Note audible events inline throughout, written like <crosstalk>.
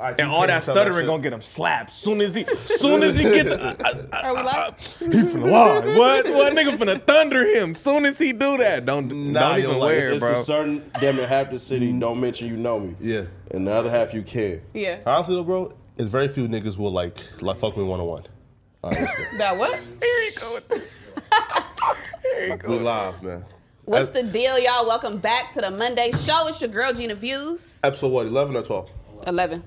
All right, And you all can't that sell that stuttering shit. gonna get him slapped. Soon as he, soon <laughs> as he get, the, I- I- Are we live? he finna why? <laughs> What? What nigga finna thunder him? Soon as he do that, don't Nah, don't yo, even like, wear it, It's bro. a certain damn near half the city don't mention you know me. Mm. Yeah. And the other half you can. Yeah. Honestly though, bro, it's very few niggas will like like fuck me one on one. <laughs> Honestly, That what? Here you go. with this. Here you go. we live, man. What's the deal, y'all? Welcome back to the Monday show. It's your girl Gina Views. Episode what, eleven or twelve? Eleven.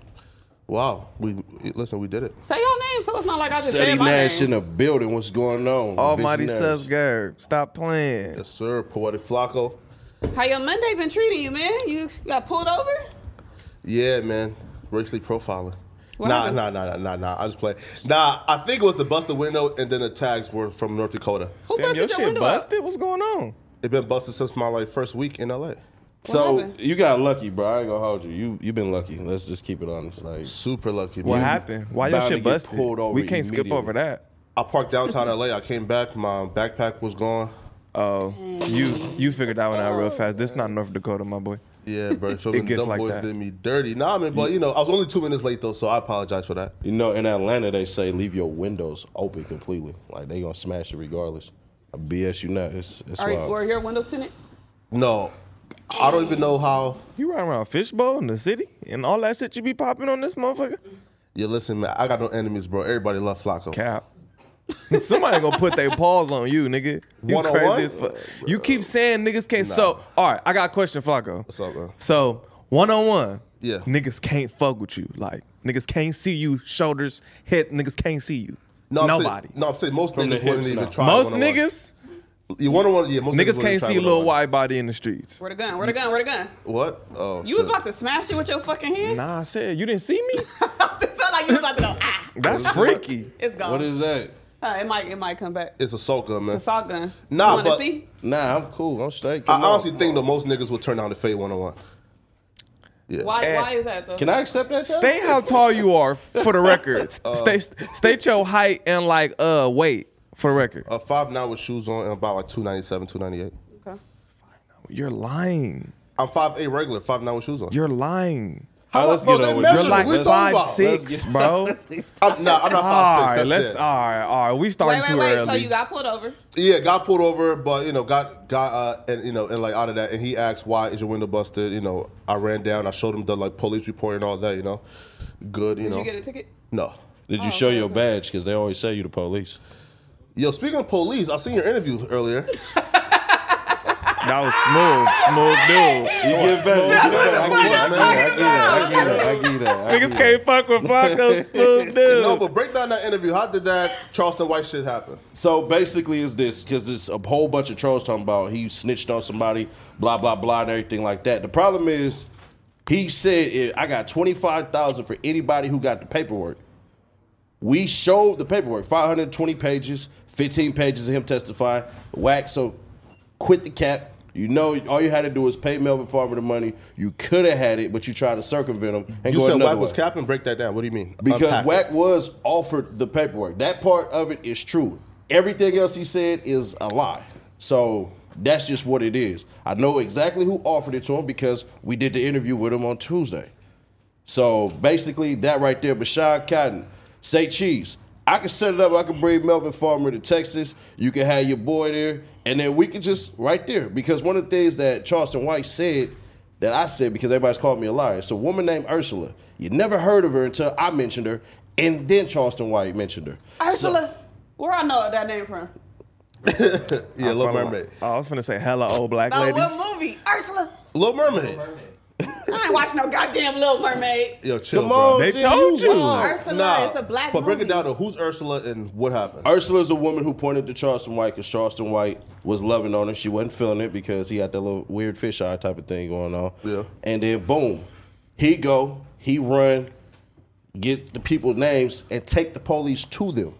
Wow, we listen, we did it. Say your name, so it's not like I just City said my Nash in name. the building. What's going on? Almighty Visionaries. says, "Girl, stop playing." Yes, sir. Poetic Flacco. How your Monday been treating you, man? You got pulled over? Yeah, man. Racially profiling. What nah, happened? nah, nah, nah, nah, nah. I just play. Nah, I think it was the busted window, and then the tags were from North Dakota. Who Damn, your busted your, shit window busted. What's going on? It's been busted since my like first week in LA. So happened? you got lucky, bro. I ain't gonna hold you. You you been lucky. Let's just keep it honest. Like Super lucky. What man. happened? Why your bound to shit get busted? pulled over We can't skip immediately. over that. I parked downtown LA. I came back. My backpack was gone. Oh, you you figured that one out real fast. This not North Dakota, my boy. Yeah, <laughs> bro. So It them gets dumb like boys that. did me dirty. Nah, I mean, but you know, I was only two minutes late though, so I apologize for that. You know, in Atlanta they say leave your windows open completely. Like they gonna smash it regardless. I BS you not. It's it's Are, wild. were your windows tinted? No, I don't even know how. You ride around fishbowl in the city and all that shit you be popping on this motherfucker? Yeah, listen, man. I got no enemies, bro. Everybody love Flacco. Cap. <laughs> Somebody gonna put their paws on you, nigga. You One on crazy one? as fuck. You keep saying niggas can't. So, all right, I got a question, Flacco. What's up, man? So, one on one, Yeah. niggas can't fuck with you. Like niggas can't see you, shoulders, head. Niggas can't see you. I'm saying- Nobody. no, I'm saying most From the niggas wouldn't hips even now. try. Most one-on-one. niggas, You one on one, yeah. Most niggas wouldn't can't try see a little one-on-one. white body in the streets. Where the gun? Where the gun? Where the gun? What? Oh, You was about to smash it with your fucking hand? Nah, I said you didn't see <laughs> me. <laughs> felt like you was about to go, ah. That's freaky. It's gone. What is that? Uh, it might it might come back. It's a soak gun, man. It's a salt gun. Nah, you wanna but- see? Nah, I'm cool. I'm straight. I Come on. honestly think the most niggas will turn down the fade one on one. Yeah. Why Eh. why is that though? Can I accept that? Josh? Stay how tall you are for the record. <laughs> Uh, Stay state your height and like uh weight for the record. A five nine with shoes on and about like two ninety seven, two ninety eight. Okay. You're lying. I'm five eight regular, five nine with shoes on. You're lying. All right, let's Bro, get they over measured. You're like What you five talking about? six, <laughs> bro. I'm, nah, I'm not All five six. right, That's let's. uh, dead. All right, all right. We starting Wait, wait, too wait. So early. you got pulled over. Yeah, got pulled over, but you know, got got uh, and you know, and like out of that, and he asked, "Why is your window busted?" You know, I ran down, I showed him the like police report and all that. You know, good. You Did know, you get a ticket? no. Did you Oh, show your badge? Because they always say you the police. Yo, speaking of police, I seen your interview <laughs> earlier. that was smooth, smooth <laughs> You get better. You get better. I get that. I get that. I get that. I get that. I get dude. Niggas that. can't fuck with <laughs> Flacco, smooth dude. no, but break down that interview. How did that Charleston White shit happen? So basically, it's this because it's a whole bunch of trolls talking about he snitched on somebody, blah blah blah, and everything like that. The problem is, he said eh, I got twenty five thousand for anybody who got the paperwork. We showed the paperwork, five hundred twenty pages, fifteen pages of him testifying. Whack. So quit the cap. You know, all you had to do was pay Melvin Farmer the money. You could have had it, but you tried to circumvent him and You go said another Wack was way. capping. Break that down. What do you mean? Because Unpack it. Wack was offered the paperwork. That part of it is true. Everything else he said is a lie. So that's just what it is. I know exactly who offered it to him because we did the interview with him on Tuesday. So basically, that right there, Bashawn Cotton, say cheese. I can set it up. I can bring Melvin Farmer to Texas. You can have your boy there, and then we can just right there. Because one of the things that Charleston White said that I said because everybody's called me a liar. It's a woman named Ursula. You never heard of her until I mentioned her, and then Charleston White mentioned her. Ursula. Where I know that name from? yeah, Little Mermaid. Oh, I was gonna say hella old black No, ladies. what movie? Ursula. Little Mermaid. I ain't watching no goddamn Little Mermaid. Yo, chill, Come bro. on, They Jay, told you. wild. Ursula is a black But break it movie. down to who's Ursula and what happened. Ursula is a woman who pointed to Charleston White because Charleston White was loving on her. She wasn't feeling it because he had that little weird fish eye type of thing going on. Yeah. And then boom, he go, he run, get the people names and take the police to them.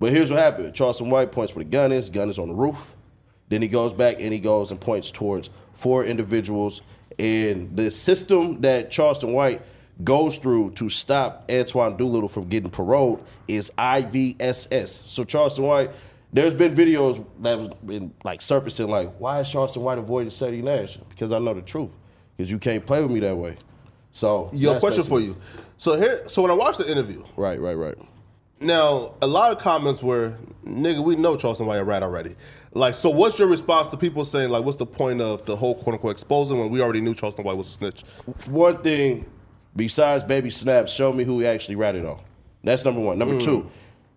But here's what happened: Charleston White points where the gun is. Gun is on the roof. Then he goes back and he goes and points towards four individuals. And the system that Charleston White goes through to stop Antoine Doolittle from getting paroled is IVSS. So Charleston White, there's been videos that was been like surfacing, like why is Charleston White avoiding Sadie Nash? Because I know the truth. Because you can't play with me that way. So Yo, that's question for basically- you. So here, so when I watched the interview, Right, right, right. now a lot of comments were, "Nigga, we know Charleston White a rat already." Like, so what's your response to people saying, like, what's the point of the whole quote unquote exposing when we already knew Charleston White was a snitch? For one thing, besides baby snaps, show me who he actually ratted on. That's number one. Number two,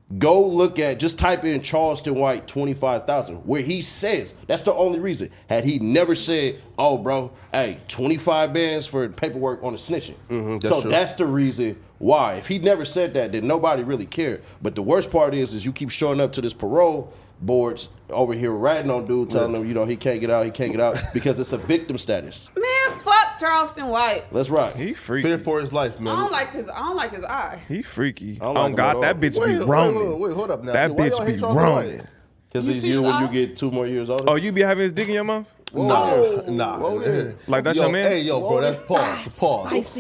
Hmm. go look at just type in Charleston White twenty five thousand where he says that's the only reason. Had he never said, "Oh, bro, hey, twenty five bands for paperwork on the snitching," Mm-hmm, that's so true. that's the reason why. If he never said that, then nobody really cared. But the worst part is, is you keep showing up to this parole boards over here ratting on dude, telling them you know he can't get out, he can't get out because it's a victim status. Man, fuck Charleston White. Let's rock. He freaky. Fear for his life, man. I don't like his. I don't like his eye. He freaky. don't oh like him at all. God, that bitch Wait, be wait, wrong. wait, wait, hold up now. That Why y'all bitch hate be Charleston wrong. White? Because You he's see you his when you eye? get two more years older. Oh, you be having his dick in your mouth? Nah, nah. Whoa there. Like, that's yo, your man? Hey, yo, bro, that's pause. Pause. Ah, Spicy.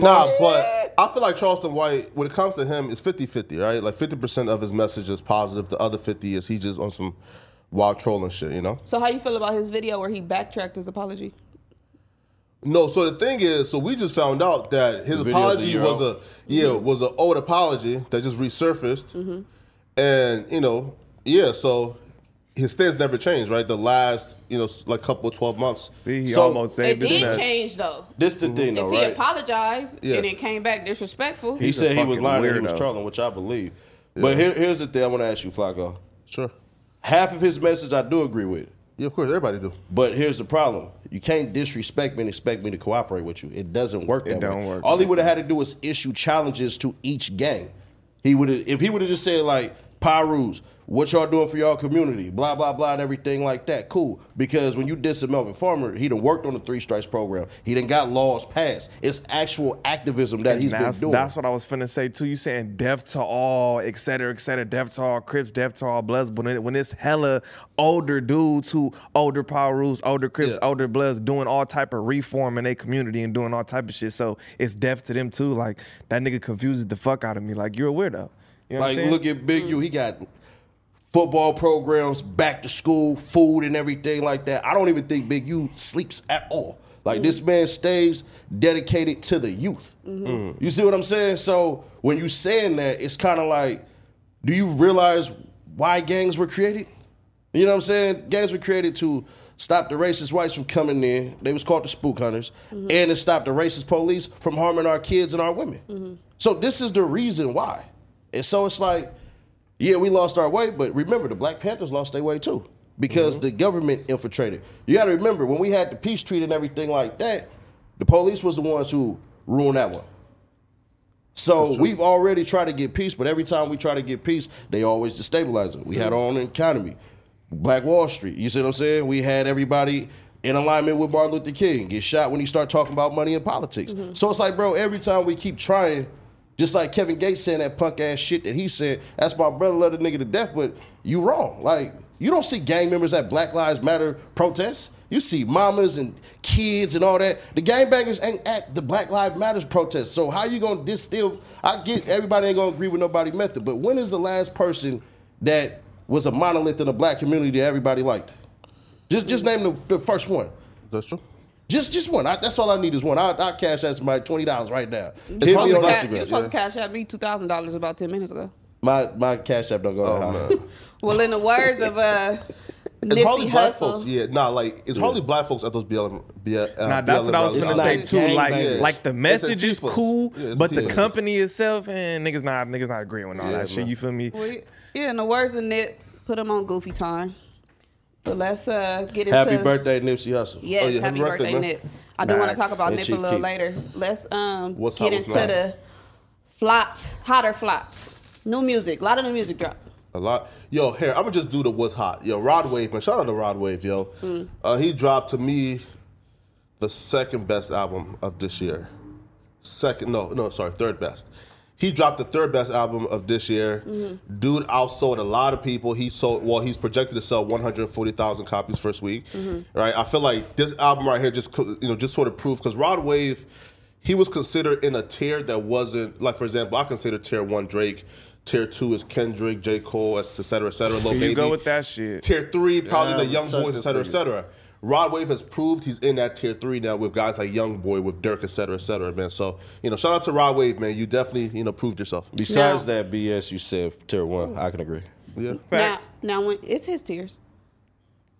Nah, but I feel like Charleston White, when it comes to him, it's 50 50, right? Like 50% of his message is positive, the other 50 is he just on some wild trolling shit, you know? So how you feel about his video where he backtracked his apology? No, so the thing is, so we just found out that his video's a apology year was old. a yeah, was an old apology that just resurfaced. Mm-hmm. And, you know, yeah, so his stance never changed, right? The last, you know, s- like couple 12 months. See, he So- almost It saved his did nuts. change though. This the thing, though, if he right? apologized Yeah. and it came back disrespectful, he He's a said he was fucking lying and he was weirdo. trolling, which I believe. But here, here's the thing I want to ask you, Flacco. Sure. Half of his message I do agree with. Yeah, of course, everybody do. But here's the problem. You can't disrespect me and expect me to cooperate with you. It doesn't work that It don't way. work All he like would have had to do was issue challenges to each gang. He would have if he would have just said like Pyrus, what y'all doing for y'all community, blah blah blah, and everything like that. Cool, because when you did some Melvin Farmer, he done worked on the three strikes program. He done got laws passed. It's actual activism that he's been That's, doing. that's what I was finna say too. You saying death to all, et cetera, et cetera, death to all Crips, death to all Bloods. But when, it- when it's hella older dudes who older Power Rules, older Crips, Yeah. older Bloods doing all type of reform in their community and doing all type of shit. So it's death to them too. Like that nigga confuses the fuck out of me. Like you're a weirdo. You know what I'm Like, saying? Mm. look at Big U. He got football programs, back to school, food, and everything like that. I don't even think Big U sleeps at all. Like, this Mm. man stays dedicated to the youth. Mm-hmm. Mm. You see what I'm saying? So, when you saying that, it's kind of like, do you realize why gangs were created? You know what I'm saying? Gangs were created to stop the racist whites from coming in. They was called the spook hunters, and to stop the racist police from harming our kids and our women. So this is the reason why. And so it's like, yeah, we lost our way, but remember the Black Panthers lost their way too because the government infiltrated. You got to remember when we had the peace treaty and everything like that, the police was the ones who ruined that one. So we've already tried to get peace, but every time we try to get peace, they always destabilize it. We had our own economy, Black Wall Street. You see what I'm saying? We had everybody in alignment with Martin Luther King get shot when he start talking about money and politics. So it's like, bro, every time we keep trying, just like Kevin Gates saying that punk ass shit that he said, that's my brother love the nigga to death, but you wrong. Like you don't see gang members at Black Lives Matter protests. You see mamas and kids and all that. The gangbangers ain't at the Black Lives Matters protest. So how you gonna distill? I get everybody ain't gonna agree with nobody method, but when is the last person that was a monolith in the black community that everybody liked? Just just name the, the first one. That's true. Just just one. I, that's all I need is one. I I cash that somebody twenty dollars right now. Hit me you on supposed to ca- Instagram. you supposed to cash out me two thousand dollars about ten minutes ago. My my cash app don't go that high. <laughs> Well, in the words of uh, It's probably Nipsey black Hussle, folks. Yeah, nah, like it's probably black folks at those BLM. BLM Nah, that's what I was rallies. gonna not say gang too. Like, bangers. like the It's message is Antifa's. cool, Yeah, it's but the Antifa's. company itself and niggas not niggas not agreeing with all Yeah, that shit. man. You feel me? Well, you- yeah, in the words of Nip, put him on goofy time. But let's uh, get into Happy birthday, Nipsey Hussle. Yes, Oh, yeah, happy happy birthday, birthday, Nip. Nip. I do want Nice. to talk about And Nip a Chief little Keef. later. Let's um What's hot, get what's into not? the flops, hotter flops. New music, a lot of new music drop. A lot. Yo, here, I'm gonna just do the what's hot. Yo, Rod Wave, man. Shout out to Rod Wave, yo. Hmm. Uh, he dropped to me the second best album of this year. Second, no, no, sorry, third best. He dropped the third best album of this year. Mm-hmm. Dude outsold a lot of people. He sold, well, he's projected to sell 140,000 copies first week, Mm-hmm. right? I feel like this album right here just, co- you know, just sort of proved because Rod Wave, he was considered in a tier that wasn't like, for example, I consider tier one Drake, tier two is Kendrick, J Cole, et cetera, et cetera. Lil Here you Baby. go with that shit. Tier three, probably the Young check Boys, et this cetera, et nigga. cetera. Rod Wave has proved he's in that tier three now with guys like Young Boy, with Dirk, et cetera, et cetera, man. So, you know, shout out to Rod Wave, man. You definitely, you know, proved yourself. Besides Now- that BS you said, tier one, I can agree. Yeah. Now, Facts. now when it's his tears.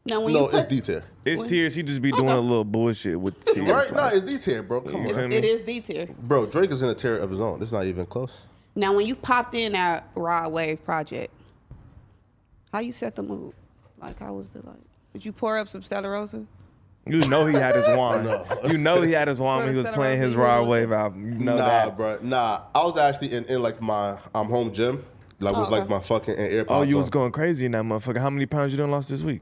Now when No, you put, it's D tier. It's tears. He just be doing a little bullshit with the tears. <laughs> Right? No, it's D tier, bro. Come on. You feel it me? is D tier. Bro, Drake is in a tier of his own. It's not even close. Now when you popped in at Rod Wave project, how you set the mood? Like how was the like? Did you pour up some Stella Rosa? You know he <laughs> had his wine. You know he had his wine when he was Brother, playing his set around Rod me. Wave album. You know nah, that. bro. Nah, I was actually in, in like my I'm home gym, like Oh, with like okay. my fucking AirPods. Oh, you on. was going crazy in that motherfucker. How many pounds you done lost this week?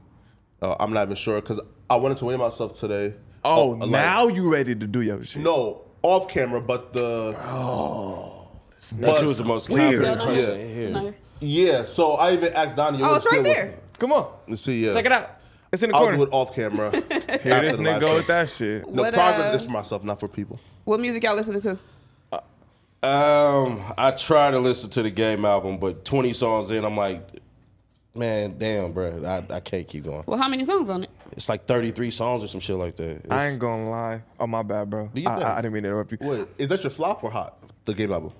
Uh, I'm not even sure because I wanted to weigh myself today. Oh, like- now you ready to do your shit. no, off camera, but the That was the most weird. confident No, no, person yeah. in here. No. yeah. So I even asked Donnie. Oh, it's right there. Come on. Let's see, yeah. Check it out. It's in the I'll corner. do it off <laughs> camera. Here Here this nigga go with that shit. No, What, progress uh, is for myself, not for people. What music y'all listening to? Um, I try to listen to the game album, but 20 songs in, I'm like, man, damn, bro, I, I can't keep going. Well, how many songs on it? It's like 33 songs or some shit like that. It's- I ain't gonna lie. Oh my bad, bro. Do I, your thing. I, I didn't mean to interrupt you. Wait, is that your flop or hot? The game album.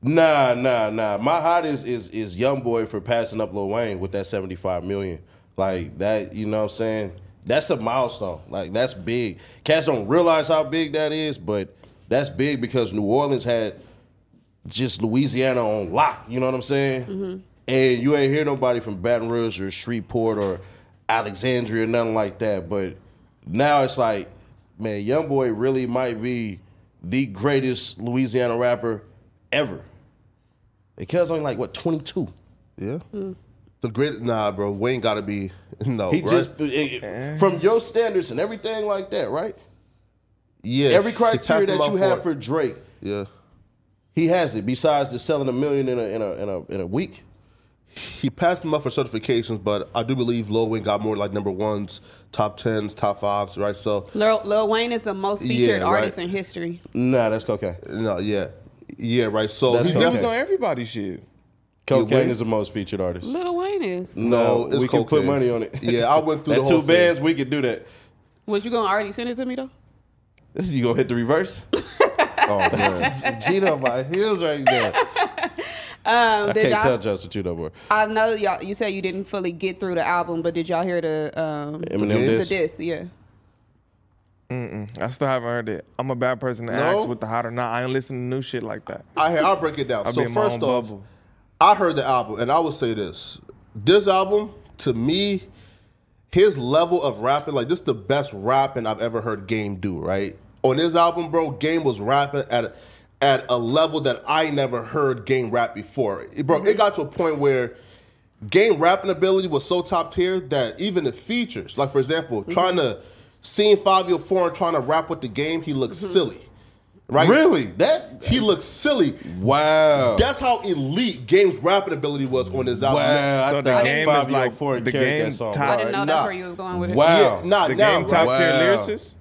Nah, nah, nah. My hot is is is YoungBoy for passing up Lil Wayne with that seventy five million. Like that, you know what I'm saying? That's a milestone. Like that's big. Cats don't realize how big that is, but that's big because New Orleans had just Louisiana on lock. You know what I'm saying? Mm-hmm. And you ain't hear nobody from Baton Rouge or Shreveport or Alexandria, nothing like that. But now it's like, man, YoungBoy really might be the greatest Louisiana rapper ever. Because only like what 22. Yeah. The great nah, bro. Wayne got to be <laughs> no. He Oh, right? just it- it- from your standards and everything like that, right? yeah. Every he criteria passed him that up you for have it. for Drake, yeah. he has it. Besides the selling a million in a in a in a, in a week. He passed him up for certifications, but I do believe Lil Wayne got more like number ones, top tens, top fives, right? So Lil, Lil Wayne is the most featured Yeah, right. artist in history. Nah, that's cocaine. no, yeah, yeah, right. So That's he He cocaine. was definitely on everybody's shit. Cocaine Wayne- is the most featured artist. Uh, Lil Wayne is. no, it's we can put cocaine. money on it. Yeah, I <laughs> went through At the two whole thing. bands, we could do that. Was you gonna already send it to me though? This is you gonna hit the <laughs> reverse. oh man, <laughs> Gino, my heels <laughs> right there. Um, I did can't y'all, tell Justin Two no more. I know y'all. You said you didn't fully get through the album, but did y'all hear the um, Eminem the diss. diss? Yeah. I still haven't heard it. I'm a bad person to No? ask with the hot or not. I ain't listening to new shit like that. I hear, I'll break it down. I'll be so in my first own off, bubble. I heard the album, and I would say this: this album to me, his level of rapping, like this, is the best rapping I've ever heard Game do. Right on his album, bro, Game was rapping at a, at a level that I never heard Game rap before. It- Bro, Mm-hmm. it got to a point where Game rapping ability was so top tier that even the features, like for example, Mm-hmm. trying to seeing Five Year Four and trying to rap with the game, he looks Mm-hmm. silly. Right? Really? That He looks silly. wow. That's how elite Game's rapping ability was on his album. wow. So I the thought game is 5 like- four the game that song. top- I All didn't right, know that's nah. where you was going with it. Uh, Wow. Yeah, nah, The now, game top right? tier Wow. lyricist.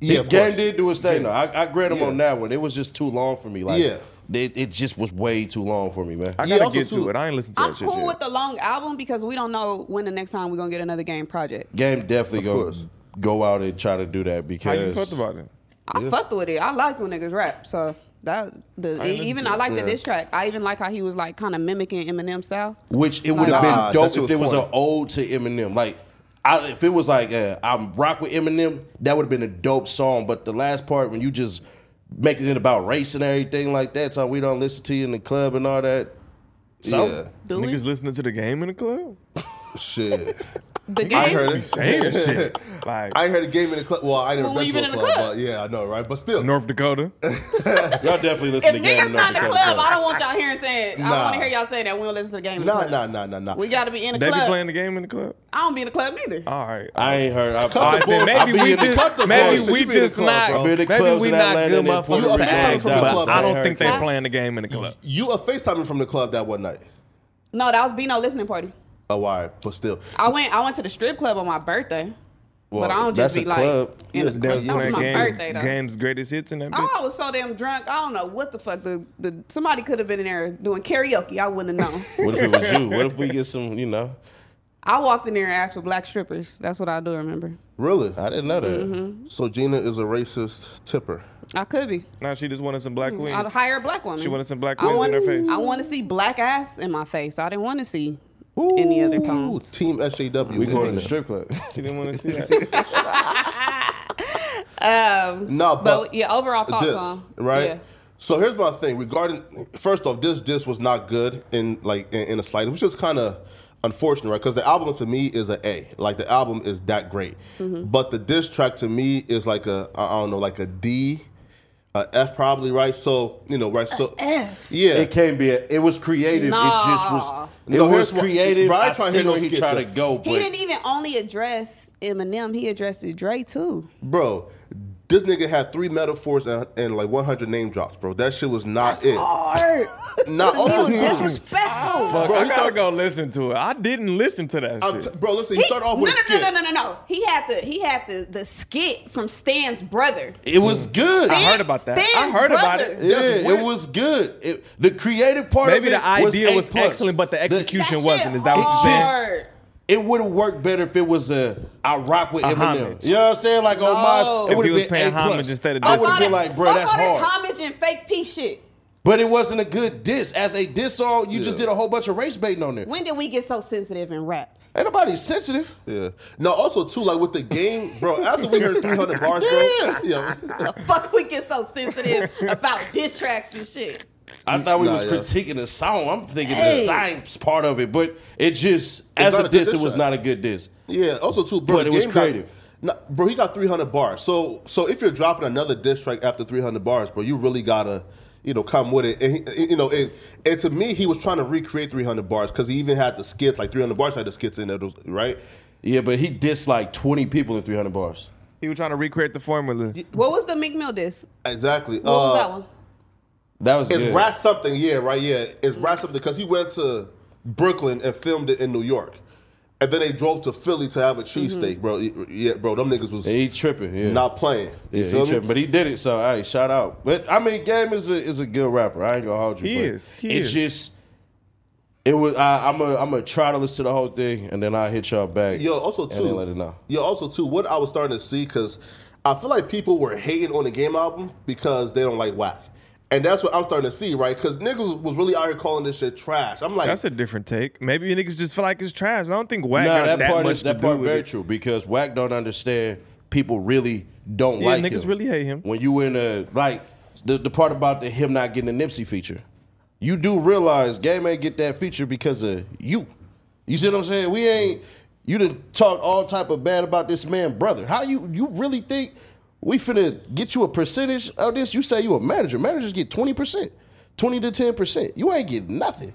Yeah, the of game course. did do his thing. though. I, I grant him Yeah. on that one. It was just too long for me. Like Yeah. it, it just was way too long for me, man. I Yeah, gotta also get to too- it. I ain't listening to I'm that shit. cool yet. with the long album because we don't know when the next time we're gonna get another game project. game definitely gonna course. go out and try to do that How because you felt about it? I fucked with it. I like when niggas rap. So that the I ain't even listened to I it. like the Yeah. diss track. I even like how he was like kind of mimicking Eminem style. Which it would Nah, have that been dope shit if was it was corny. an ode to Eminem. Like, I, if it was like uh, I'm rock with Eminem, that would have been a dope song. But the last part when you just making it about race and everything like that, so we don't listen to you in the club and all that. So Yeah. Do we? Niggas listening to the game in the club? <laughs> Shit. The game. I heard Be it. saying shit. Like <laughs> I ain't heard a game in the club. Well, I never Well, when been you to a been in the club. club? But yeah, I know, right? But still, North Dakota. y'all definitely If listen to niggas Game not in the club, I Club. don't want y'all hearing saying. I don't Nah. want to hear y'all saying that we don't listen to the game. In the nah, club. nah, nah, nah, nah. We gotta be in the They be club. playing Uh. the game in the club. I don't be in the club either. All right. I ain't heard. I, All I, right, then I be maybe we in the- cut just the maybe bullshit. we You be in the just club, not bro. Be in the maybe clubs we in not Atlanta good and in Puerto motherfuckers to Rico. ask, Yeah, but I man, don't think they hurricane. playing the game in the club. you a FaceTiming from the club that one night. No, that was Beano listening party. Oh, all right, but still. I went. I went to the strip club on my birthday. Well, but I don't that's just be a like. club. in Yeah, the club. that's That was Playing my games, birthday though. games greatest hits in that bitch. Oh, I was so damn drunk. I don't know what the fuck. The, the <laughs> somebody could have been in there doing karaoke. I wouldn't have known. What if it was you? What if we get some? You know, I walked in there and asked for black strippers. That's what I do remember. Really? I didn't know that. Mm-hmm. So Gina is a racist tipper. I could be. Now she just wanted some black queens. I'd hire a black woman. She wanted some black I queens want- in her face. I want to see black ass in my face. I didn't want to see any other Ooh, tones. Team SJW. We going to the strip club. she didn't want to see that. No, But, but, yeah, overall thoughts this, on right? Yeah. So here's my thing regarding. First off, this disc was not good in like in, in the slightest, which is kind of unfortunate, right? Because the album to me is a A. Like the album is that great, Mm-hmm. but the diss track to me is like a I I don't know, like a D, a F probably, right? So you know, right? So F. Yeah, It can't be. A, it was creative. It just Nah. was. It No, was here's what- creative. Brian I trying to see hit no where he skits trying up. to go. But He didn't even only address Eminem. He addressed Dre too. bro. This nigga had three metaphors and, and like 100 name drops, bro. That shit was not That's it. hard. Not That also was too- disrespectful. Fuck, Bro, I he gotta started- go listen to it. I didn't listen to that I'm shit. t- bro, listen, he, started off with no, a skit. no, no, no, no, no. He had the he had the the skit from Stan's brother. it was good. I Yeah, heard about that. I Stan's heard about brother. it. That's it weird. was good. It, the creative part Maybe of it the idea A was, plus. excellent, but the That execution shit wasn't. Is that what you hard. said? it would have worked better if it was a I rock with homage. Eminem. You know what I'm saying? Like homage. If It would he have was been paying A plus. homage instead of I dissing. would have All been that- like, bro, fuck that's all this hard. homage and fake pee shit. But it wasn't a good diss. As a diss song, you just Yeah. did a whole bunch of race baiting on there. When did we get so sensitive in rap? Ain't nobody sensitive. Yeah. No, also too, like with the game, bro. After we heard 300 bars, <laughs> bro. Yeah. Yeah. The fuck we get so sensitive <laughs> about diss tracks and shit. I thought we Nah, was yeah. critiquing the song. I'm thinking Hey. the science part of it, but it just as not a a good diss, it diss was track. not a good diss. Yeah. Also too, bro. But the it was Game got- creative. Nah, bro, he got 300 bars. So, so if you're dropping another diss track after 300 bars, bro, you really gotta, you know, come with it. And he, you know, and, and to me, he was trying to recreate 300 bars because he even had the skits. Like 300 bars had the skits in there, those- right? Yeah, but he dissed like 20 people in 300 bars. He was trying to recreate the formula. What was the Meek Mill diss? Exactly. Uh, What was that one? That was It's good. rat something, yeah, right, yeah. It's rat something because he went to Brooklyn and filmed it in New York, and then they drove to Philly to have a cheesesteak, bro. Yeah, bro, them niggas was He tripping. Yeah. not playing. You Yeah, he feel me? tripping, but he did it. So, hey, shout out. But I mean, Game is a is a good rapper. I ain't gonna hold you. He but is, he it's is. just it was. I, I'm a I'm gonna try to listen to the whole thing, and then I will hit y'all back. Yo, also and too. then let it know. Yo, also too. What I was starting to see because I feel like people were hating on the game album because they don't like whack, and that's what I'm starting to see, right? Because niggas was really out here calling this shit trash. I'm like, That's a different take. Maybe niggas just feel like it's trash. I don't think whack Nah, got that, that, part much is to that do part with very it. true because Wack don't understand people really don't Yeah, like niggas him. really hate him. When you in a like the, the part about the him not getting the Nipsey feature, you do realize Game ain't get that feature because of you. You see what I'm saying? We ain't you done talk all type of bad about this man, brother. How you you really think we finna get you a percentage of this? You say you a manager. Managers get twenty percent, twenty to ten percent. You ain't getting nothing.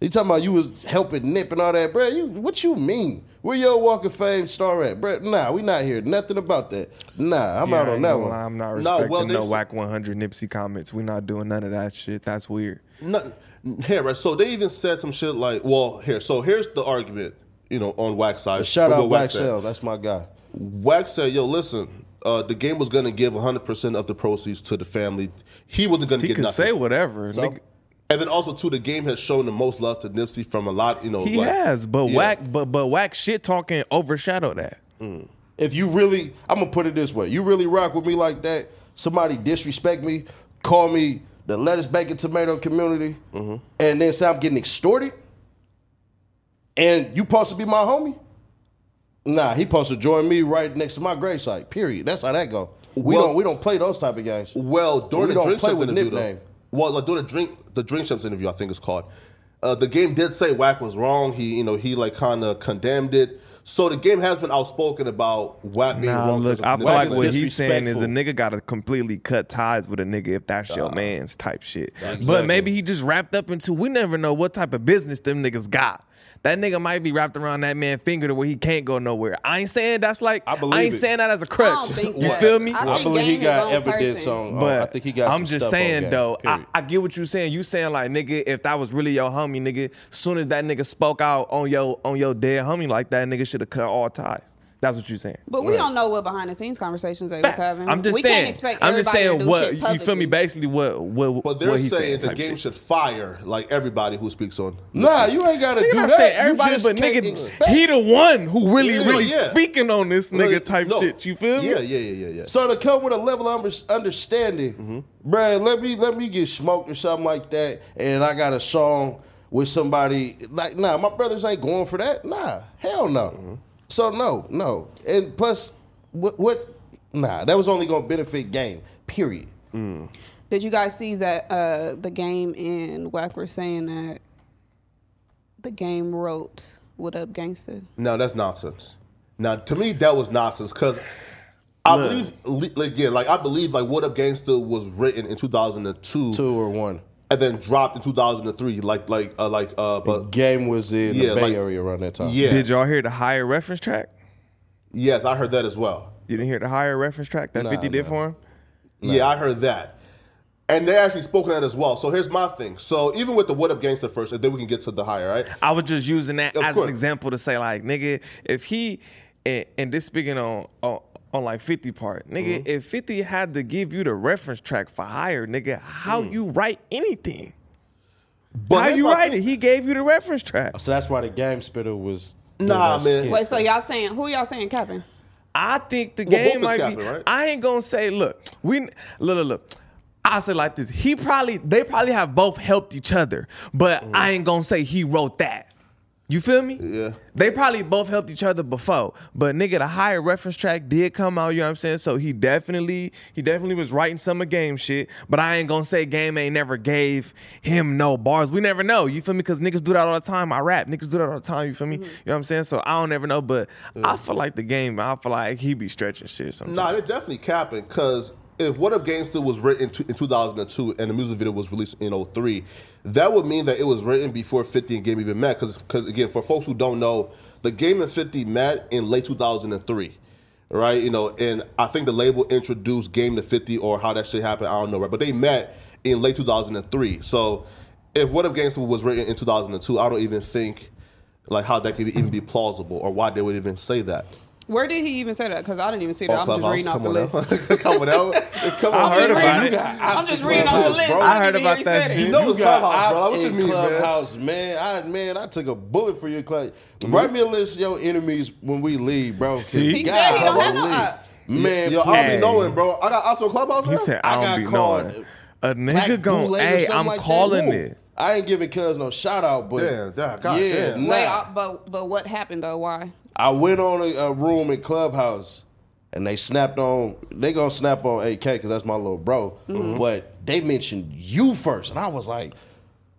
You talking about you was helping Nip and all that, bruh? You what you mean? Where your Walk of Fame star at, bruh? Nah, we not here. Nothing about that. Nah, I'm Yeah, out I on ain't that gonna one. lie, I'm not respecting well, they no s- whack 100 Nipsey comments. We're not doing none of that shit. That's weird. nothing here, right? So they even said some shit like, well, here. So here's the argument, you know, on wax side. Shout from out what Wack Black said. Shell. That's my guy. Wax said, "Yo, listen, uh, the game was gonna give 100 percent of the proceeds to the family. He wasn't gonna He get could nothing. say whatever. Nigga- and then also too, the game has shown the most love to Nipsey from a lot. You know, he like- has, but Yeah. whack, but but whack shit talking overshadowed that. If you really, I'm gonna put it this way: you really rock with me like that. Somebody disrespect me, call me the lettuce, bacon, tomato community, and then say I'm getting extorted, and you supposed to be my homie? Nah, he supposed to join me right next to my gravesite. Period. That's how that go. We Well- don't we don't play those type of games. Well, during the We don't drink play champs with interview, nickname. though, well, like, during the drink the drink champs interview, I think it's called. Uh, the game did say Wack was wrong. He, you know, he like kind of condemned it. So the game has been outspoken about Wack being Nah, wrong. look, 'cause I of feel Nipsey. like is what he's saying is disrespectful. a nigga got to completely cut ties with a nigga if that's your man's type shit. But Exactly. maybe he just wrapped up into we never know what type of business them niggas got. That nigga might be wrapped around that man finger to where he can't go nowhere. I ain't saying that's like I, believe ain't it. saying that as a I crutch. don't think You that. feel me? I I think believe he Game got his own evidence person. on. But But I think he got. I'm some just stuff on saying game, though, I, period. I get what you saying. You saying like nigga, if that was really your homie, nigga, soon as that nigga spoke out on your on your dead homie like that, nigga should have cut all ties. That's what you're saying. But we don't know what behind the scenes conversations they Facts. was having. I'm just we saying. Can't expect I'm just everybody to saying do what shit you feel me. publicly. Basically, what what But they're what he's saying saying. the type game shit. should fire like everybody who speaks on. Nah, you ain't gotta Nigga, do not that. saying You everybody, just but can't nigga, expect- he the one who really, Yeah, really yeah. speaking on this nigga Like, type no. shit. You feel me? Yeah, yeah, yeah, yeah, yeah. So to come with a level of under- understanding, Mm-hmm. bruh, let me let me get smoked or something like that, and I got a song with somebody like, nah, my brothers ain't going for that. Nah, hell no. Mm-hmm. So no, no, and plus, what, what? Nah, that was only gonna benefit game. Period. Did you guys see that uh, the game in Wack were saying that the game wrote "What Up Gangsta"? Now that's nonsense. Now to me that was nonsense because I believe le- again, like I believe like What Up Gangsta was written in 2002 Two or one. and then dropped in 2003. Like like uh, like uh, but Game was in Yeah, the Bay like- Area around that time. yeah, Did y'all hear the higher reference track? yes, I heard that as well. You didn't hear the higher reference track that 50 did for him? Yeah, I heard that. And they actually spoken that as well. So here's my thing. So even with the What Up Gangsta first, and then we can get to the higher, right? I was just using that Of as course. an example to say, like, nigga, if he and, and this speaking on, on on like 50 part, nigga, if 50 had to give you the reference track for higher, nigga, how you write anything? But how here's you my write thing. it? He gave you the reference track. So that's why the game spitter was. doing Nah, that man. skit. Wait, so y'all saying who y'all saying Kevin? I think the Well, both game is might be. capping, right? I ain't gonna say. Look, we look, look, look. I say like this. He probably, they probably have both helped each other, but I ain't gonna say he wrote that. You feel me? Yeah. They probably both helped each other before, but nigga, the higher reference track did come out. You know what I'm saying? So he definitely, he definitely was writing some of game shit. But I ain't gonna say game ain't never gave him no bars. We never know. You feel me? Because niggas do that all the time. I rap. Niggas do that all the time. You feel me? Mm-hmm. You know what I'm saying? So I don't ever know. But I feel like the game. I feel like he be stretching shit sometimes. Nah, they're definitely capping because if What Up Gangsta was written to, in 2002 and the music video was released in 03, that would mean that it was written before 50 and Game even met. Because, again, for folks who don't know, the Game and 50 met in late 2003. Right, you know, and I think the label introduced Game to 50 or how that shit happened, I don't know, right? But they met in late 2003. So if What Up Gangsta was written in 2002, I don't even think like how that could even be plausible or why they would even say that. Where did he even say that? Because I didn't even see that. Oh, I'm just Clubhouse, reading off the come list. on now. <laughs> come on out. Come on. <laughs> I heard about it. I'm just reading off the list. bro. I, I heard didn't even about hear he that said it. shit. You know it's Clubhouse, ops bro. What you in mean, man? clubhouse, man? I man, I took a bullet for your club. Mm-hmm. Write me a list of your enemies when we leave, bro. 'cause See? He said he don't have no golly. ops. Man, Yo, I don't Hey. be knowing, bro. I got ops on Clubhouse, He man? said, I I, got don't be called knowing. A Black nigga gon' Kool-Aid or hey, something I'm like that. calling Woo. it. I ain't giving Cuz no shout out, but Damn, damn, God yeah, damn. nah. Wait, uh, but but what happened though? Why? I went on a, a room in Clubhouse and they snapped on, they gonna snap on AK because that's my little bro. Mm-hmm. But they mentioned you first. And I was like,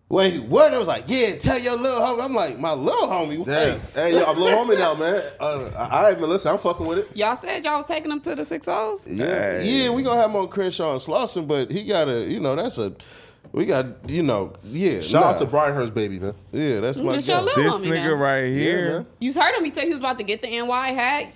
wait, what? It was like, yeah, tell your little homie. I'm like, my little Damn. homie. Wait. Hey, yo, I'm a little homie now, man. Uh, I, I ain't been listen. I'm fucking with it. Y'all said y'all was taking him to the six O's. Yeah. Yeah, we gonna have him on Crenshaw and Slauson, but he gotta, you know, that's a, we got, you know, yeah. Shout out nah. to Brian Hurst, baby, man. Yeah, that's my That's your guy. little This homie nigga now. right here. man. You heard him. He said he was about to get the NY hat.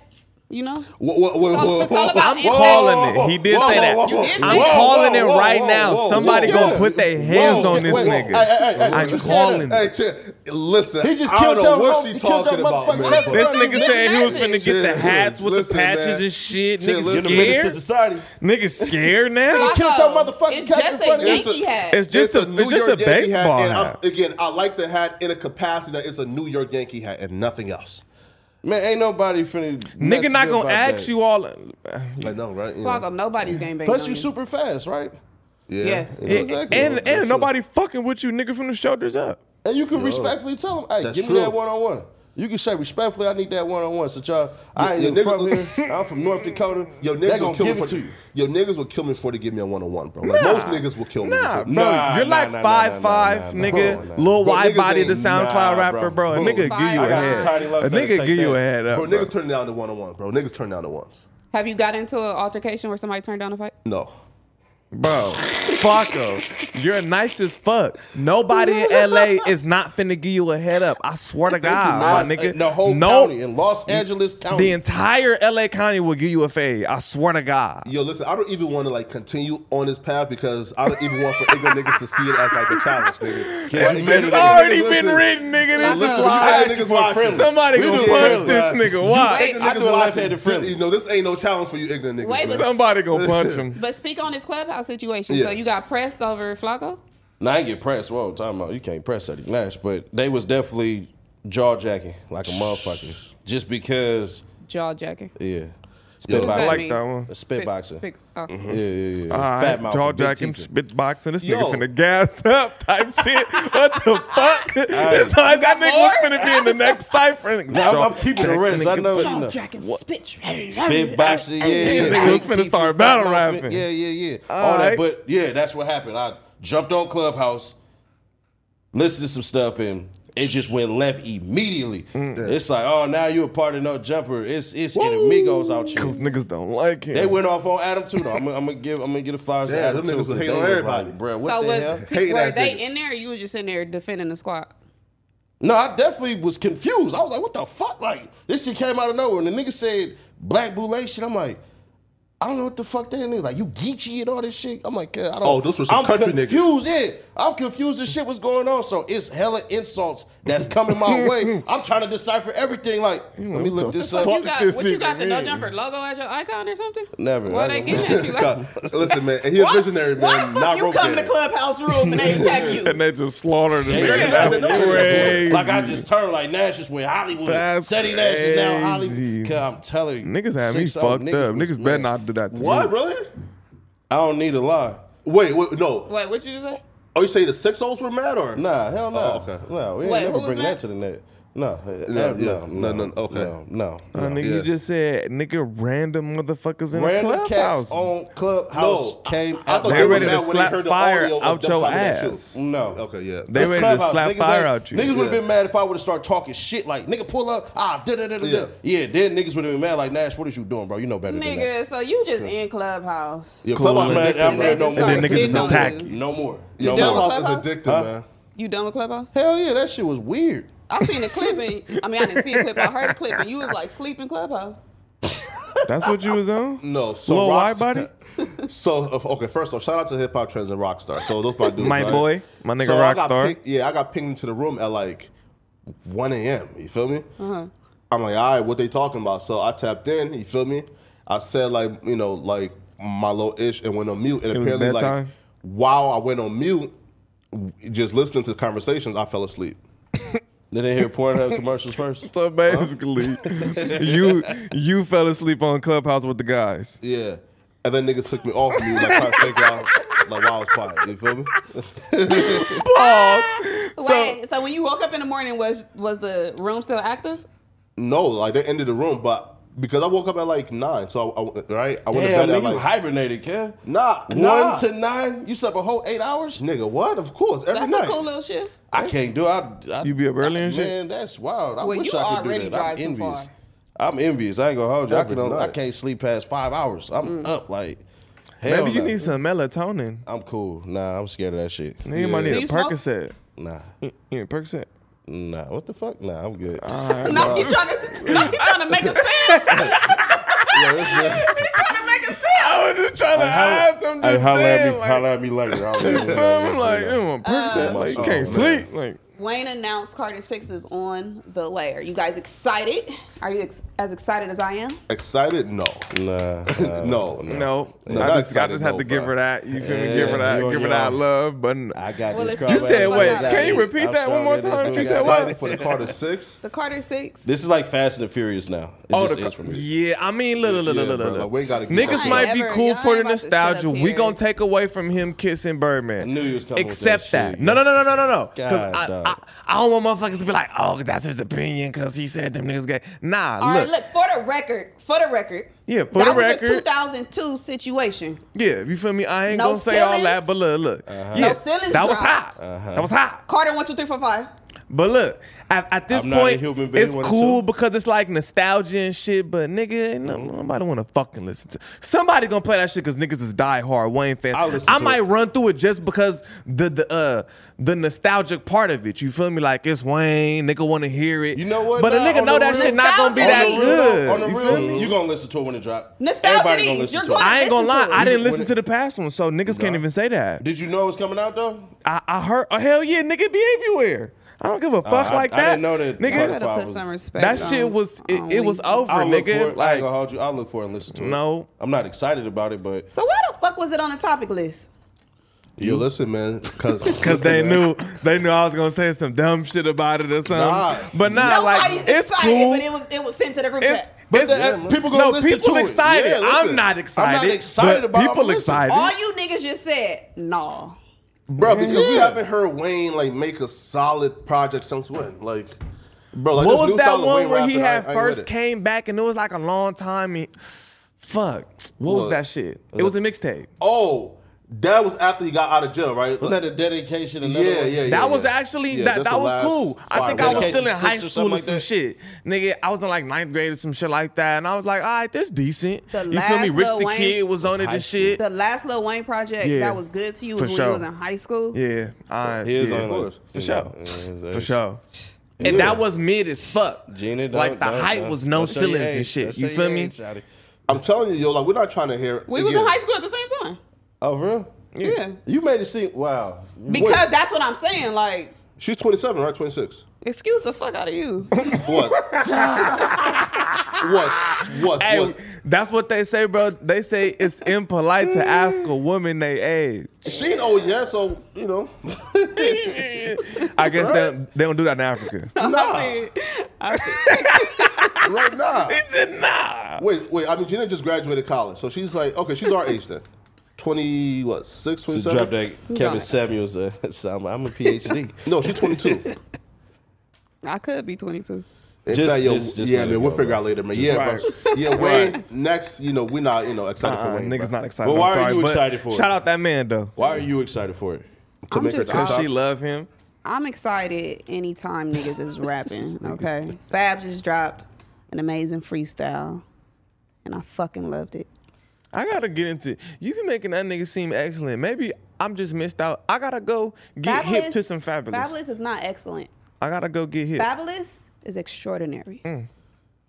You know. What, what, what, It's all- what, it's all about I'm impact. calling it. He did say that. whoa, You did I'm say that. calling it it right now. Somebody Who's gonna scared? put their hands on this wait, whoa. nigga. Hey, hey, hey, hey, I'm who's scared? calling. Hey, chill. listen. He just I don't killed know your what mom. she He killed talking your about, man. motherfucking but- cousin. this nigga said he was Listen, finna get the listen, hats with the listen, patches man. and shit. Chill, Niggas listen. Universal scared. society. Niggas scared now. Nigga, killed your motherfucking It's cousin just in front a of you. Yankee hat. It's just a, it's just a Yankee baseball hat. and I'm- hat. again, I like the hat in a capacity that it's a New York Yankee hat and nothing else. Man, ain't nobody finna. Nigga mess not with gonna about ask that. you all. I know, right? You know. Fuck up nobody's game bang. Plus, on you super fast, right? Yeah. Yes. You know, And, Exactly. and, That's true. nobody fucking with you, nigga, from the shoulders up. And you can respectfully tell them, "Hey, That's give true. me that one on one." You can say respectfully, "I need that one on one." So y'all, I ain't Yo, even nigga- from <laughs> here. I'm from North Dakota. Yo, they niggas will gonna kill me give for it to you. Yo, niggas will kill me for to give me a one on one, bro. Like most niggas will kill me. Nah, for- bro, Nah, you're nah, like nah, nah, five nah, five, nah, nigga, nah, nah. little Bro, wide niggas body, the ain't- SoundCloud nah, rapper, bro. bro. A Bro, nigga give you I a got some head. Tiny Lux A that nigga take give you a that. head up, bro, bro. niggas turn down the one on one, bro. Niggas turn down the ones. Have you got into an altercation where somebody turned down a fight? No. Bro, fuck 'em. You're nice as fuck. Nobody in LA is not finna give you a head up. I swear to God, my Nas- nigga. The whole no, county in Los Angeles County. the entire LA county will give you a fade. I swear to God. Yo, listen, I don't even want to like continue on this path because I don't even want for ignorant niggas to see it as like a challenge, nigga. Yeah, you Like, made niggas- it It's up. already niggas, been listen. written, nigga. This Listen, is you live. had ask niggas for a watching. friendly. Somebody We gonna do punch it, this bruh. nigga. Why? Wait. Niggas I do a watching. left-handed friendly. You know, this ain't no challenge for you ignorant niggas. Wait, man. but- Somebody gonna punch him. But speak on this clubhouse situation. So Yeah. you got pressed over Flacco. Now I ain't get pressed. Whoa, time out. You can't press Eddie Nash, but they was definitely jaw jacking like a motherfucker. Just because, Jaw jacking. yeah. Yo, I What Spitboxing. mean? like that one. Spitboxing. Speak- oh. Yeah, yeah, yeah. Uh-huh, All Fat right, mouth. jaw with big jacking, teeth. spit boxing. This Yo. nigga finna gas <laughs> up type shit. What the fuck? That's how that nigga was finna be in the next cipher. <laughs> Now, I'm- I'm keeping the Jaw rest. I jacking, know. nigga, You know. Jack and spit. Spitboxing, yeah, yeah. These niggas Big finna teeth, start fat battle mouth, rapping. Yeah, yeah, yeah. All All right. that, but yeah, that's what happened. I jumped on Clubhouse, listened to some stuff, and it just went left immediately. Mm. It's like, oh, now you a part of No Jumper. It's it's amigos out here. <laughs> Cause niggas don't like him. They went off on Adam too. Though I'm, gonna- I'm gonna give I'm gonna give the flowers to Yeah, them Adam too. niggas was because hating they on was everybody. like, bruh, what So the hell? was Hating were ass they niggas. in there? Or you was just in there defending the squad. No, I definitely was confused. I was like, what the fuck? Like this shit came out of nowhere, and the nigga said black boule shit. I'm like. I don't know what the fuck that nigga like. You Geechee and all this shit. I'm like, God, I don't. Oh, those were some I'm country niggas. confused, Yeah, I'm confused. This shit was going on. So it's hella insults that's coming my way. I'm trying to decipher everything. Like, let me look this up. fuck? You got this what you got the even no mean? jumper logo as your icon or something? Never. Why I they don't getting at you? Like, God, <laughs> Listen, man, he a visionary, man. not broke yet. clubhouse room and <laughs> they attack you? and they just slaughtered the nigga. Yeah. That's Yeah. crazy. Like I just turned like Nash just went Hollywood. That's Setty Nash is now crazy. Hollywood. Cause I'm telling you, niggas had me six of fucked them up. was- Niggas better man, not do that to What, me. really? I don't need a lie. Wait, wait, no. Wait, what you just say? Oh, you say the six O's were mad or Nah, hell no. Oh, okay. No, we ain't Wait, never who was bring that? that to the net. No, eh, No, eh, yeah. no, No, no, no, okay. no, no. Uh, nigga, Yeah. you just said nigga random motherfuckers in Random the cats clubhouse. on Clubhouse No, came I out. thought They were ready to mad when they slap heard the fire audio of out them your coming at you. ass. No. Okay, yeah. They ready It's to Clubhouse. slap Niggas fire ain't- out you. Niggas would have Yeah. been mad if I would have started talking shit like, nigga, pull up. Ah, da da da da Yeah. da. Yeah, then niggas would have been mad like, Nash, what is you doing, bro? You know better than that. Nigga, so you just in clubhouse. Your Cool. clubhouse Man, is addictive. I'm ready no just more. And then started niggas hitting on attack you. niggas- No more. Your done with clubhouse Clubhouse? is addictive, Huh? man. You done with clubhouse? Hell yeah, that shit was weird. I seen a clip and I mean I didn't see a clip. I heard a clip and you was like sleeping clubhouse. That's what you was on? <laughs> No, so Lil Rockstar- Wide so uh, okay, first off, shout out to Hip Hop Trends and Rockstar. So those my dudes, My right? boy, my nigga So I got Rockstar. ping- yeah, I got pinged into the room at like 1 a.m. You feel me? I'm like, all right, what they talking about? So I tapped in. You feel me? I said like, you know, like my little ish, and went on mute. And It was apparently, like bedtime? while I went on mute, w- just listening to conversations, I fell asleep. Did they hear Pornhub commercials <laughs> first? So basically, <laughs> you you fell asleep on Clubhouse with the guys. Yeah. And then niggas took me off me, like trying to figure out like why I was quiet. You feel me? Wait, so, when you woke up in the morning was was the room still active? No, like they ended the room, but because I woke up at like nine, so I, I right, I went to Damn, bed nigga, at you like hibernated, kid. nah, One nah. to nine, you slept a whole eight hours. nigga. What? Of course, every That's night. a cool little shift. I can't do. it. I, I, You be up early I, and shit? Man, that's wild. I Well, wish you I could already do that. I'm drive too envious. far. I'm envious. I ain't gonna hold you. I, Every can, only- I night. can't sleep past five hours. Mm. I'm up like. Hell Maybe you no. need some melatonin. I'm cool. Nah, I'm scared of that shit. Nigga might need Do a you smoke? Percocet. Nah, You need a Percocet. nah. What the fuck? Nah, I'm good. <laughs> No, he's trying <laughs> to no, he trying to make <laughs> a sound. <laughs> He trying to make a sound. I was just trying to ask him Hey, just holla at me, saying, holla like, at me later. <laughs> I'm like, you I'll- don't want Percocet, Uh, Um, like, you Oh, can't man. sleep, like. Wayne announced Carter Six is on the way. Are you guys excited? Are you ex- as excited as I am? Excited? No, mm. Nah, nah. no, No, No, I not just, I excited, just had no, to give her bro. that. You feel me? Yeah, Give her you that. on Give her your that own. love. But I got Well, this. it's- covered. You said, I wait, got can you it. repeat I'm that one stronger more than time? this You bitch. said what? excited for the <laughs> Carter Six. The Carter Six. This is like Fast and the Furious now. It Oh, just the is for me. yeah, I mean, look, look, look, Yeah, look, bro, look, like, look. we ain't gotta give up Niggas shit. might Ever, be cool y'all for ain't the about to sit up nostalgia. We here. gonna take away from him kissing Birdman. I knew you was coming with Except that that. shit. No, no, no, no, no, no, no. Because God, I, dog. I, I don't want motherfuckers to be like, oh, that's his opinion because he said them niggas gay. Nah, All look. right, look for the record. For the record. Yeah, for that the was a record. 2002 situation. Yeah, you feel me? I ain't No gonna say all feelings. Uh-huh. that, but look, look. Yeah, No feelings that was dropped. hot. That was hot. Carter one two three four five. But look, at, at this I'm not a point, human being, it's one or cool two. because it's like nostalgia and shit. But nigga, no, nobody want to fucking listen to. Somebody gonna play that shit because niggas is diehard Wayne fans. I'll listen I to might it. run through it just because the the uh the nostalgic part of it. You feel me? Like it's Wayne, nigga want to hear it. You know what? But a nah, nigga on know the that real- shit not gonna be Nostalgia that beats. good. On the You feel real, me? you gonna listen to it when it drop. Nostalgia Everybody is- gonna listen you're to going- it. I ain't gonna Listen lie, to it. I didn't When listen it- to the past one, so niggas can't Nah. even say that. Did you know it's coming out though? I, I heard, oh, hell yeah, nigga be everywhere. I don't give a fuck Uh, I- like I that. didn't know that I Nigga, part- gotta Five put was- some respect. that shit on- was it, on it was Weezy. over, um, I'll look nigga. for it. I ain't gonna Like hold you. I'll look for it and listen to it. No. I'm not excited about it, but So why the fuck was it on the topic list? You listen, man, <laughs> because because they knew they knew I was gonna say some dumb shit about it or something. Nah. but nah, Nobody's like it's excited, cool. but it was it was sent to the group It's, chat. but It's- it's- uh, yeah, people gonna no, listen to people it. excited. Yeah, listen. I'm not I'm not excited. excited but about it. I'm people listening. excited. All you niggas just said, nah. bro, because we Yeah. haven't heard Wayne like make a solid project since when, like, bro, like what this was new that style of one Wayne where he rapping, I- had I ain't with first it. came back and it was like a long time? he- fuck, what was Look. that shit? It was a mixtape. Oh, that was after he got out of jail, right? wasn't that a dedication? yeah, Another yeah, one? yeah. That was yeah. actually Yeah, that that's that the was last cool. I fire think I was rapper. still in Dedication high six school or or, something some like shit. Nigga, I was in like ninth grade or some shit like that. And I was like, all right, this decent. The you feel me? last Rich Lil the Wayne- Kid was on it High and school. shit. The last Lil Wayne project Yeah. that was good to you was For when sure. you was in high school. Yeah. I, His yeah. on like- course. For Yeah, sure. yeah, For yeah. sure. And Yeah. that was mid as fuck. Gina, don't- like the don't- height don't- was no don't say your ceilings and age. shit. Don't You say feel your me? age, Shotty. I'm telling you, yo, like we're not trying to hear. We was in high school at the same time. Oh, real? Yeah. You made it seem wow. Because What? that's what I'm saying. Like, She's 27, right? 26. excuse the fuck out of <laughs> you. What? <laughs> what? What? Hey, what? that's what they say, bro. They say <laughs> it's impolite to ask a woman they age. She ain't old yet, so you know. <laughs> I guess they, they don't do that in <laughs> Africa. nah, I right <laughs> now. He said, nah. Wait, wait. I mean, Gina just graduated college, so she's like, okay, she's our age then. Twenty what? Six, to twenty-seven. drop that Kevin Samuels. Uh, <laughs> so I'm, I'm <laughs> a PhD. No, she's twenty-two. <laughs> I could be 22. In Just- fact, yo, just- just yeah, let it man, we'll go, figure bro. out later, man. Yeah, Right. bro. <laughs> Yeah, Wayne. Next, you know, we're not, you know, excited Uh-uh, for Wayne. bro. niggas not excited. But why I'm are sorry, you but excited for it? Shout out that man though, Why are you excited for it? To I'm make her just TikToks. cause she Tops. love him. I'm excited anytime <laughs> niggas is rapping, okay? Fab just dropped an amazing freestyle, and I fucking loved it. I gotta get into. You be making that nigga seem excellent. Maybe I'm just missed out. I gotta go get hip to some fabulous. Fabulous is not excellent. I gotta go get hip. Fabulous is extraordinary. All right.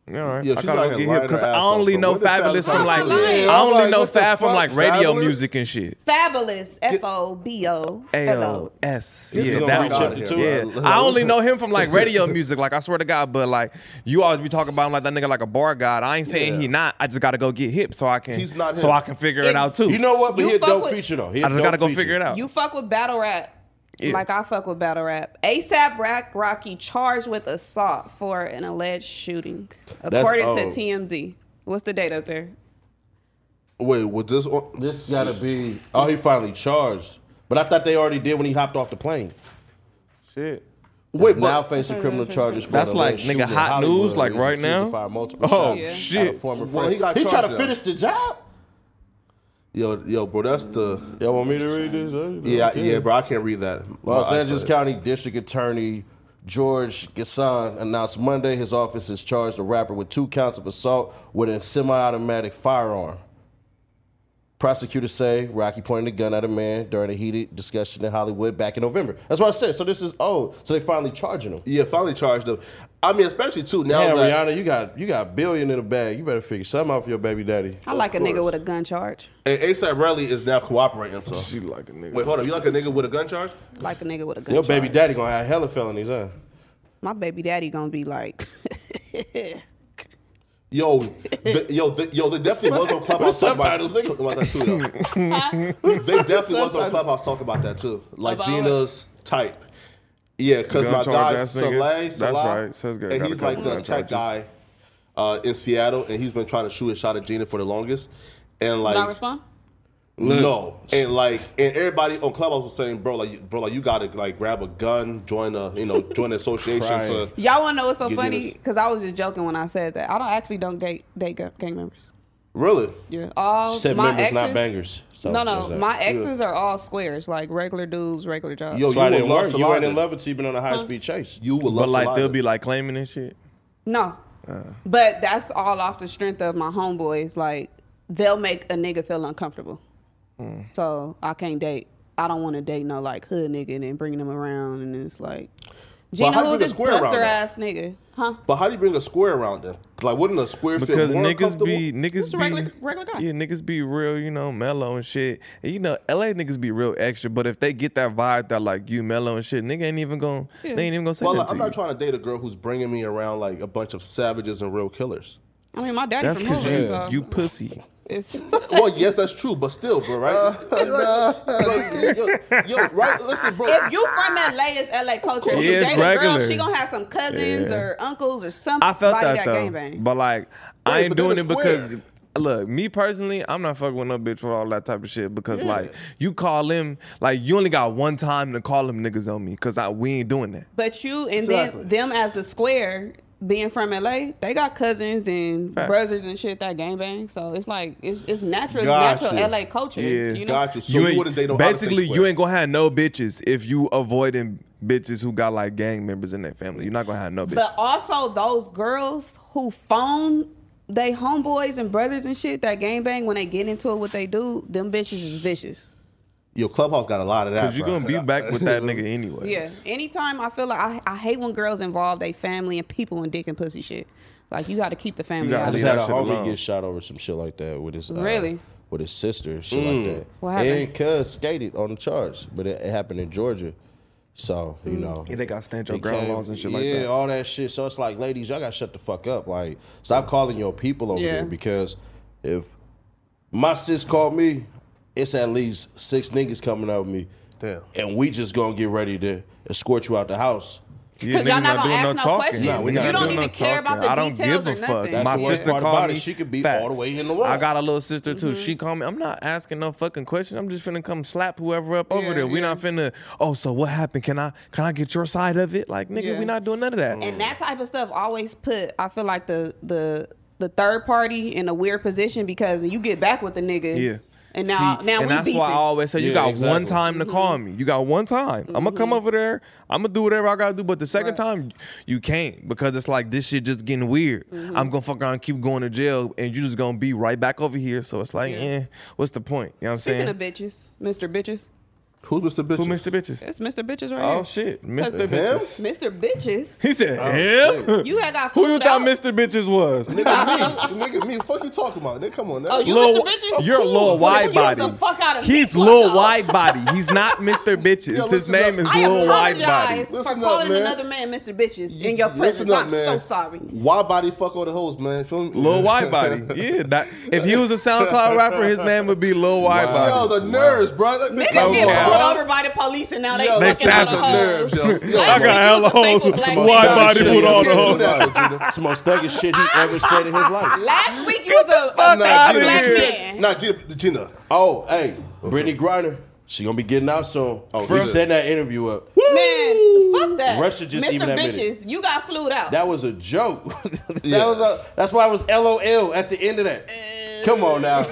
Yeah, I she's gotta out go here get lying hip because her I ass only off, know but what if fabulous Fabulous from like is lying? I I'm only like, know what the fab from fuck, like radio Fabulous? music and shit. Fabulous, F O B O. A O S. This Yeah, is gonna that reach one. up to two. Yeah. I love- I only know him <laughs> from like radio music. Like I swear to God, but like you always be talking about him like that nigga like a bar god. I ain't saying Yeah. he not. I just gotta go get hip so I can He's not so him. I can figure it, It- out too. You know what? But You he a fuck dope with- feature though. Uh, I just gotta go figure it out. You fuck with battle rap. Yeah. Like I fuck with battle rap. ASAP Rock Rocky charged with assault for an alleged shooting, according to old. TMZ. What's the date up there? Wait, was this? On, This gotta be. Oh, he finally charged. But I thought they already did when he hopped off the plane. shit. wait, He's now but facing criminal charges for That's an like, alleged nigga, shooting in hot news, Hollywood, like, where he's right accused now? of firing multiple Oh, shots at a shit. former Well, friend. he got tried charged, to though. finish the job. yo, yo, bro, that's the Y'all want me to read this? yeah, yeah, bro. I can't read that. Los My eyes Angeles hurt. County District Attorney George Gasson announced Monday his office has charged the rapper with two counts of assault with a semi-automatic firearm. Prosecutors say Rocky pointed a gun at a man during a heated discussion in Hollywood back in November. That's what I said. So this is old. So they finally charging him. Yeah, finally charged him. I mean, especially too now Damn, that Rihanna, you got you got a billion in the bag. You better figure something out for your baby daddy. I like a nigga with a gun charge. and ASAP Rally is now cooperating. So <laughs> She like a nigga. wait, hold up. You like a nigga with a gun charge? Like a nigga with a gun Your charge. baby daddy gonna have hella felonies, huh? My baby daddy gonna be like, <laughs> Yo, the, yo, the, yo, they definitely was on Clubhouse talking about, subtitles, nigga? talking about that too. Though. <laughs> they definitely was on subtitles? Clubhouse talking about that too, like About Gina's type. Yeah, because Gun my charge guy ass niggas? Saleh, That's Salah, right. Says guy and got a he's couple like the gun tech charges. guy uh, in Seattle, and he's been trying to shoot a shot at Gina for the longest, and like not respond. No, and like, and everybody on Clubhouse was saying, bro, like, bro, like, you gotta like grab a gun, join a, you know, join an association to. Y'all wanna know what's so You did funny? it. Cause I was just joking when I said that. I don't actually don't date date gu- gang members. Really? Yeah, all Set my members, exes, not bangers. So, no, there's no, that. my exes are all squares, like regular dudes, regular jobs. Yo, That's why I you didn't would love learn. You ain't Salida. in love until you've been on a high speed chase. you would love But like they'll Salida. be like claiming and shit. No. Uh. But that's all off the strength of my homeboys. Like, they'll make a nigga feel uncomfortable. Mm. So I can't date. I don't want to date no like hood nigga and then bringing them around and it's like Well, Gina, how do you who bring a is this square around buster that? ass nigga? Huh? But how do you bring a square around then? Like, wouldn't a square Because feel more niggas comfortable? be niggas Just a regular- be regular guy. Yeah, niggas be real, you know, mellow and shit. And you know, LA niggas be real extra, but if they get that vibe that like you mellow and shit, nigga ain't even gonna they ain't even gonna say well, like, that I'm to not you. trying to date a girl who's bringing me around like a bunch of savages and real killers. I mean, my daddy That's from cause Hoover, you so you pussy. it's <laughs> well, yes, that's true, but still, bro, right? Uh, <laughs> Bro, yo, yo, right? Listen, bro. if you from LA, it's LA culture. If you Yeah, it's date a girl, regular. she gonna have some cousins Yeah. or uncles or something. I felt body that, though. gangbang. But like, I Wait, ain't but then doing it it's because. square. Look, me personally, I'm not fucking with no bitch for all that type of shit because like you call him, like you only got one time to call them niggas on me because I we ain't doing that. But you and Exactly. then them as the square being from LA, they got cousins and Facts. brothers and shit that gang bang. So it's like it's it's natural, it's Gotcha. natural LA culture. Yeah. you know? Gotcha. So you, ain't- wouldn't date no basically out of state you square. ain't gonna have no bitches if you avoiding bitches who got like gang members in their family. You're not gonna have no bitches. But also those girls who phone they homeboys and brothers and shit that gang bang when they get into it, what they do, them bitches is vicious. Yo, Clubhouse got a lot of that. Cause you're bro. gonna be back with that nigga anyway. Yeah. Anytime I feel like I, I hate when girls involve they family and people in dick and pussy shit. Like you got to keep the family gotta I out. of just leave it. had that a shit homie alone. get shot over some shit like that with his uh, Really? with his sister, shit Mm. like that. What happened? And cuz skated on the charge, but it, it happened in Georgia. So Mm. you know, Yeah, they got stand your it ground came- laws and shit like yeah, that. all that shit. So it's like, ladies, y'all gotta shut the fuck up. Like, stop calling your people over Yeah. there because if my sis called me, it's at least six niggas coming over me, Damn. and we just gonna get ready to escort you out the house. Yeah, Because y'all niggas not gonna doing ask no talking. questions. Nah, we you not don't doing even no care about the I don't details give a or fuck. nothing. That's my the worst sister part called about me. it. She could be Facts. all the way in the wrong. I got a little sister too. Mm-hmm. She called me. I'm not asking no fucking question. I'm just finna come slap whoever up over Yeah, there. We yeah. not finna. Oh, so what happened? Can I can I get your side of it? Like nigga, Yeah. we not doing none of that. and that type of stuff always put I feel like the the the third party in a weird position because you get back with the nigga. yeah. And now See, now and we that's beefing. Mm-hmm. why I always say you Yeah, got one exactly. time to call me. You got one time. I'm gonna come over there. I'm gonna do whatever I gotta do. But the second Right. time, you can't because it's like this shit just getting weird. Mm-hmm. I'm gonna fuck around, and keep going to jail, and you just gonna be right back over here. So it's like, eh, what's the point? You know what I'm Speaking saying? of bitches, Mr. Bitches, Who's Mr. Bitch? Who Mr. Bitches? it's Mr. Bitches right Oh here. shit, Cause- Mr. Him? Bitches. Mr. Bitches, He said Oh, him. you had got Who you fooled thought out. Mr. Bitches was? Nigga, me. Nigga, me. Fuck you talking about? Nigga, come on now. Oh, you Lil- Mr. Bitches? You're a little Well, wide excuse body. the fuck out of me, He's fuck little off. <laughs> wide body. He's not Mr. Bitches. His listen name up. is I little wide body. apologize for Listen up, calling man. another man Mr. Bitches in your Listen presence. up, I'm man. so sorry. Why body fuck all the hoes, man? Feel me? Lil Wide Body. Yeah. that- if he was a SoundCloud rapper, his name would be Lil Wide Yo, Body. the nerves, bro. Like, Niggas Come get on, pulled bro. over by the police and now they Yo, They fucking sapped on the the hoes. nerves, yo. Yo. I Last got week hella you was a hoes. faithful black Wide man. body Shit, put you on the can't whole do that, thing. Gina. It's the most thuggish shit he ever said in his life. Last week you was a, a Nah, outta black here. man. Nah, Gina. Gina. Oh, hey, Brittany Griner. She gonna be getting out soon. Oh, she he did. setting that interview up. Man, fuck that. Russia just Mr. even admitted it. Bitches, you got flued out. That was a joke. <laughs> that Yeah. was a, that's why I was LOL at the end of that. Come on now.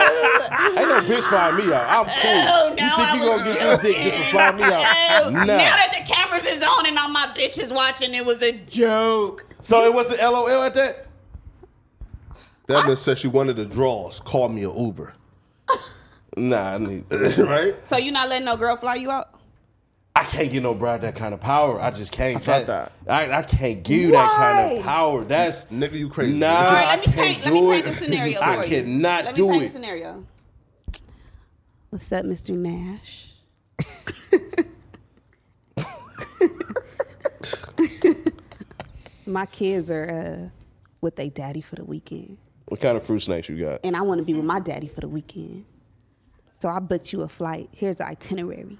Ain't no bitch find me out. I'm cool. Oh, you now think I you gonna was get this dick just for flying me out? <laughs> Oh, Nah. Now that the cameras is on and all my bitches watching, it was a joke. so it wasn't LOL at that? That man said she wanted the draws. Call me an Uber. <laughs> Nah, I need right? So you not letting no girl fly you out? I can't get no bride that kind of power. I just can't. felt I, I can't give that kind Why? of power. That's Nigga, you crazy. Nah, All All right, I let me can't paint. Let do me paint it. a scenario. <laughs> I for you. Let cannot me do paint it. a scenario. What's up, Mr. Nash? my kids are uh, with their daddy for the weekend, What kind of fruit snacks you got? and I want to be with my daddy for the weekend. So I booked you a flight. Here's the itinerary.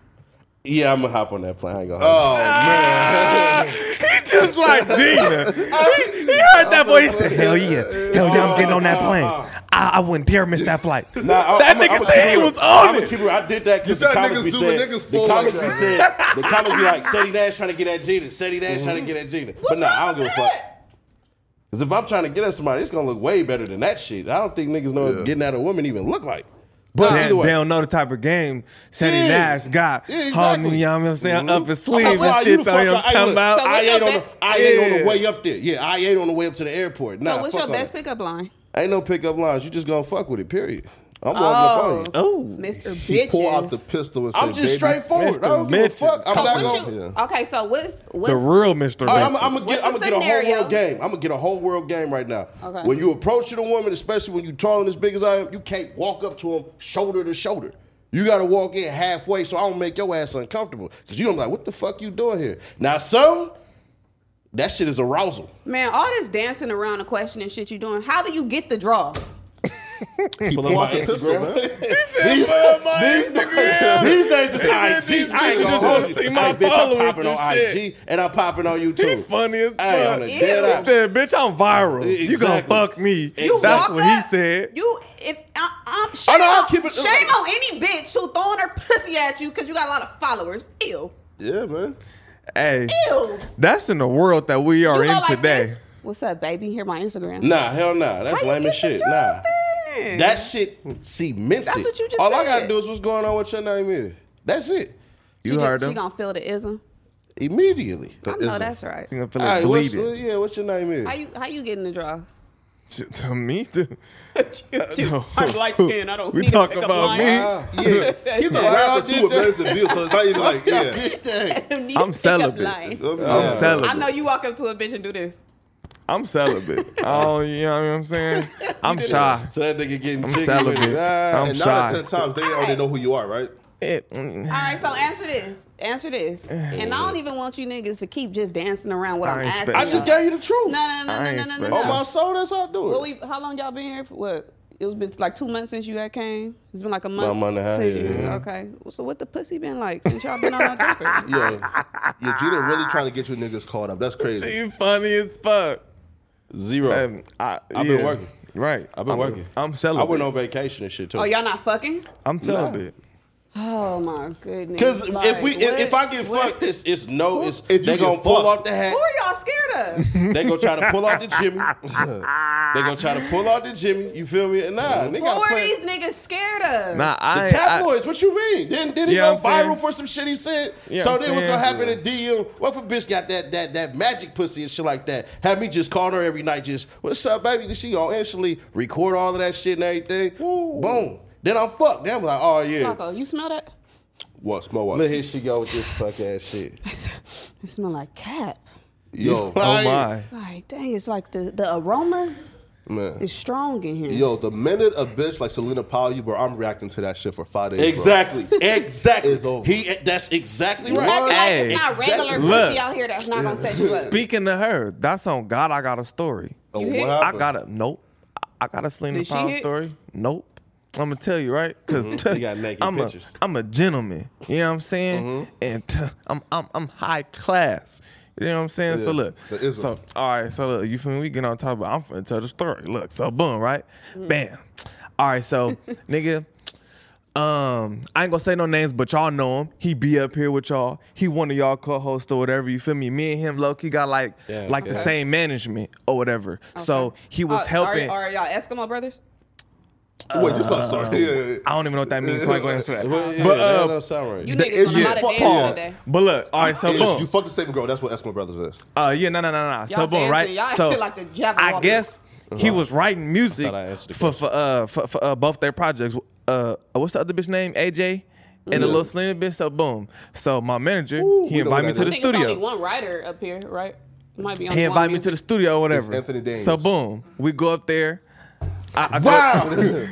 Yeah, I'm gonna hop on that plane. I ain't gonna hold you. <laughs> He just like Gina. He, he heard that voice. He said, Hell yeah. Hell yeah, I'm getting on that plane. I, I wouldn't dare miss that flight. Nah, I- that I'ma- nigga I'ma said he keep it- was on I'ma it. keep it- I did that because You the said comics niggas be do saying when niggas the fool comics like be that. saying the comics be like City Dash trying to get at Gina, City Dash trying to get at Gina. but nah, I don't give a fuck. Because if I'm trying to get at somebody, it's gonna look way better than that shit. I don't think niggas know Yeah. what getting at a woman even look like. But they, either way, they don't know the type of game Sandy Yeah. Nash got. Yeah, exactly. Homie, you know what I'm saying? Mhm. Up his sleeves That's why and you shit, the though. You know what I'm fucker- I- talking look, about? So I what's ain't your on the, best- I ain't on Yeah. the way up there. Yeah, I ain't on the way up to the airport. Nah, so what's fuck your all best that. pickup line? Ain't no pickup lines. You just gonna fuck with it. Period. I'm walking up on you. Oh. Mr. He Bitches. pull out the pistol and say, I'm just "Baby, straightforward. I don't give a Mr. fuck. I'm so not what gonna. you, Yeah. Okay, so what's what's The real Mr. All right, Oh, I'm, Racist. I'm gonna get, What's I'm the gonna get a whole scenario? world game. I'm gonna get a whole world game right now. Okay. When you approach a woman, especially when you're tall and as big as I am, you can't walk up to them shoulder to shoulder. You gotta walk in halfway so I don't make your ass uncomfortable. Cause you don't be like, what the fuck you doing here? Now some, that shit is arousal. man? All this dancing around the question and shit you doing. How do you get the draws? Hmm. He pull out the pistol, Instagram. man. <laughs> these, "Well, my these- Instagram." these days it's said, IG. "These I bitches ain't gonna just hold wanna you. see Hey, my bitch, I'm followers popping and on shit. IG and I'm popping on YouTube. He funny as fuck. Hey, on the He dead Ew. eye. said, bitch, I'm viral. You gonna Exactly. fuck me. You That's walk what he up, said. You if I, I'm shame, Oh, no, I'll on, keep it- shame on any bitch who throwing her pussy at you because you got a lot of followers. Ew, Yeah, man. Hey, ew. that's in the world that we You are go in like today. this. What's up, baby? Here my Instagram. Nah, hell nah. That's How you lame get as the shit. drugs Nah. then? That shit cements That's it. what you just All I said. gotta do is what's going on with your name is. That's it. she You ju- heard She him. gonna feel the ism. Immediately. I know that's right. She gonna feel All it right, what's, bleeding. yeah, what's your name is? How you how you getting the <laughs> draws? To- To me, too. I'm Uh, no. <laughs> light skinned. I don't We need to talk pick up about lines. me. Ah, yeah. He's a Yeah. rapper too with Yeah. Benson Deal, so it's not even like, <laughs> yeah. yeah. I don't need I'm to pick up celibate. lines. I'm I'm celibate. I know you walk up to a bitch and do this. I'm celibate. oh, you know what I'm saying? I'm shy. So that nigga getting I'm jiggy with celibate. it. Ah. I'm And nine out shy. of ten times, they already know who you are, <laughs> right? It- mm, All right, so answer this. Answer <sighs> this. And I don't even want you niggas to keep just dancing around what I I'm ain't asking. special. I just gave you the No, truth. no, I no, no, ain't no, no, special. no. On my soul, that's how I do it. What we? How long y'all been here? For what? It was been like two months since you had came. It's been like a month. About a month and a half, since you- yeah. Okay. So what the pussy been like since y'all been on our <laughs> jumper? Yo, yeah, Jeter really trying to get you niggas caught up. That's crazy. You funny as fuck. Zero. Um, I, I've been yeah. working. Right. I've been I'm- working. I'm I went celibate. on vacation and shit too. Oh, y'all not fucking? I'm celibate. Oh my goodness. Because if Like, we if, if I what- get what- fucked, it's it's no. It's If you they get gonna pull fucked. off the hat. Who are y'all scared of? <laughs> They gonna try to pull <laughs> out the Jimmy. <laughs> they gonna try to pull out the Jimmy. You feel me? And nah, they Who gotta are play. these niggas scared of? Nah, I. I- the tabloids, what you mean? Then then he Yeah, go I'm viral saying. for some shit he said. Yeah, so I'm then what's saying. gonna happen in DM? What if a bitch got that that that magic pussy and shit like that? Have me just calling her every night, just what's up, baby? Then she gonna instantly record all of that shit and everything. Boom. Then I'm fucked. Then I'm like, oh yeah. Marco, you smell that? <laughs> What? Small watch. Look here she go with this fuck ass <laughs> shit. It smell like cat. Yo, <laughs> Oh Like, my. Like, dang, it's like the, the aroma man. is strong in here. Yo, the minute a bitch like Selena Powell, you bro, I'm reacting to that shit for five days. bro. Exactly. Exactly. It's over. He that's exactly You right. acting like Hey, it's not regular exactly. pussy Look. out here that's not gonna set you up. Speaking to her, that's on God. I got a story. Oh, You what hit? I happened? got a nope. I- I got a Selena Did she Powell hit? story. Nope. I'm gonna tell you right because You got naked I'm pictures. a I'm a gentleman. You know what I'm saying? And t- I'm I'm I'm high class. You know what I'm saying? So Yeah, look, the ism. so all right, so look, you feel me? We get on top of. I'm finna tell the story. Look, so boom, right? Mm. Bam. All right, so <laughs> nigga. Um, I ain't gonna say no names, but y'all know him. He be up here with y'all. He one of y'all co-hosts or whatever. You feel me? Me and him, low key got like Yeah, like the okay. same management or whatever. So he was Uh, helping. Are, are y'all Eskimo brothers? Wait, you saw the story? Yeah, yeah, I don't even know what that means, so I ain't gonna <laughs> answer that. Well, yeah, But, that uh, don't sound right. You The niggas on a issue- lot of fuck, days pause. today. But look, all right, so yeah. You boom. fuck the same girl. That's what Eskimo Brothers is. Uh, yeah, no, no, no, no. no. So Y'all boom, dancing, right? y'all so acting like the I Jabberwockies. guess he was writing music thought Uh-huh. I answered the for for uh for, for uh, both their projects. Uh, what's the other bitch name? AJ and the Yeah. little Selena bitch. So boom. So my manager he we know invited me that to name. the I think it's only studio. one writer up here, right? Might be on He invited me to the studio or whatever. Anthony Daniels. So boom, we go up there. I, I go- Wow! <laughs> Yo, nigga-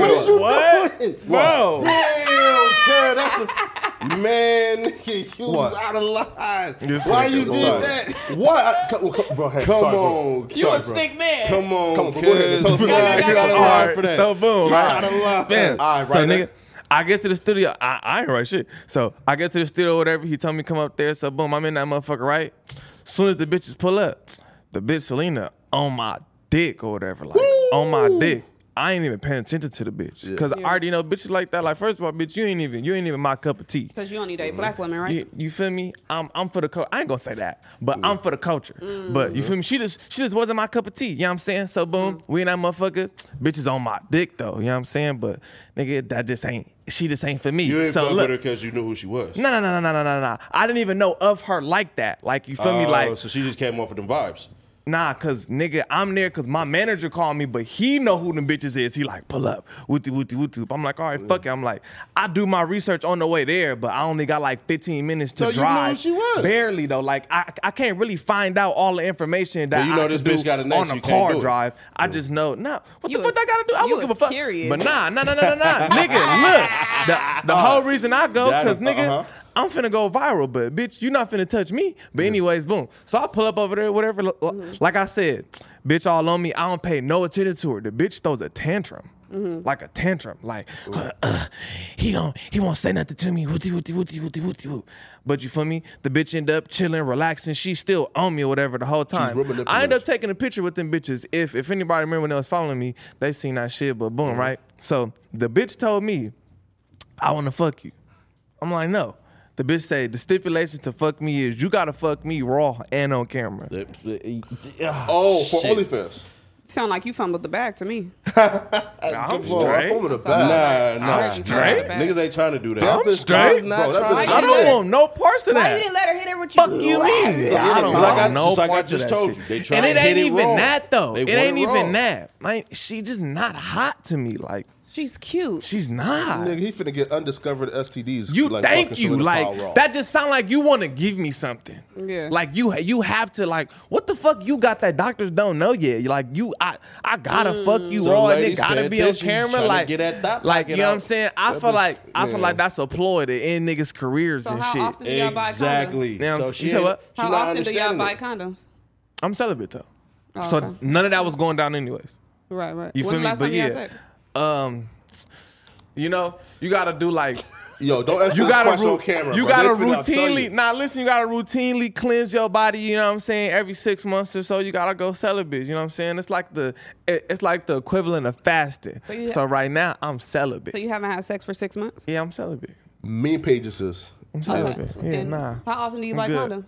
what is you What? doing? Bro. Damn, girl, that's a <laughs> man. You What? out of line. Yes, Why sir. you did Sorry. that? What? I, come, come, bro, hey, Come sorry, bro. on, You a sick man. come on, Come on, go ahead. cuz. Go, go, Nah, go, you go, out of go. line for that. So boom, You right? out of line. Man, All right, so right, nigga, that- I get to the studio. I, I ain't write shit. So I get to the studio, whatever. He told me come up there. So boom, I'm in that motherfucker, right? Soon as the bitches pull up, the bitch Selena on my dick or whatever, like on my dick. I ain't even paying attention to the bitch because I already know bitches like that. Like first of all, bitch, you ain't even you ain't even my cup of tea. Because you only date black women, right? You, you feel me? I'm I'm for the culture. I ain't gonna say that, Mm. but I'm for the culture. But you feel me? She just she just wasn't my cup of tea. You know what I'm saying? So Mm. boom, we and that motherfucker. Bitch is on my dick though. You know what I'm saying? But nigga, that just ain't she just ain't for me. You ain't so fuck look, with her because you knew who she was. no no no no no no no. I didn't even know of her like that. Like you feel me? Oh, Like so she just came off of them vibes. Nah, cause nigga, I'm there cause my manager called me, but he know who them bitches is. He like, pull up, wooty wooty wooty. I'm like, all right, fuck it. I'm like, I do my research on the way there, but I only got like 15 minutes to So you knew who drive. she was? Barely though. Like I, I can't really find out all the information that But you know I this can bitch do got a name, on so a you can't car do it. drive. I just know, nah, what You the fuck was- I gotta do? I you won't give a was fuck. curious. But nah, nah, nah, nah, nah, nah. nigga, look, the, the whole reason I go, That cause is- nigga. uh-huh. I'm finna go viral, but bitch, you not finna touch me. But anyways, boom. So I pull up over there, whatever. L- l- Like I said, bitch, all on me. I don't pay no attention to her. The bitch throws a tantrum, like a tantrum, like uh, uh, he don't, he won't say nothing to me. Wooty wooty wooty wooty wooty woo. But you feel me? The bitch end up chilling, relaxing. She still on me or whatever the whole time. rubbing I end up nipples. taking a picture with them bitches. If if anybody remember when they was following me, they seen that shit. But boom, right? So the bitch told me, I want to fuck you. I'm like, no. The bitch say the stipulation to fuck me is you gotta fuck me raw and on camera. Oh, for Uh, Shit. OnlyFans. Sound like you fumbled the bag to me. I'm Bro, I'm straight. fumbling the Nah, bag. nah, nah. straight. Niggas ain't trying to do that. That bitch- straight. Bro, that bitch- Why you I don't want no parts of Why you that. didn't let her hit it with you? Fuck you mean? So I it- don't like I- want no just like I parts of just that told shit. you, they try and it and hit ain't it even raw. that though. They It want ain't it raw. even that. Like she just not hot to me. Like She's cute. she's not. Nigga, he finna get undiscovered STDs. You like, thank fucking you. solidified Like raw. that just sound like you want to give me something. Yeah. Like you you have to like what the fuck you got that doctors don't know yet. You Like you I I gotta Mm. fuck you So raw and it ladies, gotta pay be on attention. Tryna camera. Like get that thought like you pocket know what I'm out. saying. I That feel bitch- like I feel yeah. like that's a ploy to end niggas careers so and how shit. often do y'all buy condoms? Exactly. Now, So you she said ain't- what? she How not often do y'all understanding buy it. condoms? I'm celibate though, Oh, so okay. none of that was going down anyways. Right, right. You When feel the me? last But time you had yeah, sex? um, you know you gotta do like. Yo, don't ask You this gotta question ru- on camera. you bro. They gotta finna tell you. routinely. Now listen, you gotta routinely cleanse your body. You know what I'm saying? Every six months or so, you gotta go celibate. You know what I'm saying? It's like the it- it's like the equivalent of fasting. But you- so right now, I'm celibate. So you haven't had sex for six months? yeah, I'm celibate. Meme pages is. I'm celibate. Yeah, And nah. Oh, How often do you I'm buy good. condoms?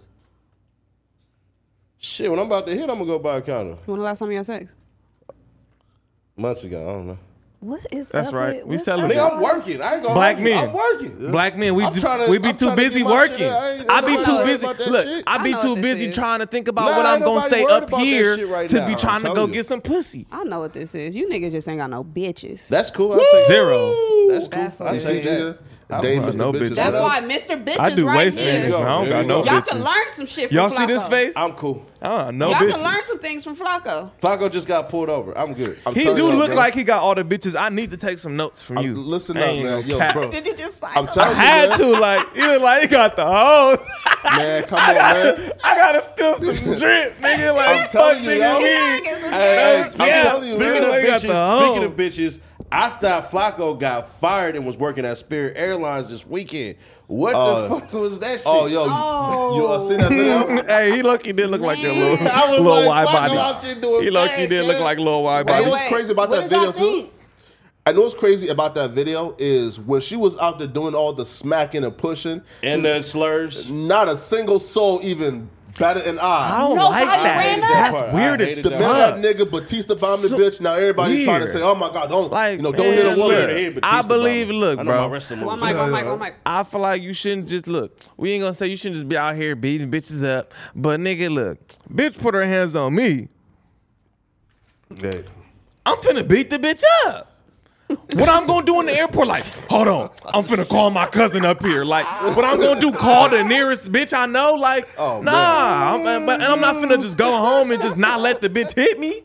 Shit, when I'm about to hit, I'm gonna go buy a condom. When the last time you had sex? Months ago, I don't know. What is That's up right. with- We what's celebrate. Nigga, up I'm with- working. I ain't gonna Black hold you. men, I'm working. Black men, we I'm do, tryna- we be I'm too tryna get busy my shit working. out. I ain't- I be nobody too worried busy. about that Look, shit. I be I know too what this busy is. trying to think about Nah, what ain't I'm gonna nobody say worried up about that here shit right to now. be I'm trying to telling go you. get some pussy. I know what this is. You niggas just ain't got no bitches. That's, That's cool. I'll take Zero. That's cool. That's what I'll You it see, take is. Gina? that. I'm Dame not Mr. no Bitches. bitches. what That's up? why Mr. Bitch I is do right waste here. management. management. I There don't you got no go. Y'all bitches. can learn some shit from Y'all Flacco. see this face? I'm cool. Uh, no Y'all bitches. can learn some things from Flacco. Flacco just got pulled over. I'm good. I'm He telling do you, look bro. like he got all the bitches. I need to take some notes from Uh, I'm- you. listen I up, ain't man. gonna Yo, cap. bro. Did you just sign I'm I telling had to like he look like he got the <laughs> hoes. Man, come on, man. I gotta steal some drip, nigga. Like I'm fuck, telling you, nigga. yo. me. <laughs> Hey, hey, I'm telling speaking, you, speaking man, of they got bitches, the speaking of hoes. bitches, I thought Flacco got fired and was working at Spirit Airlines this weekend. What Oh. the fuck was that shit? Oh, yo, you, Oh. you uh, seen that <laughs> video? hey, he lucky did look like that Man. little, I was little like, wide fuck, body. I'm out here doing he lucky bad, did look yeah. like little wide body. what's crazy about what that did y'all video, too? think? I know what's crazy about that video is when she was out there doing all the smacking and pushing, and the slurs. not a single soul even batted an eye. I don't Nobody like that. ran up. That's weird I as hated The that. minute that fuck. nigga Batista bombed the So bitch, now everybody's trying to weird. say, "Oh my god, don't Like, you know, don't man, hit it's a weird. woman." Batista I about believe- me. look, I know bro. my wrestling One moves. mic, one mic, <laughs> one mic. I feel like you shouldn't just look. We ain't gonna say you shouldn't just be out here beating bitches up, but nigga, look, bitch put her hands on me. Hey, I'm finna beat the bitch up. What I'm gonna do in the airport, like, hold on, I'm finna call my cousin up here. Like, what I'm gonna do, call the nearest bitch I know. Like, Oh, nah, I'm, I'm- but and I'm not finna just go home and just not let the bitch hit me.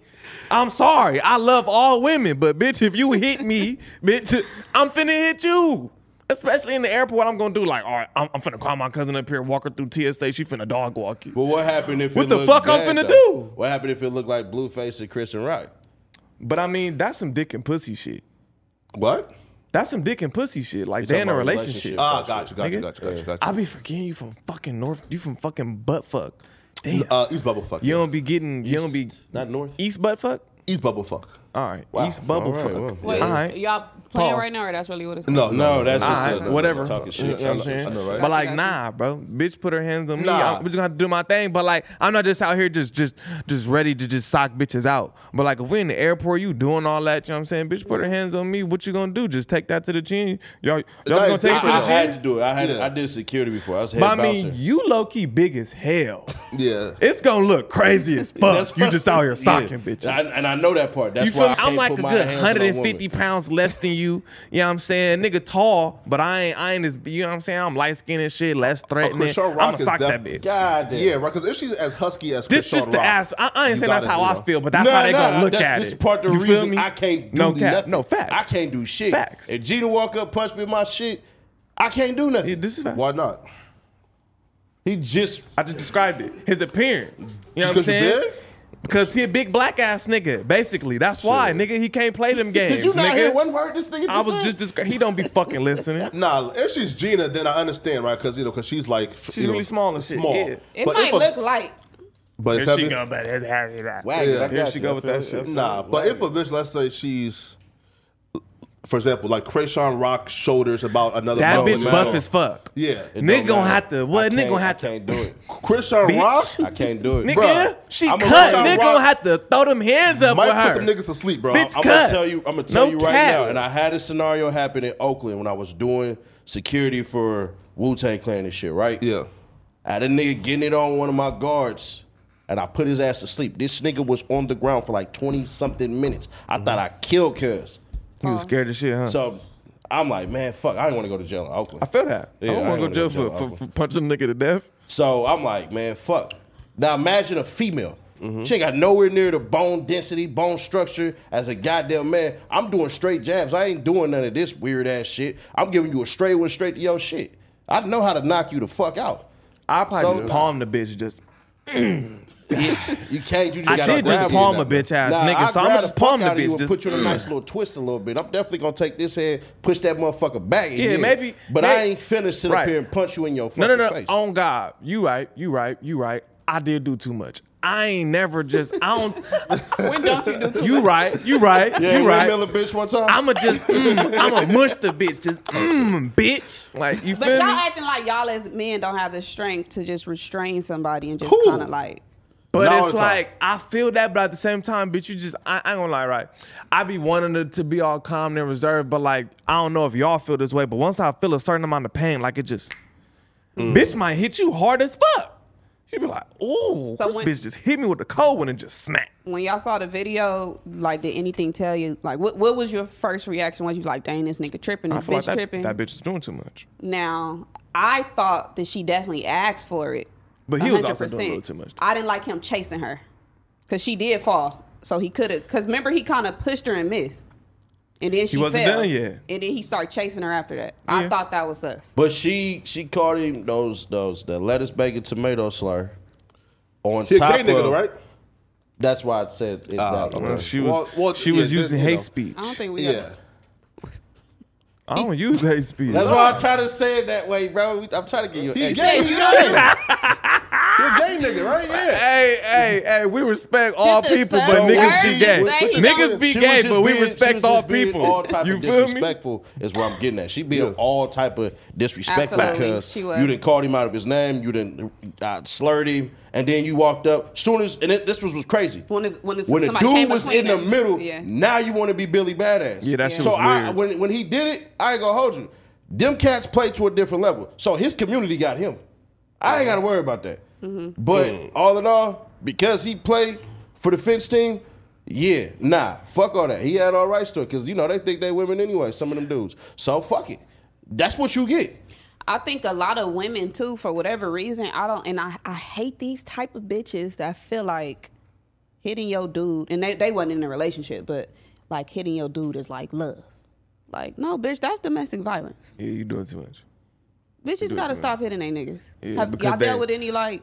I'm sorry, I love all women, but bitch, if you hit me, bitch, I'm finna hit you. Especially in the airport, what I'm gonna do, like, all right, I'm, I'm finna call my cousin up here, walk her through TSA. She finna dog walk you. But what happened if What it the looked fuck I'm bad, finna though? do? What happened if it looked like Blueface and Chris and Rock? But I mean, that's some dick and pussy shit. what? That's some dick and pussy shit. Like, talking they in a about relationship. relationship. Ah, got you, got you, Nigga. got you, got you, got I you. be forgetting you from fucking North. You from fucking butt fuck. Damn. Uh, East Bubble fuck. you don't be getting. You don't be East, not north. East butt fuck. East bubble fuck. All right, Wow. East Bubble All right, fuck. well, Wait, All right. y'all playing Pause. right now, or that's really what it's No, Oh, No, that's All just right, a- no, whatever. talking shit. You know what I'm I saying? know, right? But like, Gotcha, gotcha. nah, bro. Bitch, put her hands on me. Nah. I'm just gonna do my thing. But like, I'm not just out here just just just ready to just sock bitches out. But like, if we in the airport, you doing all that. You know what I'm saying? Bitch, put her hands on me. What you gonna do? Just take that to the chin. Y'all, y'all Nah, gonna take it to the I, I Different. had chin? to do it. I had. Yeah. I did security before. I was head But I bouncer. mean, you low key big as hell. Yeah. It's gonna look crazy as That's fuck. You what- just out here socking <laughs> Yeah. bitches. I- and I know that part. That's You why feel me? I can't I'm like put a my good hands on a 150 woman. pounds less than you. You know what I'm saying? Nigga tall, but I ain't I ain't as you know what I'm saying? I'm light skinned and shit, less Oh, threatening. Krishan I'm Rock gonna is sock that def- bitch. God damn. Yeah, right. Because if she's as husky as This Krishan just the Rock, ass. Uh-uh. I, I ain't you saying that's gotta how I do it. feel, but that's how they gonna look that's, at this it. part of the you reason feel me? I can't do no cap, nothing. No facts. I can't do shit. Facts. If Gina walk up, punch me in my shit, I can't do nothing. Yeah, this is facts. Why not? He just I just described it. His appearance. You know Just what I'm 'cause you saying? big? Because he a big black ass nigga, basically. That's why, nigga, he can't play them games. did you not nigga. hear one word this nigga? I was said? just describing. He don't be fucking listening. Nah, if she's Gina, then I understand, right? Because you know, because she's like she's really small and shit, yeah. It might look light. but it's heavy. but it's heavy. That. Wag, Yeah, I here got she you. go I with feel that it. shit. I feel Nah, it. but if a bitch, let's say she's, for example, like Krayshawn Rock shoulders about another. That motherfucker. bitch matter. buff as fuck. Yeah, It nigga don't gonna matter. have to. What I nigga can't- gonna have I to? can't do it. Krishan Bitch. Rock I can't do it. <laughs> Nigga, Bruh, she I'ma cut. let Nigga y'all gonna rock. have to throw them hands up might with her. put some niggas to sleep, bro. Bitch, I'm- cut. I'm gonna tell you. I'm gonna tell No you right cap. now. And I had a scenario happen in Oakland when I was doing security for Wu Tang Clan and shit. Right? yeah, I had a nigga getting it on one of my guards, and I put his ass to sleep. This nigga was on the ground for like twenty something minutes. I thought I killed Cuz. You was scared as shit, huh? So I'm like, man, fuck. I don't want to go to jail in Oakland. I feel that. Yeah, I don't I wanna go ain't jail for, gonna go for, out. for punching a nigga to death. So I'm like, man, fuck. Now imagine a female. Mm-hmm. She ain't got nowhere near the bone density, bone structure as a goddamn man. I'm doing straight jabs. I ain't doing none of this weird ass shit. I'm giving you a straight one straight to your shit. I know how to knock you the fuck out. I probably So- just <laughs> palm the bitch. Just Bitch, you can't. You just I gotta did grab just you. palm a bitch ass Nah, nigga, I so I'm grab gonna the just palm the fuck outta you bitch. and Just put you in a nice little twist a little bit. I'm definitely gonna take this head, push that motherfucker back. in Yeah, here. maybe- But I may- ain't finna sit Right. up here and punch you in your fucking no, no, no. face. On God, you right, you right, you right. I did do too much. I ain't never just. I don't. When don't you do too you right, you right, yeah, you Will right. Miller bitch one time. I'ma just, mm, I'ma mush the bitch, just mm, bitch. Like you But feel y'all me? acting like y'all as men don't have the strength to just restrain somebody and just Who? kind of like. But Now it's it's like I feel that, but at the same time, bitch, you just I, I ain't gonna lie, right? I be wanting to, to be all calm and reserved, but like I don't know if y'all feel this way. But once I feel a certain amount of pain, like it just, Mm. bitch, might hit you hard as fuck. You be like, ooh, So this when- bitch just hit me with a cold one and just snap. When y'all saw the video, like, did anything tell you? Like, what what was your first reaction? Was you like, dang, this nigga tripping, I this feel bitch like that, tripping? that bitch is doing too much. Now, I thought that she definitely asked for it. But he was also doing a little too much. I didn't like him chasing her because she did fall. So he could have. Because remember, he kind of pushed her and missed. And then she wasn't fell. done yet. And then he started chasing her after that. Yeah. I thought that was us. But she she caught him those those the lettuce bacon tomato slur on he a gay top nigga, of though, right? That's why I said it Ah, that okay. way. She was Well- well, she was yeah, using you know. hate speech. I don't think we <laughs> Yeah, got I don't use hate speech. That's why I try to say it that way, bro. I'm trying to get you. he Hey, a gay. He a gay. He a gay nigga, right? Yeah. Hey, hey, hey, we respect all the people, but sun niggas works. be gay. Say he Niggas don't. be She gay, was just but we being- she was respect just all being people. All type you of feel me? disrespectful is where I'm getting at. She being all type of disrespectful Absolutely, because she you was. didn't call him out of his name, you didn't uh, slurred him, and then you walked up. Soon as and it, this was was crazy. When it's- when it's- when the somebody came dude was in between the them. middle, Yeah. now you want to be Billy Badass. Yeah, that shit so was I, weird. when when he did it, I ain't gonna hold you. Them cats play to a different level. So his community got him. I ain't gotta worry about that. Mm-hmm. But Mm. all in all, because he played for the fence team, yeah, nah, fuck all that. He had all rights to it because you know they think they women anyway. Some of them dudes. So fuck it. That's what you get. I think a lot of women too, for whatever reason, I don't, and I, I hate these type of bitches that feel like hitting your dude, and they, they wasn't in a relationship, but like hitting your dude is like love. Like, no, bitch, that's domestic violence. Yeah, you doing too much. Bitches gotta stop hitting they niggas. Yeah, Have because y'all they- dealt with any like?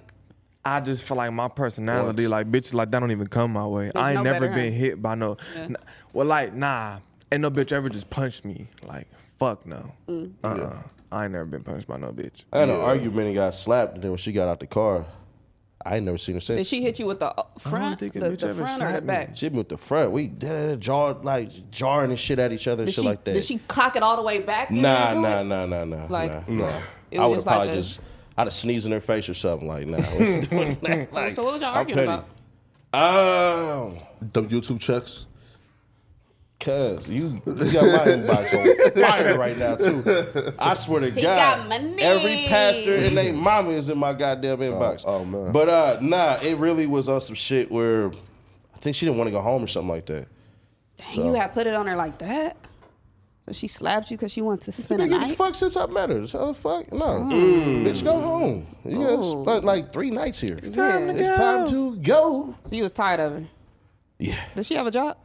I just feel like my personality, Once. like bitches, like that don't even come my way. I ain't no never better, huh? been hit by no. n- well, like nah, ain't no bitch ever just punched me. Like fuck no. Mm. Uh-uh. I ain't never been punched by no bitch. I had an argument and got slapped, and then when she got out the car, I ain't never seen her say Did she hit you with the uh, front, think a the, bitch the ever front or the slapped me. back? She moved the front. We did jar like jarring and shit at each other and Did shit she, like that. did she cock it all the way back? and Nah, then do nah, it? nah, nah, nah, Like, nah, nah. it I was would have just like probably a- just, I'd have sneezed in her face or something like, nah. we ain't doing <laughs> that. <laughs> Like, So what was y'all I'm arguing petty. about? Um, Them YouTube checks. cuz you, you got my inbox on fire right now too. I swear to God, got my every knee. pastor and they mama is in my goddamn inbox. oh, man. But uh, nah, it really was on some shit where I think she didn't want to go home or something like that. Dang, you had put it on her like that. So she slapped you because she wanted to spend a Been getting night. Mm. fucked since I met her. So fuck no, Mm. bitch, go home. You got Ooh. spent like three nights here. It's time to It's go. time to go. So you was tired of her. Yeah, Does she have a job?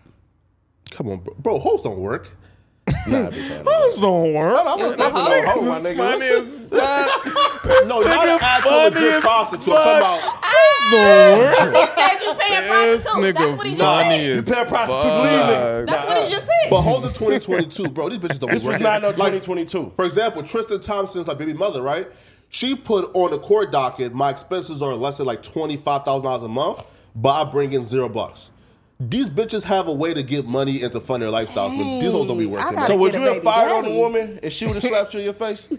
Come on, bro. bro hoes don't work. nah, bitch. <laughs> I This don't work. I was a hoe. hoe, my nigga. No, not an actual good prostitute. Come out. He said you paying This prostitutes. That's nigga what he just funny said. is Pair of prostitute leaving. That's what he just said. But hoes in 2022, bro. These bitches don't This work. was not no Like, 2022. For example, Tristan Thompson's like baby mother, right? She put on the court docket, my expenses are less than like twenty five thousand dollars a month, but I bring in zero bucks. These bitches have a way to get money and to fund their lifestyles, but these hoes don't be Dang, I working. gotta- So So would Get a you have baby fired on the daddy. woman if she would have slapped you in your face?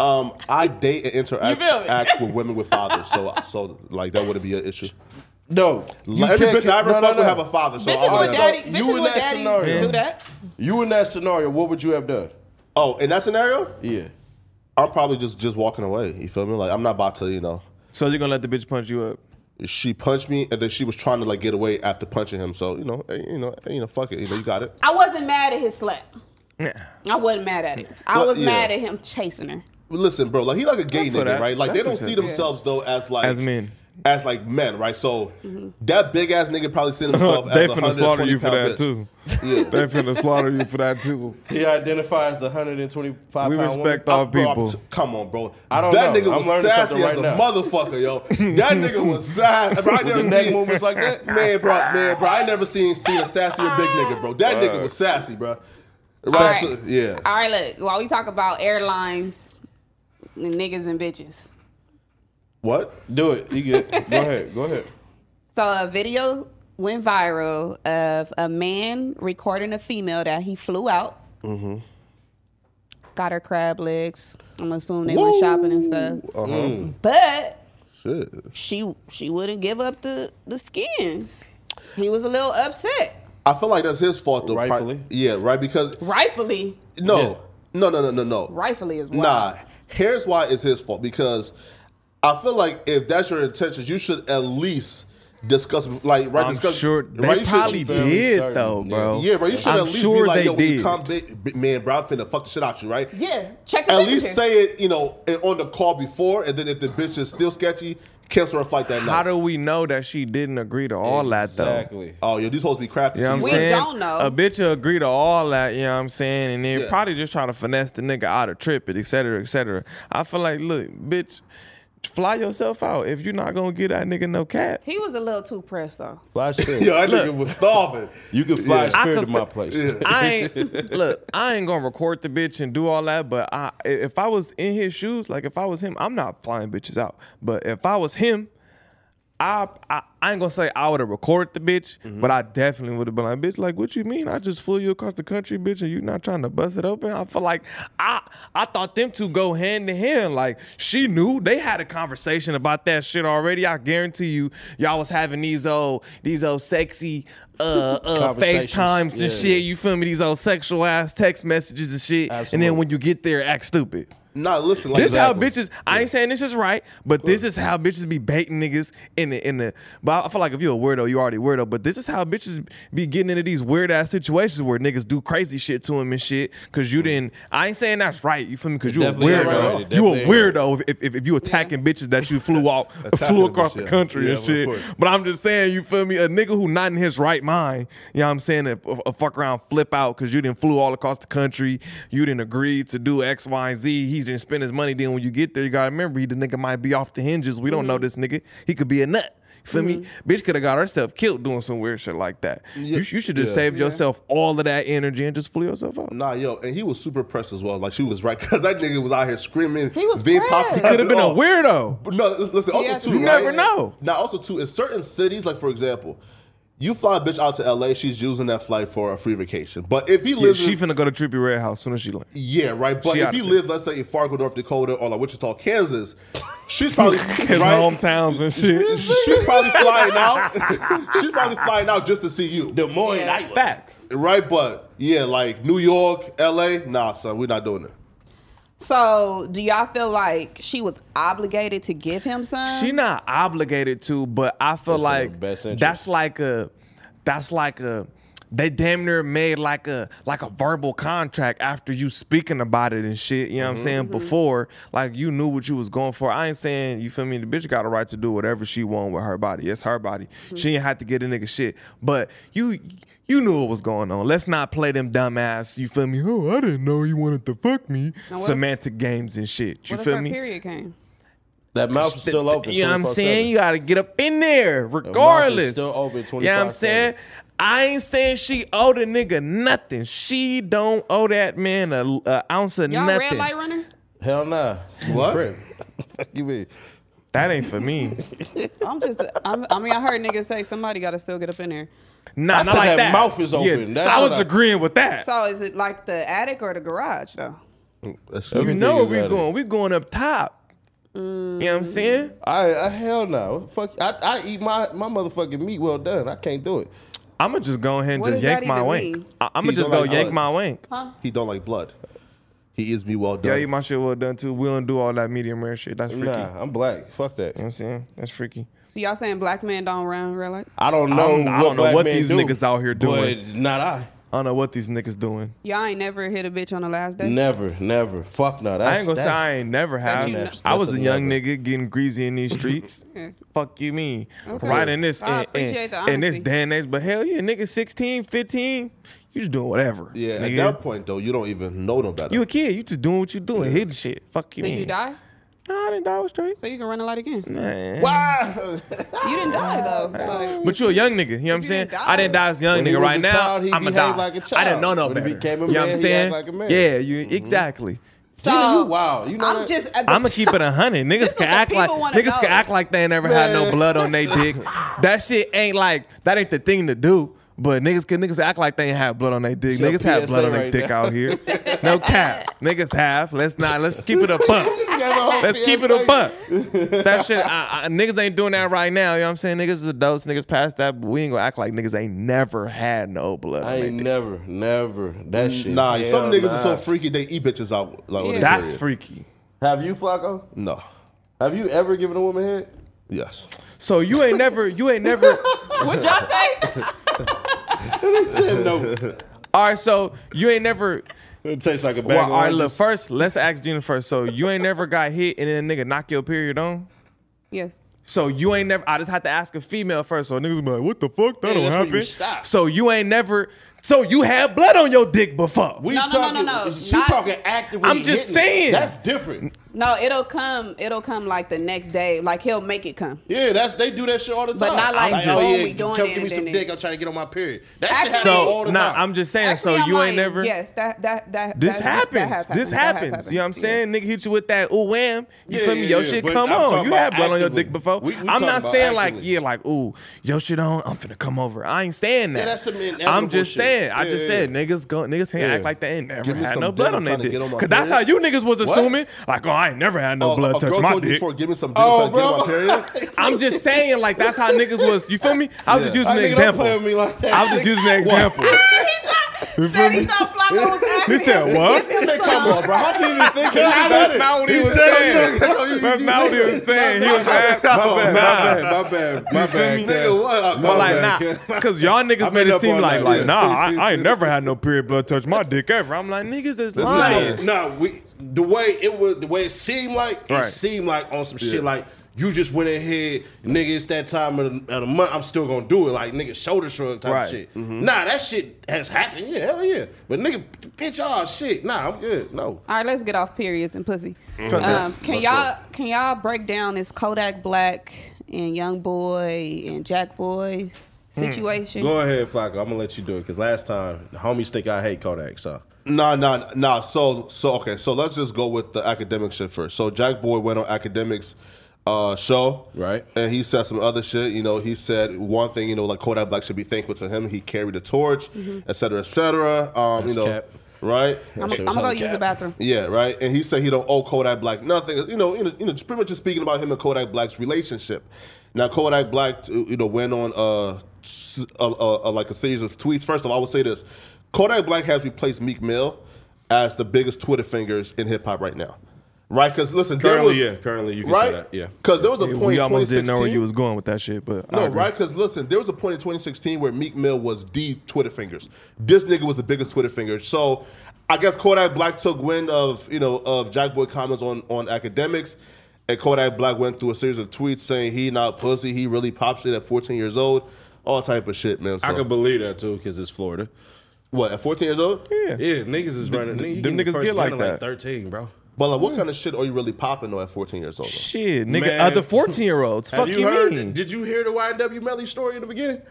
um, I date and interact You feel me? act with women with fathers, so so like that wouldn't be an issue. No. Like, every bitch I ever fuck with have a father. So Bitches I'll- with yeah. daddy, you bitches in with that daddies scenario. do that. You in that scenario, what would you have done? Oh, in that scenario, Yeah. I'm probably just just walking away. You feel me? Like I'm not about to, you know. So you're gonna let the bitch punch you up? She punched me, and then she was trying to like get away after punching him. So you know, eh, you know, eh, you know, fuck it. You know, you got it. I wasn't mad at his slap. Yeah. I wasn't mad at it. I Well, was yeah. mad at him chasing her. Listen, bro, like he like a gay Good for nigga, that. right? Like they That's don't see acceptable. themselves though as like As men. as like men, right? So Mm-hmm. that big ass nigga probably <laughs> seen himself. they as a finna slaughter 120 you for pound that bitch. too. Yeah. They finna slaughter you for that <laughs> too. He identifies the 125 We pound woman. respect all Bro, I'm people. t- come on, bro. I don't that know. nigga I'm was learning sassy something as right a now. motherfucker, <laughs> yo. That nigga was sassy. Bro, I never With the seen neck movements like that? man, bro, man, bro. I never seen seen a sassier big nigga, bro. That nigga was sassy, bro. Right? All so- right. yeah. All right, look. While we talk about airlines, and niggas and bitches. What? Do it. You get. Go ahead. Go ahead. So a video went viral of a man recording a female that he flew out. Mm-hmm. Got her crab legs. I'm assuming they went shopping and stuff. Mm. But Uh-huh. Shit. she she wouldn't give up the the skins. He was a little upset, I feel like that's his fault, though. Pri- Rightfully. Yeah, right. Because rightfully. no, no, no, no, no, no. Rightfully is wild. Nah, here's why it's his fault because I feel like if that's your intentions, you should at least discuss, like, right? I'm discuss, sure they right, you should- probably fairly did certain. though, Yeah. bro. Yeah, bro. You should I'm at least sure be like, they yo, when did. you come, big, big man, bro, I'm finna fuck the shit out you, right? Yeah, check the At picture. least say it, you know, and on the call before, and then if the bitch is still sketchy, cancel her flight that night. How do we know that she didn't agree to all that though? Exactly. oh, yo, these hoes be crafty. You know what I'm We so you- <laughs> saying? don't know. A bitch will agree to all that, you know what I'm saying? And then Yeah. probably just try to finesse the nigga out of tripping, et cetera, et cetera. I feel like, look, bitch, fly yourself out. If you're not gonna get that nigga no cat, he was a little too pressed though. Fly spirit. Yo, that nigga was starving. You can fly Yeah. spirit I to my conf- place. I ain't look. I ain't gonna record the bitch and do all that. But I, if I was in his shoes, like if I was him, I'm not flying bitches out. But if I was him, I I, I ain't gonna say I would have recorded the bitch, but I definitely would have been like, bitch, like what you mean? I just flew you across the country, bitch, and you not trying to bust it open? I feel like I I thought them two go hand in hand. Like she knew they had a conversation about that shit already. I guarantee you, y'all was having these old these old sexy uh uh Conversations. FaceTimes and Yeah. shit. You feel me? These old sexual ass text messages and shit. Absolutely. And then when you get there, act stupid. Nah, listen, like This Exactly. how bitches. I ain't saying this is right, but this is how bitches be baiting niggas in the in the. But I feel like if you're a weirdo, you already weirdo. But this is how bitches be getting into these weird ass situations where niggas do crazy shit to them and shit. Cause you didn't. I ain't saying that's right. You feel me? Cause you a definitely ain't right. weirdo. It You definitely a ain't weirdo if, if, if you attacking bitches that you flew out a flew across bitch, the yeah. country Yeah, and of shit. course. But I'm just saying, you feel me? A nigga who not in his right mind, you know what I'm saying? A, a fuck around flip out because you didn't flew all across the country. You didn't agree to do X, Y, and Z. He didn't spend his money. Then when you get there, you gotta remember he the nigga might be off the hinges. We don't know this nigga. He could be a nut. You Feel me? Bitch could have got herself killed doing some weird shit like that. You, sh- you should just Yeah. save yourself all of that energy and just fool yourself out. Nah, yo, and he was super pressed as well. Like she was right <laughs> because that nigga was out here screaming. He was being pressed. popular. Could have been a Oh. weirdo. But no, l- listen. Also, Yeah, too, you right? never know. Now, also too, in certain cities, like for example, you fly a bitch out to LA, she's using that flight for a free vacation. But if he Yeah, lives, in- she finna go to Trippy Red House soon as she lands. yeah, right. But She if outta he here. lives, let's say in Fargo, North Dakota, or like Wichita, Kansas, she's probably <laughs> <laughs> His right? hometowns and shit. She's <laughs> probably flying out. <laughs> she's probably flying out just to see you, Des Moines, Yeah. Iowa. Facts. right? But yeah, like New York, LA, nah, son, we're not doing it. So, do y'all feel like she was obligated to give him some? She not obligated to, but I feel It's in her like best interest. that's like a that's like a they damn near made like a like a verbal contract after you speaking about it and shit. You know what Mm-hmm. I'm Mm-hmm. saying? Before, like you knew what you was going for. I ain't saying you feel me. The bitch got a right to do whatever she want with her body. It's her body. Mm-hmm. She ain't had to get a nigga shit. But you you knew what was going on. Let's not play them dumbass. You feel me? Oh, I didn't know you wanted to fuck me. Now what if- Semantic games and shit. You what if feel her me? period came? That mouth is still open. You know what I'm 24/7. saying? You gotta get up in there regardless. still open You know what I'm 25/7. saying? I ain't saying she owe the nigga nothing. She don't owe that man a, a ounce of Y'all nothing. red light runners? Hell nah. What? <laughs> Crip. Fuck you mean? that ain't for me. <laughs> I'm just, I'm, I mean, I heard niggas say somebody got to still get up in there. Nah, I not said like that that. mouth is open. so That's I what was I- agreeing with that. So, is it like the attic or the garage, though? That's- you Everything know is where we out of going. We going up top. You know Mm-hmm. what I'm saying? I, I hell no. Fuck. I, I eat my, my motherfucking meat well done. I can't do it. I'ma just go ahead and What just does that yank my even wank. mean? I- I'ma He just don't go like yank blood. my wank. He don't like blood. He is me well Yeah, done. I eat my shit well done too. We don't do all that medium rare shit. That's freaky. You know Nah, I'm black. Fuck that. what I'm saying? That's freaky. So, y'all saying black men don't run red light? I don't know. don't- I don't know black what men these do, niggas out here doing. But not I. I don't know what these niggas doing. Y'all ain't never hit a bitch on the last day? Never, never. Fuck no. That's, I ain't gonna say that's, <laughs> I ain't never That have. you know- That's I was a a young never. nigga getting greasy in these streets. <laughs> Yeah. Fuck you mean? Okay. Right in this I in- appreciate in, the in this honesty. day and age, but hell yeah, nigga 16, 15, you just doing whatever. Yeah, nigga. at that point though, you don't even know no better. you a kid, you just doing what you doing, hit shit. Fuck you Did mean? you die? Nah, I didn't die I was straight. So, you can run a light again? Man. <laughs> Why? You didn't die, though. Like, But you a young nigga, you know what I'm you saying? didn't die. I didn't die as a young When he nigga. was Right a now, child, he I'm a behaved die. like a I didn't child. know no When he better. became a you know what man, I'm he saying? act like a man. Mm-hmm. Yeah, you exactly. so, Gina, you wild. You know I'm that? just, uh, I'm gonna keep it <laughs> a hundred. This Niggas is can what act like people wanna niggas can know. act like they ain't never had no Man. blood on their dick. That shit ain't like that ain't the thing to do. But niggas can niggas act like they ain't have blood on their dick. Your niggas have blood PSA on their right dick now. out here. No cap. niggas have. Let's not. Let's keep it a buck. Let's keep it a buck. That shit, I, I, niggas ain't doing that right now. You know what I'm saying? Niggas is adults. Niggas past that. But we ain't gonna act like niggas ain't never had no blood. I on their ain't dick. never, never. That shit. Nah, Hell some niggas nah. are so freaky they eat bitches out. Like, Yeah. That's free. freaky. Have you, Flacco? no. Have you ever given a woman head? Yes. So you ain't never. You ain't never. what y'all <laughs> say? no. All right. So you ain't never. It tastes like a bag Well, of all right, look, oranges. first, let's ask Gina first. So you ain't never got hit and then a nigga knock your period on? yes. So you ain't never, I just had to ask a female first. So niggas be like, what the fuck? That Yeah, don't that's when happen. you stop. So you ain't never, so you had blood on your dick before. We No, no, no, talking, no, no. She Not- talking actively. I'm just hitting it. saying. That's different. No, it'll come. It'll come like the next day. Like he'll make it come. Yeah, that's they do that shit all the time. But not like, oh oh, yeah, we doing come it give me and some then dick. it- I'm trying to get on my period. That shit Actually- happens all so, the nah, time. I'm just saying, Actually, so I'm you lying. ain't never. Yes, that that that This that, happens. That has happened. This That has happens. happened. You know what I'm saying? Nigga hit you with that ooh wham. You Yeah, feel me? yeah, your yeah, shit but come I'm on. talking You about had blood on your actively. dick before. We- we I'm talking not about saying like actively. yeah, like ooh, your shit on. I'm finna come over. I ain't saying that. that's some inevitable I'm just shit. saying. I Yeah, just yeah, said niggas go niggas can't Yeah. act like they ain't never Give me had some no dick. blood I'm on their trying to dick. get on my Cause that's how period. you niggas was assuming like oh, I ain't never had no A- blood a touch girl my told you dick. before, give me some dick. Oh, I'm trying to get on my bro. <laughs> period. I'm just saying like that's how niggas was. You feel me? I was just Yeah. using an Nigga, don't example. play with me like that. I was just using an example. He feel said he me? thought Flacco was asking He said him to what? give him Come some. on, bro. How can you even think Nah, <laughs> That's not what he was saying. That's not what he <laughs> was saying. He was My bad, asking. my Nah. bad, my bad, my bad, me? Nigga, what? But like, nah, because y'all niggas I've made been it up seem all like, night. like, Yeah. nah, I, I <laughs> ain't never had no period blood touch my dick ever. I'm like, niggas is lying. No, we the way it was, the way it seemed like, Right. it seemed like on some Yeah. shit like you just went ahead, nigga. It's that time of the, of the month. I'm still gonna do it, like nigga, shoulder shrug type Right. shit. Nah, that shit has happened. Yeah, hell yeah. But nigga, bitch, all shit. Nah, I'm good. No, All right, let's get off periods and pussy. Fuck that. Um, can Let's y'all can y'all break down this Kodak Black and Young Boy and Jack Hmm. Boy situation? go ahead, Flacco. I'm gonna let you do it because last time the homies think I hate Kodak. So No, no, no. So, so okay. So let's just go with the academic shit first. So Jack Boy went on academics uh, show, Right. And he said some other shit. You know, he said one thing. You know, like Kodak Black should be thankful to him. He carried the torch, et cetera, et cetera. Um, Mm-hmm. That's you know, cap. right? I'm, shit I'm gonna go was hella use the cap. bathroom. Yeah, right. And he said he don't owe Kodak Black nothing. You know, you know, you know just pretty much just speaking about him and Kodak Black's relationship. Now, Kodak Black, you know, went on uh, s- uh, uh, uh, like a series of tweets. First of all, I will say this: Kodak Black has replaced Meek Mill as the biggest Twitter fingers in hip hop right now. Right? Because listen, there Currently, was- yeah, currently you can say right? that, yeah. because there was a point. We in almost didn't know where 2016 you was going with that shit, but I no, agree. right? Because listen, there was a point in 2016 where Meek Mill was the Twitter fingers. This nigga was the biggest Twitter fingers. So I guess Kodak Black took wind of you know of Jack Boy comments on on academics, and Kodak Black went through a series of tweets saying he not pussy, he really pop shit at 14 years old, all type of shit, man. So, I could believe that too because it's Florida. what at 14 years old? Yeah. Yeah, niggas is running. them nigga, you getting niggas first get like gun that. at, 13, bro. But like, what kind of shit are you really popping though at 14 years old? though? Shit, nigga, Man. other fourteen year olds. <laughs> Have Fuck you, heard? mean? Did you hear the YW Melly story in the beginning?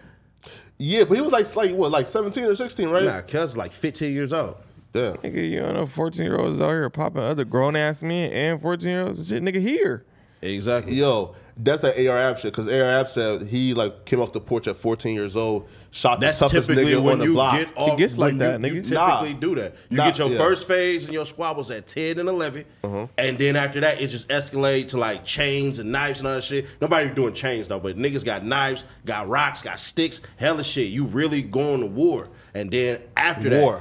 Yeah, but he was like like what like 17 or 16, right? Nah, cuz like 15 years old. Damn. Nigga, you know, fourteen year olds out here popping other grown ass men and fourteen year olds and shit. Nigga, here. Exactly. Yo, that's that AR app shit. Because AR app said he like came off the porch at 14 years old, shot That's the toughest typically nigga when on the you block. get off. gets like when that, you, you nigga. typically Nah. do that. You Nah, get your yeah. first phase and your squabbles at 10 and 11. And then after that, it just escalates to like chains and knives and other shit. Nobody doing chains though, but niggas got knives, got rocks, got sticks, hella shit. You really going to war. And then after War.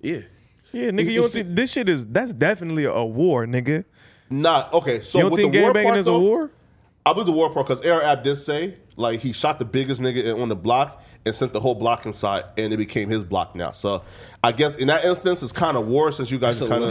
that. Yeah. Yeah, nigga, you you don't see- think this shit is that's definitely a war, nigga. Nah, okay. So You don't with think the war part, gangbanging is though, a war? I believe the war part because AR app did say like he shot the biggest nigga on the block and sent the whole block inside, and it became his block now. So I guess in that instance, it's kind of war since you guys That's a kind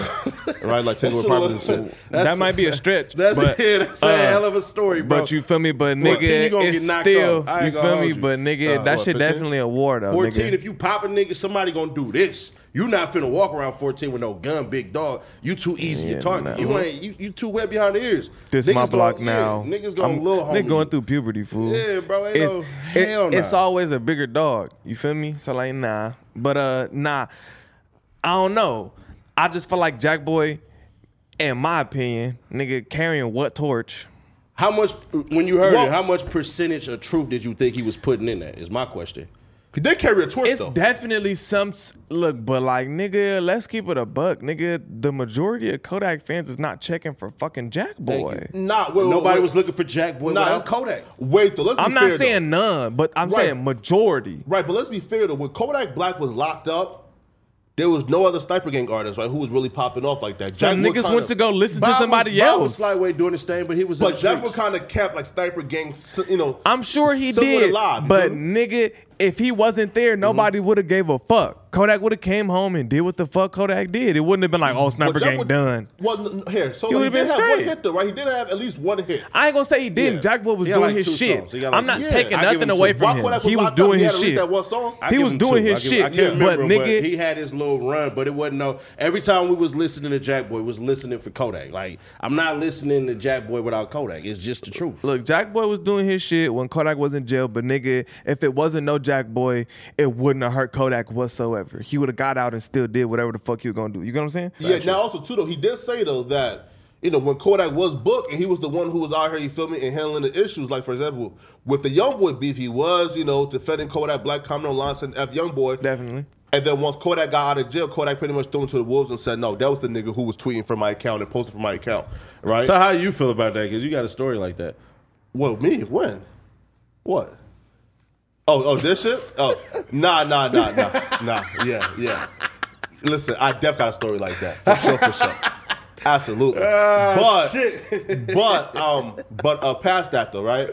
of <laughs> right like taking with That's a property little- and shit. <laughs> That's- that might be a stretch. That's, but, <laughs> yeah, that's uh, a hell of a story, bro. But you feel me? But 14, nigga, you gonna it's get knocked still off. I ain't you gonna feel hold me? you. But nigga, Uh, that what, shit 15? definitely a war though. 14, nigga. if you pop a nigga, somebody gonna do this. You not finna walk around 14 with no gun, big dog. You too easy Yeah, to nah. target. You ain't you, you too wet behind the ears. This my Niggas gonna- block yeah, now. niggas gonna I'm- little homie. Nigga going through puberty, fool. Yeah, bro, ain't no- hell It's nah. always a bigger dog. You feel me? So like, nah. But uh, nah. I don't know. I just feel like Jack Boy, in my opinion, nigga carrying what torch? How much when you heard Well- it? How much percentage of truth did you think he was putting in that? Is my question. He did carry a torch It's though. definitely some s- look, but like nigga, let's keep it a buck, nigga. The majority of Kodak fans is not checking for fucking Jack Boy. nah, wait, wait, Nobody wait. was looking for Jack Boy Nah, without that's- Kodak. Wait though, let's be I'm not fair, though. saying none, but I'm Right. saying majority. Right, but let's be fair though. When Kodak Black was locked up, there was no other sniper gang artist, right, who was really popping off like that. So Jack Wood niggas kinda- went to go listen Bob to somebody was, Bob was else. Slideway doing his thing, but he was. in But the Jack Wood streets. kind of kept like sniper gang, s- you know. I'm sure he somewhat did, alive, Mm-hmm. you but feel me? nigga, if he wasn't there, nobody would have gave a fuck. Kodak would have came home and did what the fuck Kodak did. It wouldn't have been like, oh, But sniper Jack gang Wood- done. Well, n- n- here, so He like, he did would've been have one straight. hit though, right? He did have at least one hit. I ain't gonna say he didn't. Yeah. Jack Boy was He got doing like two his shit. songs. He got like- I'm not Yeah. taking I give nothing him away two. from Why him. Kodak He was locked up, doing he his had at least shit. That one song. I He give was him doing two. his I give- I shit, can't remember, but but nigga- he had his little run, but it wasn't no. Every time we was listening to Jack Boy, we was listening for Kodak. Like I'm not listening to Jack Boy without Kodak. It's just the truth. Look, Jack Boy was doing his shit when Kodak was in jail, but nigga, if it wasn't no Jack Boy, it wouldn't have hurt Kodak whatsoever. He would have got out and still did whatever the fuck he was gonna do. You get what I'm saying? Yeah. Now also too though, he did say though that you know when Kodak was booked and he was the one who was out here, you feel me, and handling the issues. Like for example, with the young boy beef, he was you know defending Kodak Black, comment online saying "F young boy." Definitely. And then once Kodak got out of jail, Kodak pretty much threw him to the wolves and said, "No, that was the nigga who was tweeting from my account and posting from my account, right?" So how you feel about that? Because you got a story like that. well, me when? What? Oh, oh, this shit? Oh, nah, nah, nah, nah, nah. Yeah, yeah. Listen, I def got a story like that for sure, for sure. Absolutely. Ah, but but um, but uh, past that though, right?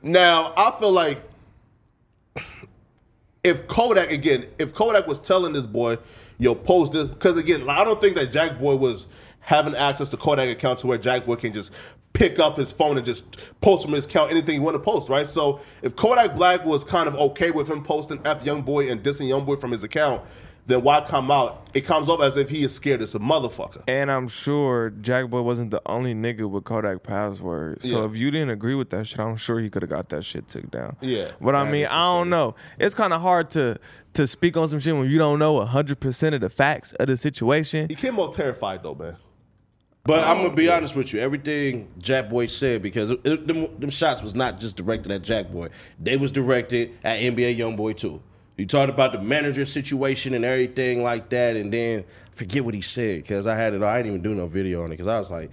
Now I feel like if Kodak again, if Kodak was telling this boy, yo, post this, because again, like, I don't think that Jack Boy was having access to Kodak account to where Jack Boy can just pick up his phone and just post from his account anything he want to post, right? So if Kodak Black was kind of okay with him posting F Young Boy and dissing Young Boy from his account, then why come out? It comes off as if he is scared as a motherfucker. And I'm sure Jack Boy wasn't the only nigga with Kodak password. So Yeah. if you didn't agree with that shit, I'm sure he could have got that shit took down. Yeah. But I mean, I don't know. It's kind of hard to to speak on some shit when you don't know 100% of the facts of the situation. He came out terrified though, man. But I'm gonna be honest with you. Everything Jack Boy said because it, it- them, them shots was not just directed at Jack Boy. They was directed at NBA YoungBoy too. He talked about the manager situation and everything like that, and then I forget what he said because I had it. I didn't even do no video on it because I was like,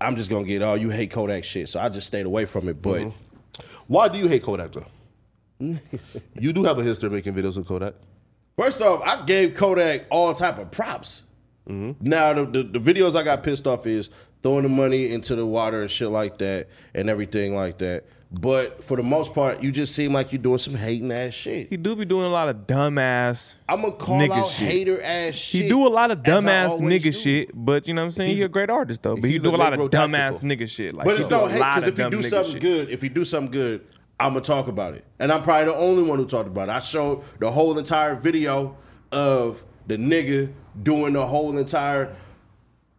I'm just gonna get all you hate Kodak shit, so I just stayed away from it. But Why do you hate Kodak though? you do have a history of making videos with Kodak. First off, I gave Kodak all type of props. Mm-hmm. Now the, the the videos I got pissed off is throwing the money into the water and shit like that and everything like that. But for the most part, you just seem like you're doing some hating ass He shit. do be doing a lot of dumbass. I'm gonna call Nigga out shit. hater ass shit. He do a lot of as I dumbass always nigga do. shit, but you know what I'm saying? He's, He's- a great artist though. But he he's do a a lot of liberal dumbass tactical. nigga shit. Like But he it's do no a hate lot because of if you dumb do nigga something shit. good, if you do something good, I'm gonna talk about it. And I'm probably the only one who talked about it. I showed the whole entire video of the nigga doing the whole entire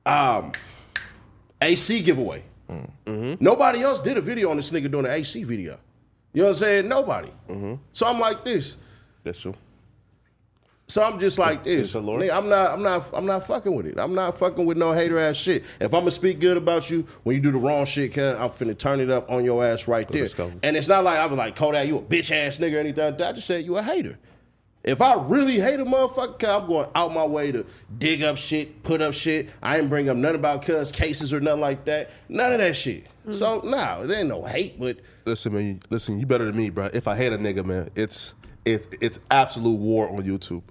um, AC giveaway. Mm-hmm. Nobody else did a video on this nigga doing an AC video. You know what I'm saying? Nobody. Mm-hmm. So I'm like this. That's true. So I'm just like this. the Lord. Nigga, I'm not. I'm not. I'm not fucking with it. I'm not fucking with no hater ass shit. If I'm gonna speak good about you when you do the wrong shit, cuz I'm finna turn it up on your ass right there. let's go. And it's not like I was like Kodak, you a bitch ass nigga or anything. like that. I just said you a hater. If I really hate a motherfucker, cuz I'm going out my way to dig up shit, put up shit. I ain't bring up nothing about cuz cases or nothing like that. None of that shit. So nah, it ain't no hate, but Listen, man. you- Listen, you better than me, bro. If I hate a nigga, man, it's it's it's absolute war on YouTube.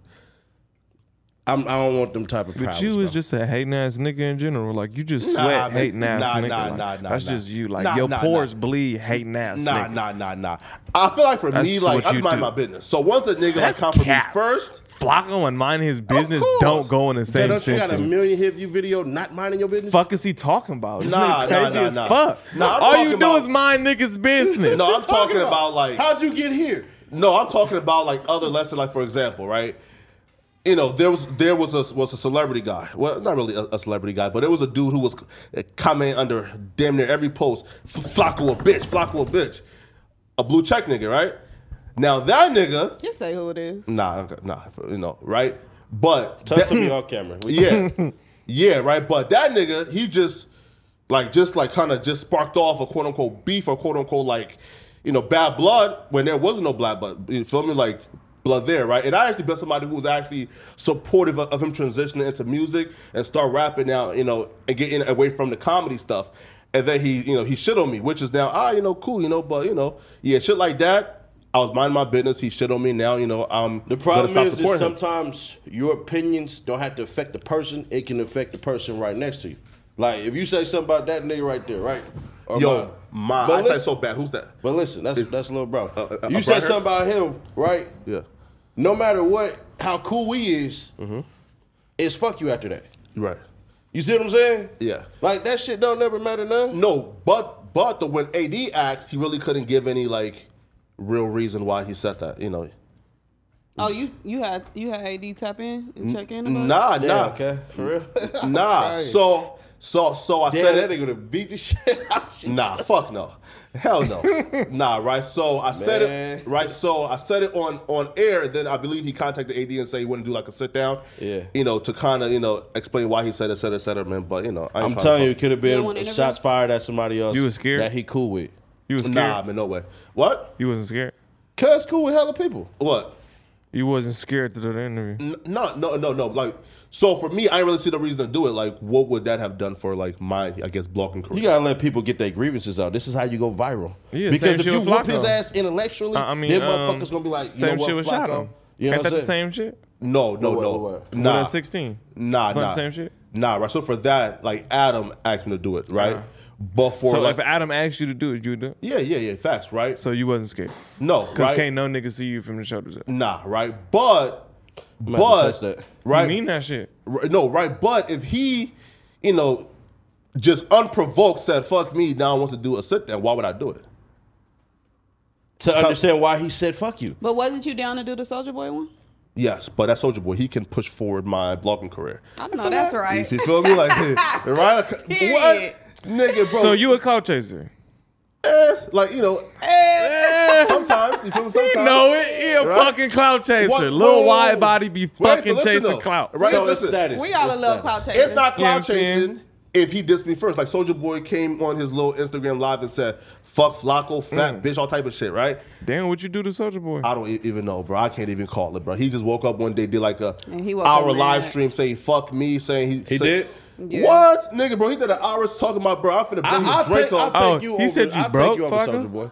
I'm, I don't want them type of. But problems, you bro. was just just a hating ass nigga in general. Like you just Nah, sweat man. hating ass Nah, nigga. nah, Like, nah, nah, that's nah. just you. Like Nah, your nah, pores nah. bleed hating ass Nah, nigga. nah, nah, nah. I feel like for me, That's like what I you mind do. my business. So once a nigga like That's come for me cap. first, Flocko and mind his business course. don't go in the Bro, same don't you got a sentence. million hit view video not minding your business? Fuck is he talking about? This Nah, nah, nah, nigga crazy nah, as nah. fuck. Nah, I'm All you do talking about- is <laughs> mind niggas' business. no, I'm talking about, like How'd you get here? no, I'm talking about like other lessons. Like for example, right? You know, there was there was a was a celebrity guy. Well, not really a, a celebrity guy, but it was a dude who was uh, comment under damn near every post. "F- Flocko a bitch, Flocko a bitch, a blue check nigga, right? Now that nigga, Just say who it is. nah, nah, you know, right? But Tell that- to me on <clears throat> camera. We- <laughs> Yeah. yeah, right. But that nigga, he just like just like kind of just sparked off a quote unquote beef or quote unquote like, you know, bad blood when there was no black blood. You feel me? Like blood there, right? And I actually met somebody who was actually supportive of, of him transitioning into music and start rapping now, you know, and getting away from the comedy stuff. And then he, you know, he shit on me, which is now, ah, you know, cool, you know, but you know, yeah, shit like that. I was minding my business. He shit on me. Now, you know, I'm The problem is, is sometimes your opinions don't have to affect the person. It can affect the person right next to you. Like if you say something about that nigga right there, right? Or Yo, mine. my But eyesight listen- so bad. Who's that? But listen, that's that's little bro. uh, uh, you say Brian something about him, right? Yeah, Mm-hmm. No matter what, how cool we is, it's fuck you after that. you're right. You see what I'm saying? Yeah. Like that shit don't never matter none. No, but but the when AD asked, he really couldn't give any like real reason why he said that. You know, Oh, you you had you had AD tap in and check in. about it? nah, Yeah, nah, okay, for <laughs> real. nah. <laughs> Right. So so so I Damn, said that it. nigga would have beat the shit out of you. Nah, fuck no. Hell <laughs> no. nah, right. So I said Man. it right. So I said it on on air. Then I believe he contacted AD and said he wouldn't do like a sit down. Yeah. You know, to kind of you know explain why he said it, said it, said it, man. But you know, I ain't I'm trying to telling talk- you, it could have You want been interview? shots fired at somebody else. You was scared? that he cool with. You was scared. Nah, man, no way. What? You wasn't scared. Cuz cool with hella people. What? You wasn't scared to do the interview. N- No, no, no, no. Like, so for me, I didn't really see the reason to do it. Like, what would that have done for like my, I guess, blocking You career? gotta let people get their grievances out. This is how you go viral. Yeah, because same if shit you with whoop Flacco. his ass intellectually, I I mean, then um, motherfuckers gonna be like, you same know shit what, with Flacco. Shadow. You know Ain't what that I'm the saying? same shit? No, no, What, no, what, what? Nah. nah, sixteen. nah, It's not nah, the same shit? Nah, right. So for that, like Adam asked me to do it, right? Uh-huh. But for So like, if Adam asked you to do it, you would do it. yeah, yeah, yeah, facts, right? So you wasn't scared. no, Because right? can't no nigga see you from the shoulders up. Nah, right? But, have to but, touch that. right? You mean that shit. Right, no, right. But if he, you know, just unprovoked said, fuck me, now I want to do a sit down, why would I do it? to understand why he said fuck you. But wasn't you down to do the Soldier Boy one? Yes, but that Soldier Boy, he can push forward my blogging career. I know that's right. If you feel me? Like, <laughs> right? Period. What? Nigga, bro. So you a clout chaser? eh, like, you know, <laughs> sometimes, you feel <laughs> me? Sometimes. You know it. He a Right? fucking clout chaser. What- Little whoa. wide body be Right, fucking but listen, chasing though. clout. Right, so it's listen. status. we all a It's little status. clout chasers. It's not You know what cloud I'm saying? chasing if he dissed me first. Like Soldier Boy came on his little Instagram live and said, "Fuck Flacco, fat Mm. bitch, all type of shit." Right? Damn, what you do to Soldier Boy? I don't e- even know, bro. I can't even call it, bro. He just woke up one day, did like a And he woke up hour mad. live stream saying "fuck me," saying he He say- did? Yeah. What, nigga, bro? He did an hour talking about, bro. I'm finna bring I, this will take, Draco. I'll take Oh, you he over- said you I'll broke, take you over fucker? Soulja Boy.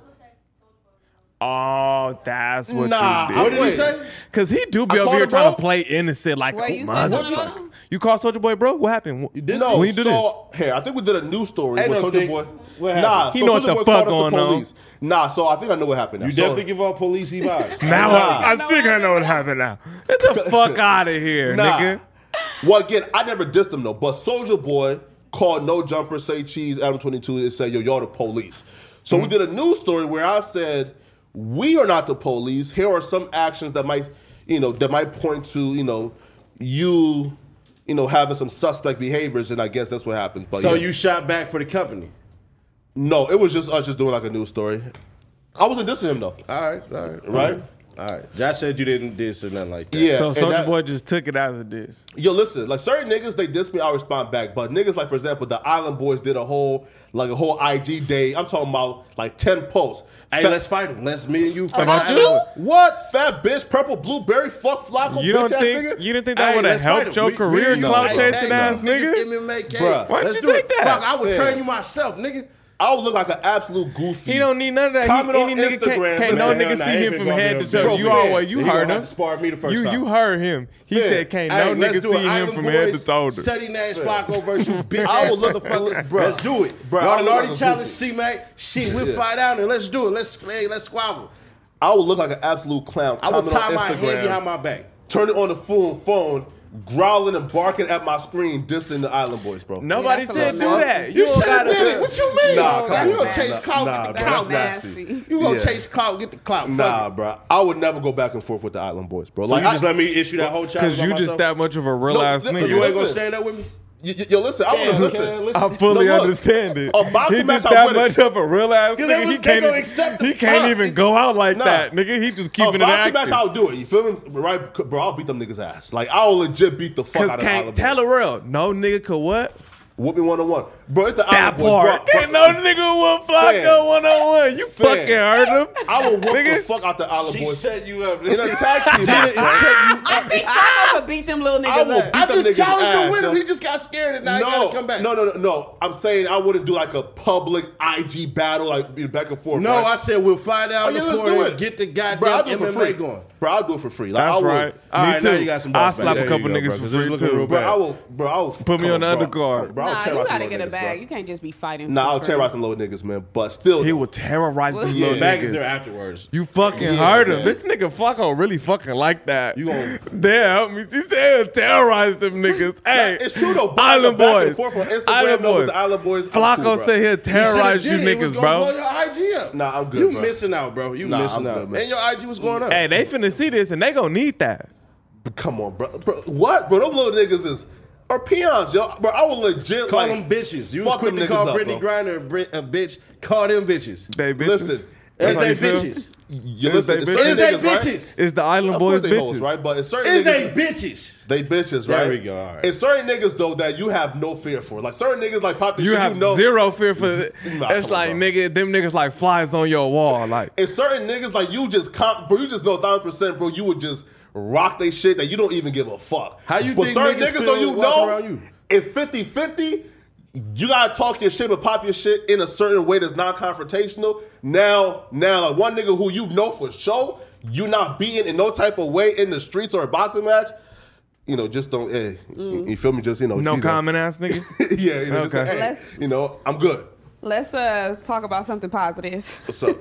Oh, that's what Nah, you I did. What did he Wait. say? Cause he do I be over called here him trying to broke? play innocent like Wait, oh, you my said something fuck. about him? You call Soldier Boy, bro? What happened? You dissed no, when you do this? so here I think we did a news story Ain't with no Soldier thing. Boy. What Nah, happened? so He know what Soulja the Boy fuck called us the going on. police. Nah, so I think I know what happened. Now. You So- definitely give off policey vibes. Now Nah. I, I think I know what happened now. Get the <laughs> fuck out of here, Nah. nigga. Well, again, I never dissed him though, but Soldier Boy called No Jumper, Say Cheese, Adam 22, and said, Yo, y'all the police. So Hmm. we did a news story where I said, We are not the police. Here are some actions that might, you know, that might point to, you know, you, you know, having some suspect behaviors, and I guess that's what happens. But so yeah. you shot back for the company. No, it was just us just doing like a news story. I wasn't dissing him though. All right, all right, Right? all right. Josh said you didn't diss or nothing like that. Yeah. So and Soldier that- Boy just took it out of this. Yo, listen, like certain niggas, they diss me, I respond back. But niggas, like for example, the Island Boys did a whole, like a whole IG day. I'm talking about like ten posts. Hey, Fat- let's fight him. Let's me and you fight. About him. you? <laughs> what fat bitch, purple blueberry, fuck flocko, You bitch don't ass think nigga. you didn't think Hey, that would have let's fight helped him. your We- career, we- clout hey, chasing tag ass them. Niggas nigga? MMA cage. Bruh. Why Let's did do you it. take that? Fuck, I would Yeah. train you myself, nigga. I would look like an absolute goofy. He don't need none of that. Comment he, on any nigga Instagram. can't, can't no Listen, nigga nah, see he him been from going head there, to toe. bro, You man. always you He gonna heard have him. to spar me the first you time. you heard him. He Yeah. said can't Hey, no let's nigga do it. see him Island from head to Boys, toe. Sunny Nash, Flacco versus bitch I ass would love to fuck motherfuckers. this- bruh. Let's do it. Bruh, I Y'all would done love already to challenged goofy. C-Mac. Shit, we'll Yeah. fight out and let's do it. Let's, hey, let's squabble. I would look like an absolute clown. I will Comment tie on my hand Instagram, behind my back. Turn it on the phone, phone, growling and barking at my screen, dissing the Island Boys, bro. Nobody That's a said do little nasty. that. You, don't should have gotta- did it. What you Nah, mean? you come gonna on, bro. chase clout Nah, with the bro, clout. that's man. nasty. You gonna Yeah. chase clout, get the clout. Nah, Fuck it. bro. I would never go back and forth with the Island Boys, bro. So Like you I- just let me issue that whole challenge Cause by you just myself? that much of a real ass listen, nigga. You ain't gonna Listen. stand up with me? Y- y- Yo, listen, I want to Damn, listen. okay, listen. I fully No, look, understand it. a boxing he match, just I that wouldn't. much of a real ass 'Cause they nigga. was- he they can't, gonna even- accept the he can't fuck. even go out like Nah. that, nigga. He just A keeping it boxing match, active. I'll do it. You feel me? Right? Bro, I'll beat them niggas' ass. Like, I'll legit beat the fuck Cause out of can't Island tell Boys. a real. No nigga could what? Whoop me one on one. Bro, it's the That Island Boys. Bro, part. bro, Can't no nigga whoop Flacco Fam. one on one. You Fam. fucking heard him. I will whoop Nigga. the fuck out the Island She Boys. set you up. In a <laughs> tag team Gina match, is bro. setting you I think Flacco could beat them little I will niggas beat up. I them just niggas' challenged ass, him with yo. him. He just got scared and now he No, gotta come back. no, no, no, no. I'm saying I wouldn't do like a public IG battle, like you know, back and forth. No, right? I said we'll fly Oh, down yeah, the let's floor do and it. get the goddamn Bro, I'll do it for MMA free. going. Bro, I'll do it for free. Like, I That's will, right. All Me right, too. now you got some I'll bounce back. slap There a you couple go, bro. niggas So for just free look at the too. real Bro, bad. I will. Bro, I will. Put me on the undercard. Bro, I'll Nah, you terrorize gotta them get little a niggas, bag. You Bro. can't just be fighting. Nah, for I'll free. terrorize some little niggas, man. But still, He though. will terrorize them Yeah. little Back is there niggas. afterwards. You fucking Yeah, heard him. yeah. This nigga Flacco really fucking like that. You gon- Damn, help me. He said <laughs> terrorize them niggas. Hey, it's true though, but Island the back and boys. forth on Instagram though with the Island Boys, I'm Flacco cool, bro. said he'll terrorize you, should've did it. It was niggas, gonna bro. blow your IG up. Nah, I'm good, You bro. missing out, bro. You Nah, missing I'm out. good, man. and your IG was going up. Hey, they finna see this and they gonna need that. Come on, bro. bro. What, bro? Them little niggas is are peons, yo. Bro, I will legit call like, them bitches. You was fuck quick them to call niggas up, Brittany bro. Griner a, bri- a bitch. Call them bitches. They bitches. Listen, That's Is how they you feel? bitches? You Is listen, they it's certain Is they niggas, right? bitches? It's the Island Of Boys course they bitches. hoes, right? But it's certain Is they niggas, bitches? they bitches, right? There we go, all right. It's certain niggas though that you have no fear for. Like certain niggas, like pop this You shit, have you know. zero fear for it. <laughs> Nah, It's come on, like bro. nigga, them niggas like flies on your wall. Like It's certain niggas like you just comp, bro. You just know thousand percent, bro. You would just rock they shit that you don't even give a fuck. How you but think certain niggas niggas though feel you walking know around you? it's 50-50. You gotta talk your shit, but pop your shit in a certain way that's non-confrontational. Now, now, like one nigga who you know for sure, you not beating in no type of way in the streets or a boxing match. You know, just don't. eh, you- You feel me? Just you know, no you know. common ass nigga. <laughs> yeah, you know, just Okay. say, hey, Let's- you know, I'm good. Let's uh talk about something positive. What's up?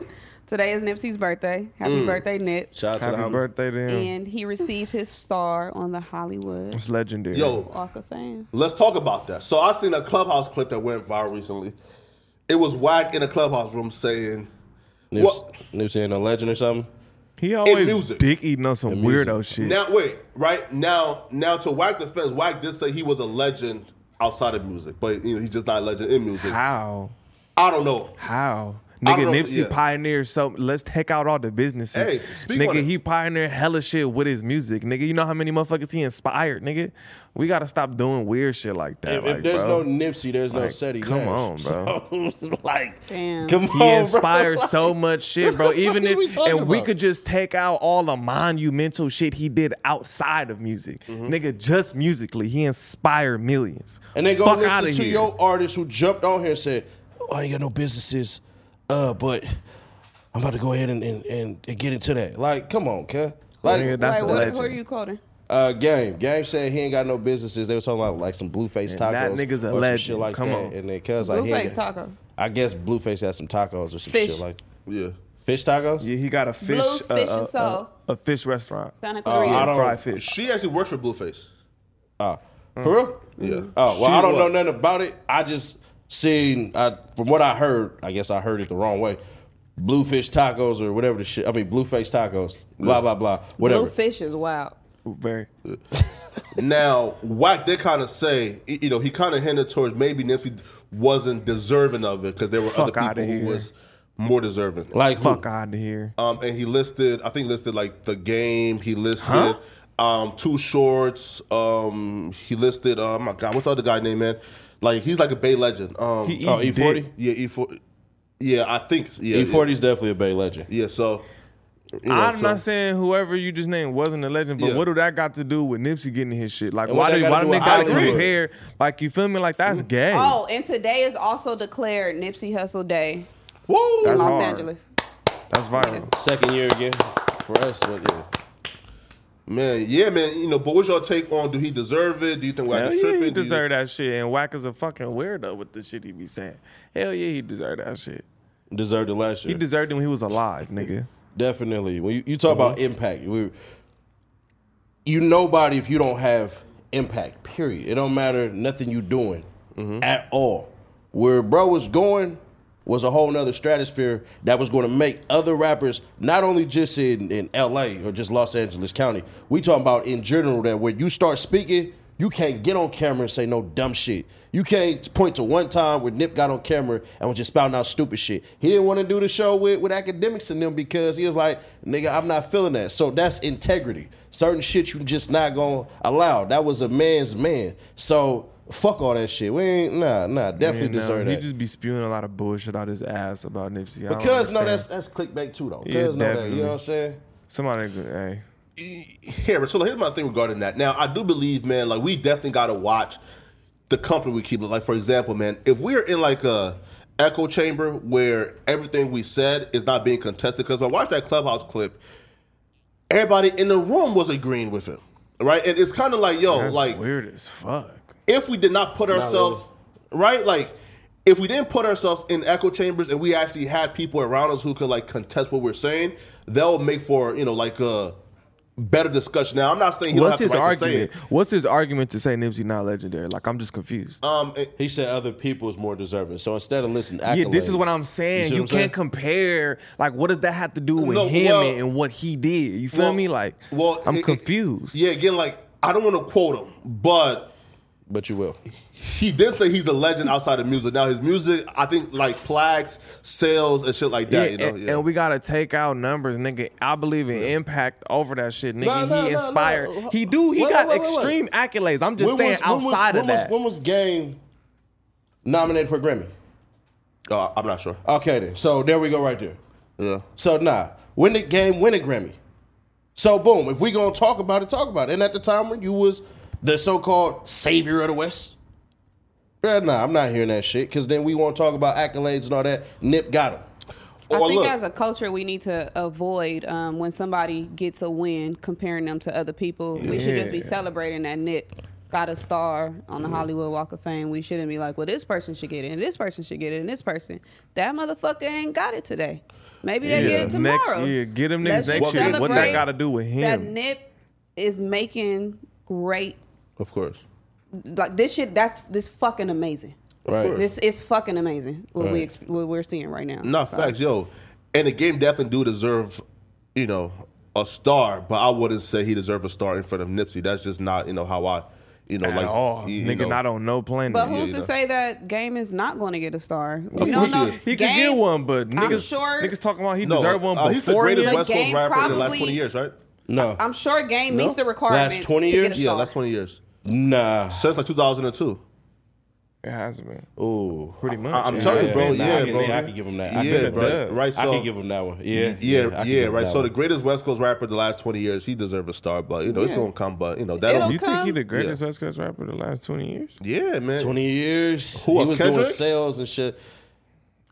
Today is Nipsey's birthday. Happy Mm. birthday, Nip. Shout out to the Happy homie. birthday to him. And he received his star on the Hollywood It's legendary. Yo, Walk of Fame. Let's talk about that. So I seen a clubhouse clip that went viral recently. It was whack in a clubhouse room saying Nipsey, Nipsey ain't no legend or something. he always music. dick eating on some music. weirdo shit. now wait, right? Now now to whack defense, whack did say he was a legend outside of music, but you know, he's just not a legend in music. How? I don't know. How? I Nigga, don't know, Nipsey yeah. pioneered so let's take out all the businesses. Hey, speak on nigga, it. he pioneered hella shit with his music. Nigga, you know how many motherfuckers he inspired, nigga? We gotta stop doing weird shit like that. If, if like, there's bro. no Nipsey, there's no Like, Seti. come Nash. on, So, like, Damn. come He <laughs> on, inspired bro. so much shit, bro. Oh, What the fuck Even is if we talking and we about? could just take out all the monumental shit he did outside of music, nigga. Just musically, he inspired millions. Mm-hmm. And then go Fuck listen outta to here. your artist who jumped on here and said, "Oh, I ain't got no businesses, uh, but I'm about to go ahead and and, and, and get into that." Like, come on, cuz. Nigga, Like, that's a Wait, what, legend. who are you quoting? uh, game, game said he ain't got no businesses. They were talking about like some blueface tacos, that nigga's a or some legend. shit like Come that. on. And then cuz like he ain't Blueface got- Taco. I guess blueface had some tacos or some Fish. shit like Yeah. fish tacos. Yeah, he got a fish, Blues, uh, Fish uh, and uh, Soul. a fish restaurant. Santa Oh, I Clarita. don't- fried fish. She actually works for Blueface. Uh, For real? Yeah. Oh well, She I don't know was. nothing about it. I just seen I, from what I heard. I guess I heard it the wrong way. Bluefish tacos or whatever the shit. I mean, blueface tacos. Blah blah blah. Whatever. Bluefish is wild. Very. Now, Wack did kind of say, y- you know, he kind of hinted towards maybe Nipsey wasn't deserving of it because there were Fuck other outta people who here. was more deserving. Like who? Fuck out of here. Um, and he listed, I think, listed like the game. He listed Huh? um, two shorts. Um, he listed, oh my god, what's the other guy name, man? Like he's like a Bay legend. Um, He Oh, eating E40? dick. yeah, E four. Yeah, I think. Yeah, E forty is definitely a Bay legend. Yeah, yeah, so you know, I'm so- not saying whoever you just named wasn't a legend, but Yeah. what do that got to do with Nipsey getting his shit? Like, what why that do gotta why do do they with Mm-hmm. gotta Hollywood? compare? Like, you feel me? Like that's gay. Oh, and today is also declared Nipsey Hustle Day Woo! in That's Los hard. Angeles. That's viral. Second year again for us. But yeah. man, yeah, man. You know, but what's your take on? Do he deserve it? Do you think Wack Hell is yeah, tripping? he Do you- deserve that shit. And Wack is a fucking weirdo with the shit he be saying. Hell yeah, he deserved that shit. Deserved it last year. He deserved it when he was alive, nigga. Definitely. When you, you talk about impact, we, you nobody if you don't have impact. Period. It don't matter nothing you doing at all. Where bro was going was a whole nother stratosphere that was going to make other rappers not only just in, in L.A. or just Los Angeles County. We talking about in general that when you start speaking. You can't get on camera and say no dumb shit. You can't point to one time where Nip got on camera and was just spouting out stupid shit. He didn't want to do the show with, with academics and them because he was like, nigga, I'm not feeling that. So that's integrity. Certain shit you just not gonna allow. That was a man's man. So fuck all that shit. We ain't nah, nah, definitely You know, deserve he that. just be spewing a lot of bullshit out his ass about Nipsey. I don't because no, understand. that's that's clickbait too though. Yeah, Because no that, you definitely. know what I'm saying? somebody. Hey, here, so here's my thing regarding that. Now, I do believe, man, like we definitely gotta watch the company we keep. Like, for example, man, if we're in like a echo chamber where everything we said is not being contested, because I watched that clubhouse clip, everybody in the room was agreeing with him. Right? And it's kind of like, yo, that's Oh, like weird as fuck. if we did not put ourselves right, like if we didn't put ourselves in echo chambers and we actually had people around us who could like contest what we're saying, that would make for you know like a better discussion. Now I'm not saying he What's don't have his the right argument? to say What's his argument to say Nipsey not legendary? Like I'm just confused. it. Um, it- He said other people is more deserving. So instead of listening, accolades, yeah, this is what I'm see saying. what You, I'm can't saying? compare. Like, what does that have to do with No, him well- and, and what he did? You feel well- me? Like, well, I'm it- it- confused. yeah, again, like I don't want to quote him, but But you will. he did say he's a legend outside of music. Now his music, I think, like plaques, sales, and shit like that. Yeah, you know, and, yeah. and we gotta take out numbers, nigga. I believe in impact over that shit, nigga. No, no, he no, inspired. no. He do. He Wait, got wait, wait, wait. extreme accolades. I'm just saying outside when of was- that. when was Game nominated for Grammy? Uh, I'm not sure. Okay, then. So there we go, right there. Yeah. So nah, win the game, win a Grammy. So boom, if we gonna talk about it, talk about it. And at the time when you was the so-called savior of the West, yeah, nah, I'm not hearing that shit. Cause then we want to talk about accolades and all that. Nip got him. I Or think look. as a culture, we need to avoid um, when somebody gets a win, comparing them to other people. We should just be Yeah. celebrating that nip. got a star on the Hollywood Walk of Fame, we shouldn't be like, well, this person should get it, and this person should get it, and this person. That motherfucker ain't got it today. Maybe they get it Yeah. tomorrow. Next year. Get them niggas Let's next just year. What that celebrate gotta do with him? That Nip is making great. Of course. Like this shit. That's this fucking amazing. Of Right. course. This is fucking amazing. What we Right. exp- what we're seeing right now. No, facts, yo. And the game definitely do deserve, you know, a star, but I wouldn't say he deserved a star in front of Nipsey. That's just not, you know, how I, you know, At like all. you- you nigga know. not on no planet. But who's you to know. say that Game is not going to get a star? We Of don't course know. he is. He could Game- get one, but I'm niggas, sure- niggas talking about he No, deserved one uh, before he's the greatest him. West Coast Game rapper in the last probably- twenty years, right? No. I'm sure Game No. meets the requirements. Last 20 to years? Get a Yeah, star. last twenty years Nah. since like two thousand and two. It has been. Ooh. Pretty much. I'm yeah. telling you, bro. nah, yeah, I can, bro. I can give him that. I Yeah, can, bro. dub. Right. So I can give him that one. Yeah, Yeah. I yeah, can give him right. that So the one. greatest West Coast rapper the last twenty years, he deserves a star, but you know it's Yeah. gonna come. But you know that. It'll will You think he come. the greatest West Coast rapper the last 20 years? Yeah, man. 20 years. Who he else, was doing Kendrick? sales and shit.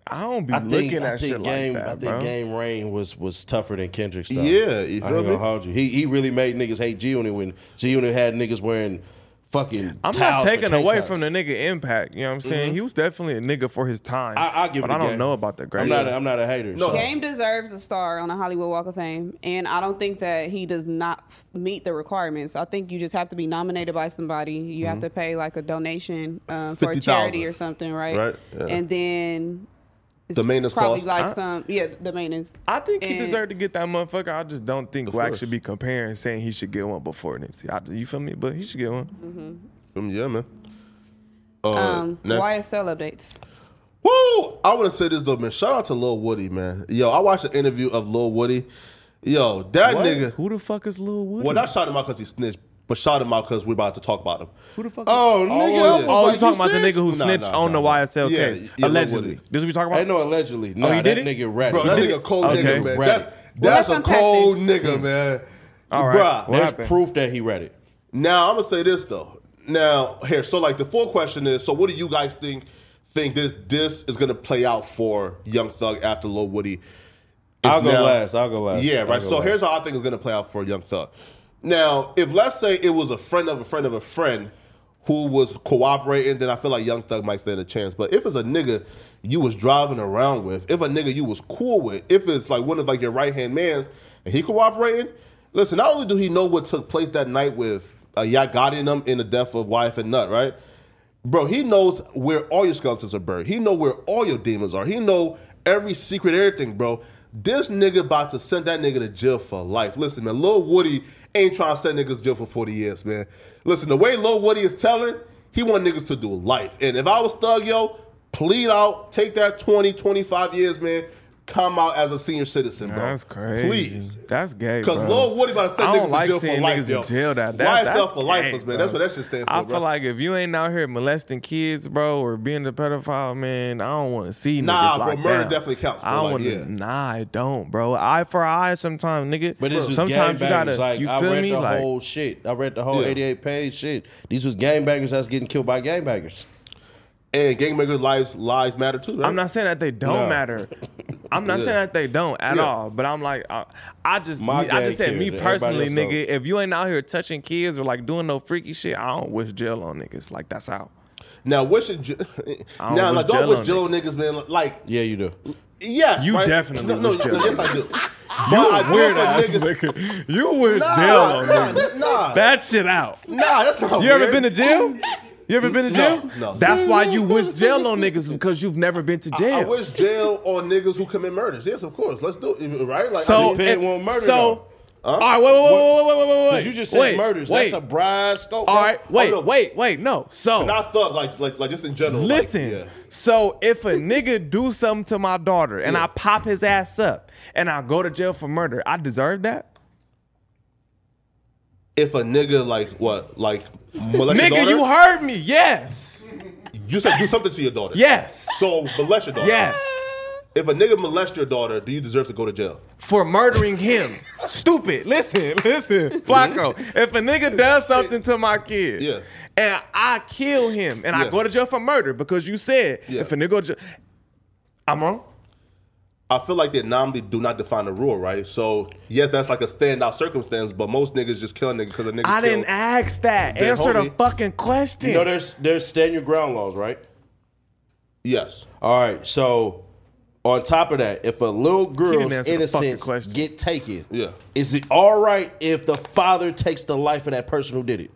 I don't be I looking think, I at shit think game, like that, I think bro. Game Rain was was tougher than Kendrick's stuff. Yeah, you feel I ain't gonna me? hold you. He he really made niggas hate G Unit when G Unit had niggas wearing fucking. I'm not towels for taking tank away tops. from the nigga impact. You know what I'm saying? Mm-hmm. He was definitely a nigga for his time. I, I'll give but it I don't Game. know about the I'm greatest. not. A, I'm not a hater. No. so. Yeah. Game deserves a star on the Hollywood Walk of Fame, and I don't think that he does not f- meet the requirements. I think you just have to be nominated by somebody. You Mm-hmm. have to pay like a donation uh, for a 50,000, charity or something, right? right? Yeah. And then it's The maintenance probably cost. like I- some yeah, the maintenance. I think he And- deserved to get that motherfucker. I just don't think Wack course. should be comparing, saying he should get one before Nipsey. I, you feel me? But he should get one. Um, yeah, man. Uh, Um, next. YSL updates. Woo! I want to say this though, man. Shout out to Lil Woody, man. Yo, I watched an interview of Lil Woody. Yo, that What? nigga. Who the fuck is Lil Woody? Well, not shout him out because he snitched, but shout him out because we're about to talk about him. Who the fuck? is- Oh, nigga. yeah. I was Oh, oh, like, you talking about the nigga serious? who Nah, snitched nah, on nah, the nah. YSL Yeah, case yeah, Lil allegedly? Woody. This is what we talking about? Ain't no allegedly. No, Oh, he that did it? nigga ratted. Bro, that did nigga it? cold Okay. nigga, man. Right. That's that's Let's a unpack cold this. nigga, man. All right. Bruh. What There's happened? proof that he read it. Now I'm gonna say this though. Now here, so like the full question is, so what do you guys think? Think this this is gonna play out for Young Thug after Lil Woody? is I'll go now- last. I'll go last. Yeah, I'll right. go So last. here's how I think it's gonna play out for Young Thug. Now, if let's say it was a friend of a friend of a friend who was cooperating, then I feel like Young Thug might stand a chance. But if it's a nigga you was driving around with, if a nigga you was cool with, if it's like one of like your right hand mans and he cooperating, listen, not only do he know what took place that night with uh, Yacht Gotti and them in the death of wife and Nut, right? Bro, he knows where all your skeletons are buried. He know where all your demons are. He know every secret, everything, bro. This nigga about to send that nigga to jail for life. Listen, man, Lil Woody ain't trying to send niggas to jail for 40 years, man. Listen, the way Lil Woody is telling, he want niggas to do life. And if I was Thug, yo, plead out, take that 20, 25 years, man. Come out as a senior citizen, bro. That's crazy. Please. That's gay. Because bro. Lil Woody about to send I don't niggas like to jail seeing for life, niggas yo. in jail that, Why that, that's for life, gay, man? bro. That's what that shit stand for, I bro. feel like if you ain't out here molesting kids, bro, or being a pedophile, man, I don't want to see Nah, niggas bro, like murder that. definitely counts, bro, I don't like, want to. yeah. Nah, I don't, bro. Eye for eye, sometimes, nigga. But this was sometimes you gangbangers. gotta. like, you I feel read me? the Like, whole shit. I read the whole Yeah. 88 page shit. These was gangbangers that's getting killed by gangbangers. And gangbangers' lives lives matter too, right? I'm not saying that they don't <laughs> No. matter. I'm not Yeah. saying that they don't at Yeah. all, but I'm like, I, I just, My I dad just said me cared, everybody personally, else nigga. If you ain't out here touching kids or like doing no freaky shit, I don't wish jail on niggas. Like that's out. Now, what should <laughs> you, don't now wish like jail don't on wish jail niggas, man. Like, Yeah, you do. yes, You right? definitely no, no, wish no, jail yes, I do. You But I a do weird for ass niggas- nigga. You wish Nah, jail on nah, niggas. that's not. That shit out. Nah, that's not. You ever weird. been to jail? You ever been to No, jail? no. That's why you wish jail on niggas because you've never been to jail. I wish jail on niggas who commit murders. Yes, of course. Let's do it, right? Like, I so, mean, Pig if- won't murder, so, though. all right, wait, wait, wait, wait, wait, wait, wait, wait. Because you just said wait, murders. Wait, That's a broad scope. all bro. right, wait, no. wait, wait, no. So, not thug, like, like, like just in general. like, Listen. yeah. So if a nigga do something to my daughter and I pop his ass up and I go to jail for murder, I deserve that. if a nigga like what, like, molest your Nigga, daughter, you heard me. Yes. you said do something to your daughter. Yes. So molest your daughter. Yes. If a nigga molest your daughter, do you deserve to go to jail? For murdering him. Stupid. Listen, listen. Flacco. If a nigga does something to my kid Yeah. and I kill him and I Yeah. go to jail for murder because you said Yeah. if a nigga go to jail, I'm wrong. I feel like the anomaly do not define the rule, right? So yes, that's like a standout circumstance, but most niggas just kill a nigga because a nigga. I killed. didn't ask that. Then Answer the homie- fucking question. You know, there's there's stand your ground laws, right? Yes. All right. So on top of that, if a little girl's answer the fucking innocence question. get taken, Yeah. is it all right if the father takes the life of that person who did it?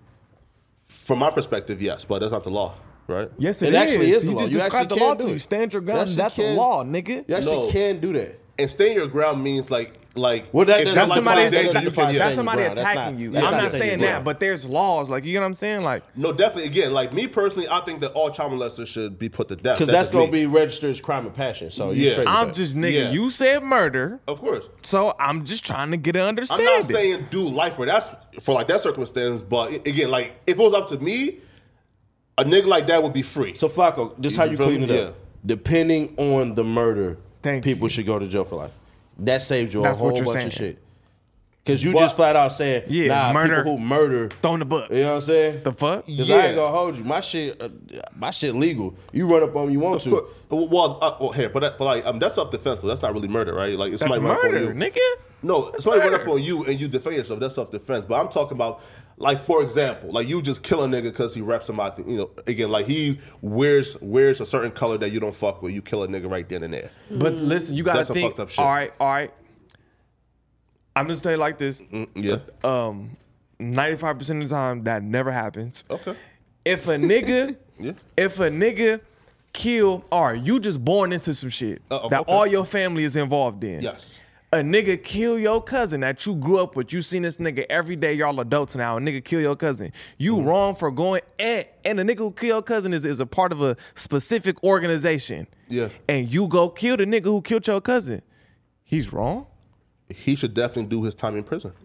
From my perspective, yes, but that's not the law, right? yes, it actually is a You law. just You described the actually law can do to you. it. Stand your You ground. actually That's the can. law, nigga. You actually No. can do that. And staying your ground means like like Well, that if doesn't- there's That's a life somebody, in that- danger, that you can- yeah. defines that's stand somebody your ground. That's attacking not- you. that's I'm not not, stand saying your that, ground. but there's laws. Like you get what I'm saying? Like No, definitely. Again, like me personally, I think that all child molesters should be put to death. Because that's, just gonna me. be registered as crime of passion. So you Yeah. straight with I'm that. just nigga. Yeah. You said murder, Of course. so I'm just trying to get an I'm understanding. not saying do life for that's for like that circumstance, but a- again, like if it was up to me, a nigga like that would be free. So Flacco, this how you feel me? clean it up. Yeah. Depending on the murder, Thank people you. should go to jail for life. That saved you That's a what whole you're bunch saying. of shit. Because you But- just flat out saying, Yeah, nah, murder. people who murder, Throw in the book. you know what I'm saying? The fuck? 'Cause I Yeah. ain't gonna hold you. My shit, uh, my shit legal. You run up on me, you want Of to. course. Well, uh, well, here, but that, but like um, that's self defense, so that's not really murder, right? Like if That's somebody run up murder, on you. nigga. No, somebody run up murder. on you and you defend yourself. That's self defense. But I'm talking about, like for example, like you just kill a nigga because he reps somebody. You know, again, like he wears wears a certain color that you don't fuck with. You kill a nigga right then and there. But listen, you gotta That's some think. fucked up shit. All right, all right. I'm just saying like this. Mm, <laughs> Yeah. Um, 95 percent of the time that never happens. Okay. If a nigga, <laughs> Yeah. if a nigga kill, or you just born into some shit Uh-oh, that okay. all your family is involved in. Yes. A nigga kill your cousin that you grew up with. You seen this nigga every day. Y'all adults now. A nigga kill your cousin. You Mm-hmm. wrong for going and and a nigga who kill your cousin is, is a part of a specific organization. Yeah. And you go kill the nigga who killed your cousin. He's wrong. He should definitely do his time in prison. <laughs>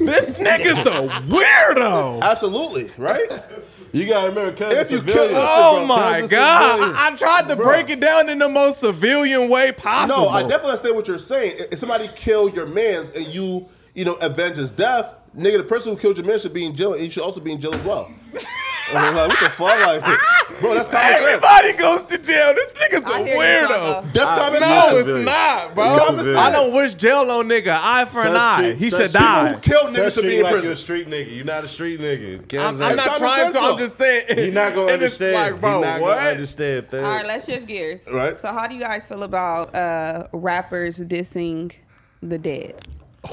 This nigga's a weirdo. Absolutely, right? <laughs> You gotta remember, cousin, If you civilian. kill- Oh Listen, bro, my cousin's god! civilian. I, I tried to break it down in the most civilian way possible. No, I definitely understand what you're saying. If- If somebody killed your man's and you, you know, avenge his death, nigga, the person who killed your man should be in jail, and you should also be in jail as well. I mean, like, what the fuck, like, <laughs> bro, that's common sense. Everybody goes to jail. This nigga's I a hear you, weirdo. Papa. That's common No, sense. it's not, bro. It's common I sense. don't wish jail on nigga eye for an Such eye. shit- He such should people die. Who killed niggas Such should be treat in like you're a prison. street nigga. You're not a street nigga. Kill I'm, that. I'm not common trying sense, to. I'm though. just saying. <laughs> You're not gonna And it's understand. Like, bro, you're not what? gonna understand. Thing. All right, let's shift gears. Right. So, how do you guys feel about uh, rappers dissing the dead?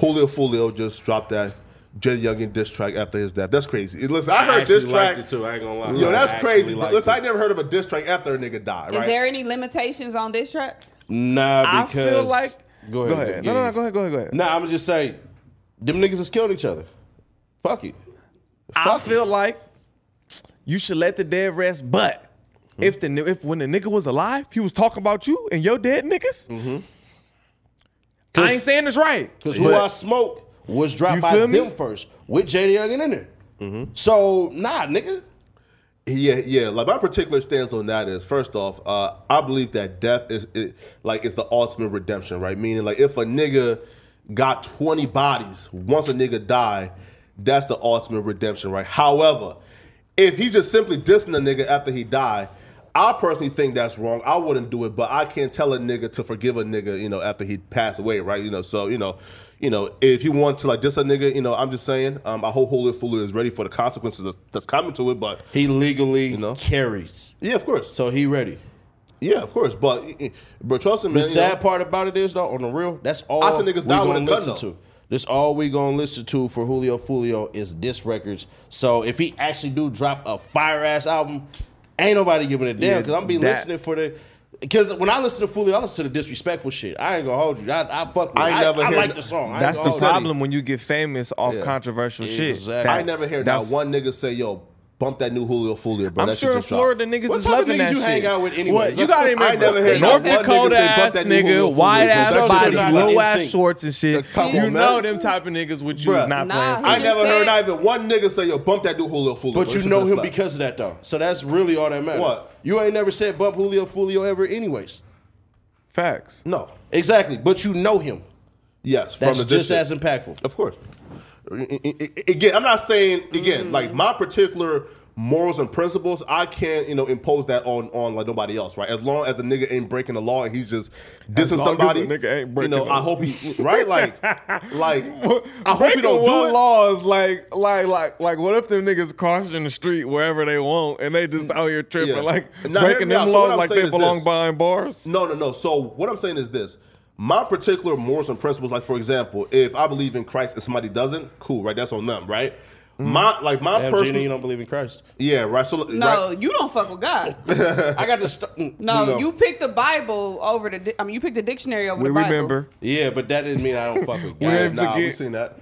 Julio Fulio just dropped that Jed Youngin diss track after his death. That's crazy. Listen, I heard actually diss track. liked it too. I ain't gonna lie. Yo, I that's actually crazy. But liked listen, it. I never heard of a diss track after a nigga died, Is right? there any limitations on diss tracks? Nah, I because feel like. go ahead. Go ahead. get No, no, it. no. Go ahead. Go ahead. Go ahead. Nah, I'm gonna just say, them niggas is killing each other. Fuck it. I feel like you should let the dead rest, but Hmm. if the ni- if when the nigga was alive, he was talking about you and your dead niggas. I ain't saying this right. Because Mm-hmm. who but I smoke was You dropped by feel me? them first with JD Youngin in there. So nah, nigga. Yeah, yeah. Like my particular stance on that is, first off, uh, I believe that death is it, like it's the ultimate redemption, right? Meaning, like if a nigga got twenty bodies, once a nigga die, that's the ultimate redemption, right? However, if he just simply dissing a nigga after he die, I personally think that's wrong. I wouldn't do it, but I can't tell a nigga to forgive a nigga, you know, after he passed away, right? You know, so you know, you know, if you want to like diss a nigga, you know, I'm just saying, um, I hope Holy Fool is ready for the consequences that's- that's coming to it, but. He legally know? carries, Yeah, of course. so he ready. Yeah, of course. But eh, but trust him, The man. you sad know, part about it is though, on the real, that's all I seen niggas we die with a gun, gonna listen though. to. That's all we gonna listen to for Julio Fulio is diss records. So if he actually do drop a fire ass album, ain't nobody giving a damn. Yeah, Because I'm be that- listening for the. Because when I listen to Fulio, I listen to the disrespectful shit. I ain't gonna hold you. I, I fuck. With I I, ain't I, never I heard- like the song. I ain't that's gonna the hold you. problem when you get famous off Yeah. controversial Exactly. shit. That- I never hear that's- that one nigga say, "Yo, bump that new Julio Fulio, bro." I'm that shit sure in just dropped." Florida niggas What is type of loving niggas that you shit. hang out with anyways? What, you gotta I remember, never heard North not one nigga Dakota say, "Fuck ass that new Julio nigga, Fulio," white because ass that shit body, was not low in ass sync. shorts and shit. Like, come you on, know man. them type of niggas would you Bruh. not Nah, playing. he I just never heard said- not even one nigga say, "Yo, bump that new Julio Fulio." But bro. you That shit know just him slapped. because of that though. So that's really all that matters. What? You ain't never said bump Julio Fulio ever anyways. Facts. no, Exactly. But you know him. yes, That's from the just district. as impactful. Mm. Of course. I- I- I- Again, I'm not saying again like my particular morals and principles, I can't, you know, impose that on on like nobody else, right? As long as the nigga ain't breaking the law and he's just dissing long as somebody, the nigga ain't you breaking know, the I law. hope he right, <laughs> like, like <laughs> I hope he Breaking don't one do it. laws like like like like what if them niggas crossing the street wherever they want and they just out here tripping Yeah. like Now, hear breaking me out. them So what laws I'm like saying they is belong this. behind bars? No, no, no. So what I'm saying is this. My particular morals and principles, like for example, if I believe in Christ and somebody doesn't, cool, right? That's on them, right? Mm-hmm. My like my Damn, Gina, personal, you don't believe in Christ. yeah, right. So No, right, you don't fuck with God. <laughs> I got to start. <laughs> No, mm, you picked the Bible over the. di- I mean, you picked the dictionary over We the Bible. remember. Yeah, but that didn't mean I don't fuck with Yeah. God. nah, we forget- seen that.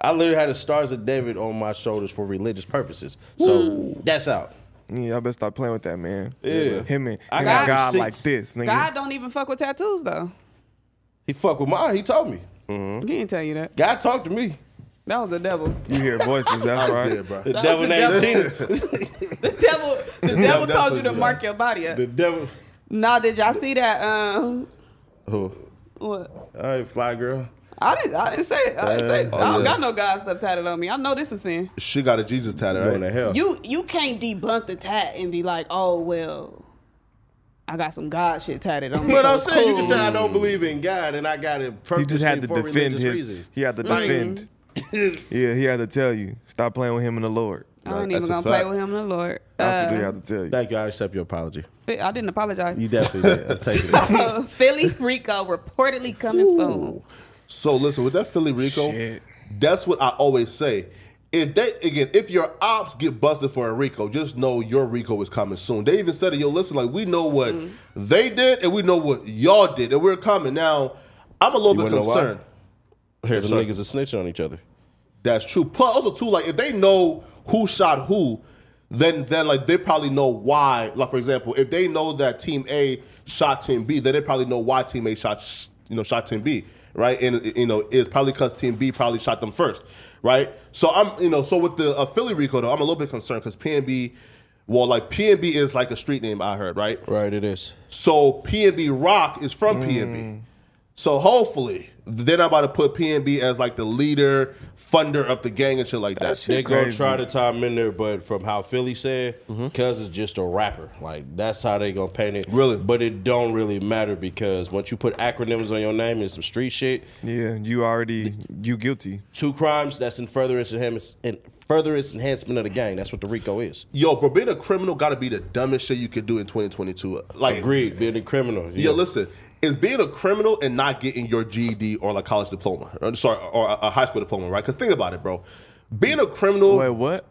I literally had the stars of David on my shoulders for religious purposes. So that's out. Yeah, I better stop playing with that man. Yeah. him and I I got got God receipts. like this, nigga. God don't even fuck with tattoos though. He fuck with mine. He told me. Hmm? He didn't tell you that. God talked to me. That was <laughs> the devil. You hear voices, that's right. Yeah, bro. The That devil was the named Gina. The devil. The devil that's told what you to you mark got. your body up. The devil. Nah, did y'all see that? Um, Who? what? All right, fly girl. I didn't. I didn't say. I didn't say. Oh, I don't yeah. got no God stuff tatted on me. I know this is sin. She got a Jesus tattoo, Going to right? hell. You you can't debunk the tat and be like, oh well, I got some God shit tatted on me. But so I'm it's saying you cool. can say I don't believe in God, and I got it He purposely just had to for defend religious his. reasons. He had to Like, defend. <coughs> yeah, he had to tell you stop playing with him and the Lord. I ain't even That's a gonna fact. play with him, the Lord. That's what he Uh, had to tell you. Thank you. I accept your apology. Phil- I didn't apologize. <laughs> You definitely did. I take it. Uh, Philly Rico reportedly coming soon. So listen, with that Philly Rico, Shit. that's what I always say. If they again, if your ops get busted for a Rico, just know your Rico is coming soon. They even said it, yo, listen, like we know what they did and we know what y'all did, and we're coming. Now, I'm a little bit wanna know why? concerned. Here's sir. niggas a snitch on each other. That's true. Plus, also too, like if they know who shot who, then then like they probably know why. Like for example, if they know that Team A shot Team B, then they probably know why Team A shot sh- you know shot Team B, right? And you know it's probably because Team B probably shot them first, right? So I'm you know so with the uh, Philly Rico though, I'm a little bit concerned because PNB, well like PNB is like a street name I heard, right? Right, it is. So PNB Rock is from PNB. So hopefully they're not about to put PNB as like the leader, funder of the gang and shit like that. They gonna crazy. try to tie him in there, but from how Philly said, Mm-hmm. Cuz is just a rapper. Like that's how they gonna paint it. Really? but it don't really matter because once you put acronyms on your name and some street shit, Yeah, you already you guilty. two crimes that's in furtherance of him in furtherance enhancement of the gang. That's what the Rico is. Yo, bro, being a criminal gotta be the dumbest shit you could do in 2022. Like, Agreed, being a criminal. yo, listen, is being a criminal and not getting your GED or like college diploma, or, sorry, or a, a high school diploma, right? Because think about it, bro. Being a criminal, Wait, what?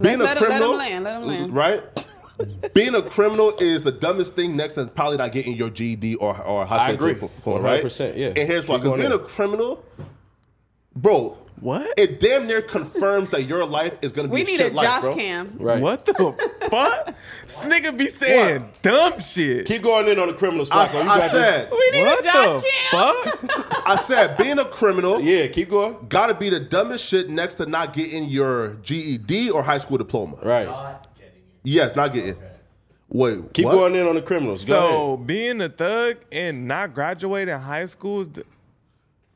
being a Let's let him- let criminal, him land, let him land. right? <laughs> being a criminal is the dumbest thing next to probably not getting your GED or or high school I agree. diploma, right? 100%, yeah. And here's why: Keep because going being in. a criminal, bro, What? it damn near confirms that your life is gonna be We need a shit life, Josh bro. Cam. Right. What <laughs> the fuck? This nigga be saying dumb shit. Keep going in on the criminals, Flacco. I, You I got said, We need what a Josh the <laughs> Cam. fuck? I said, being a criminal, this. <laughs> Yeah, keep going. gotta be the dumbest shit next to not getting your GED or high school diploma. Right. Yes, not getting. Wait, Keep what? going in on the criminals. Go ahead. so being a thug and not graduating high school is the-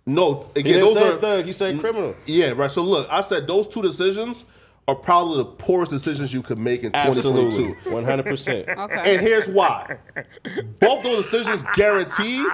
No, He again, didn't those say are thug. He said criminal. Yeah, right. So look, I said those two decisions are probably the poorest decisions you could make in 2022. Absolutely. <laughs> 100%. Okay. And here's why. Both those decisions guarantee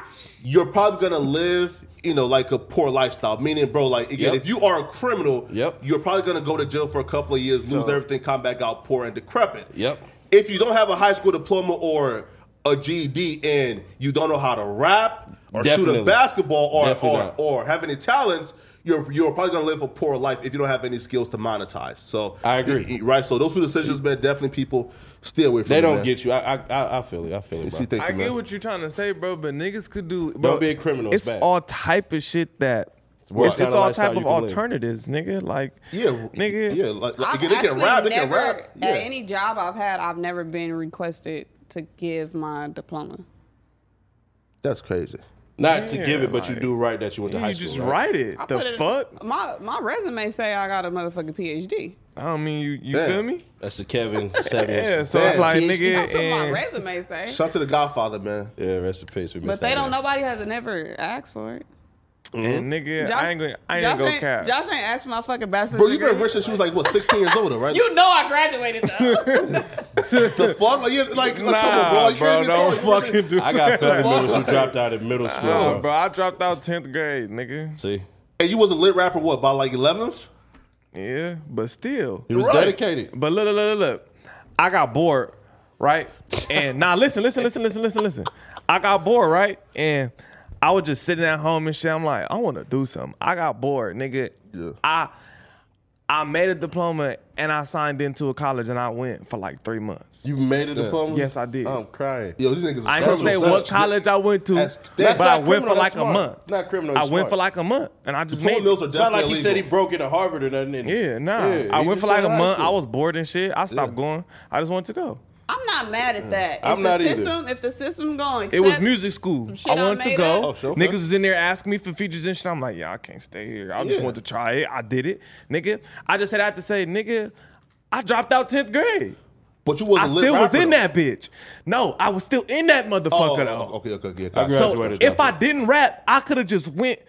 you're probably gonna live, you know, like a poor lifestyle. Meaning, bro, like again, Yep. if you are a criminal, Yep. you're probably gonna go to jail for a couple of years, lose So- everything, come back out poor and decrepit. Yep. If you don't have a high school diploma or a GED and you don't know how to rap or shoot Definitely. a basketball or Definitely or, not. or have any talents, you're you're probably gonna live a poor life if you don't have any skills to monetize. So I agree. y- y- Right. So those two decisions, man, definitely people stay away from. They it, don't man. get you. I, I- I I feel it. I feel it, Yes, bro. you think, I man. get what you're trying to say, bro, but niggas could do. Bro, be a criminal, it's It's bad. all type of shit that. It's, worst it's kinda all lifestyle type you of can live. alternatives, nigga. Like, Yeah, nigga. Yeah, like, like, I've again, they can actually rap. They can never, rap. Yeah. At any job I've had, I've never been requested to give my diploma. That's crazy. Not to give it, but you like- do right that you went to Yeah, high you school. just right? write it. I the put it- fuck? My my resume say I got a motherfucking PhD. I don't mean you. You Yeah. feel me? That's <laughs> the Kevin Yeah. Samuels. So it's Damn, like, PhD. nigga. That's what my and- resume say. Shout out to the Godfather, man. Yeah, rest in peace. We But they don't. Nobody has never asked for it. Hmm? And nigga, I ain't gonna, I ain't gonna go cap. Josh ain't asked for my fucking bachelor's Bro, you been degree. rich since she was like what, 16 years older, right? You know I graduated <laughs> though. the fuck? Like, yeah, like, like, Nah, come on, bro. You can't bro, even don't tell me. fucking do. I <laughs> got family members who Fuck. dropped out in middle school. Nah, Oh, bro, I dropped out tenth grade, nigga. See, And you was a lit rapper, what, by like 11th? Yeah, but still. he was Right. dedicated. But look, look, look, look. I got bored, right? And <laughs> now listen, listen, listen, listen, listen, listen. I got bored, right? And I was just sitting at home and shit. I'm like, I want to do something. I got bored, nigga. Yeah. I I made a diploma and I signed into a college and I went for like three months. You made it a fun Yes, I did. I'm crying. Yo, these niggas I ain't gonna is say what's what up. college I went to, That's- that's but I not went for criminal, like that's a smart. month. Not criminal, I that's went for smart. like a month, and I just made. Corn it. meals are It's not like definitely he said he illegal. broke into Harvard or nothing. and- Yeah, nah. Yeah, I he went for just like in a high month. I school. was bored and shit. I stopped going. I just wanted to go. I'm not mad at that. If I'm the not either. system, if the system going, It was accept- music school. shit I I wanted to made go. up. Oh, sure, okay. Niggas was in there asking me for features and shit. I'm like, yeah, I can't stay here. I just Yeah. want to try it. I did it, nigga. I just had I had to say, nigga, I dropped out tenth grade. But you was I a lit still was rapper, in though. that bitch. No, I was still in that motherfucker Oh, though. okay, okay, okay. I okay. got- So Graduated if I dropout. didn't rap, I could have just went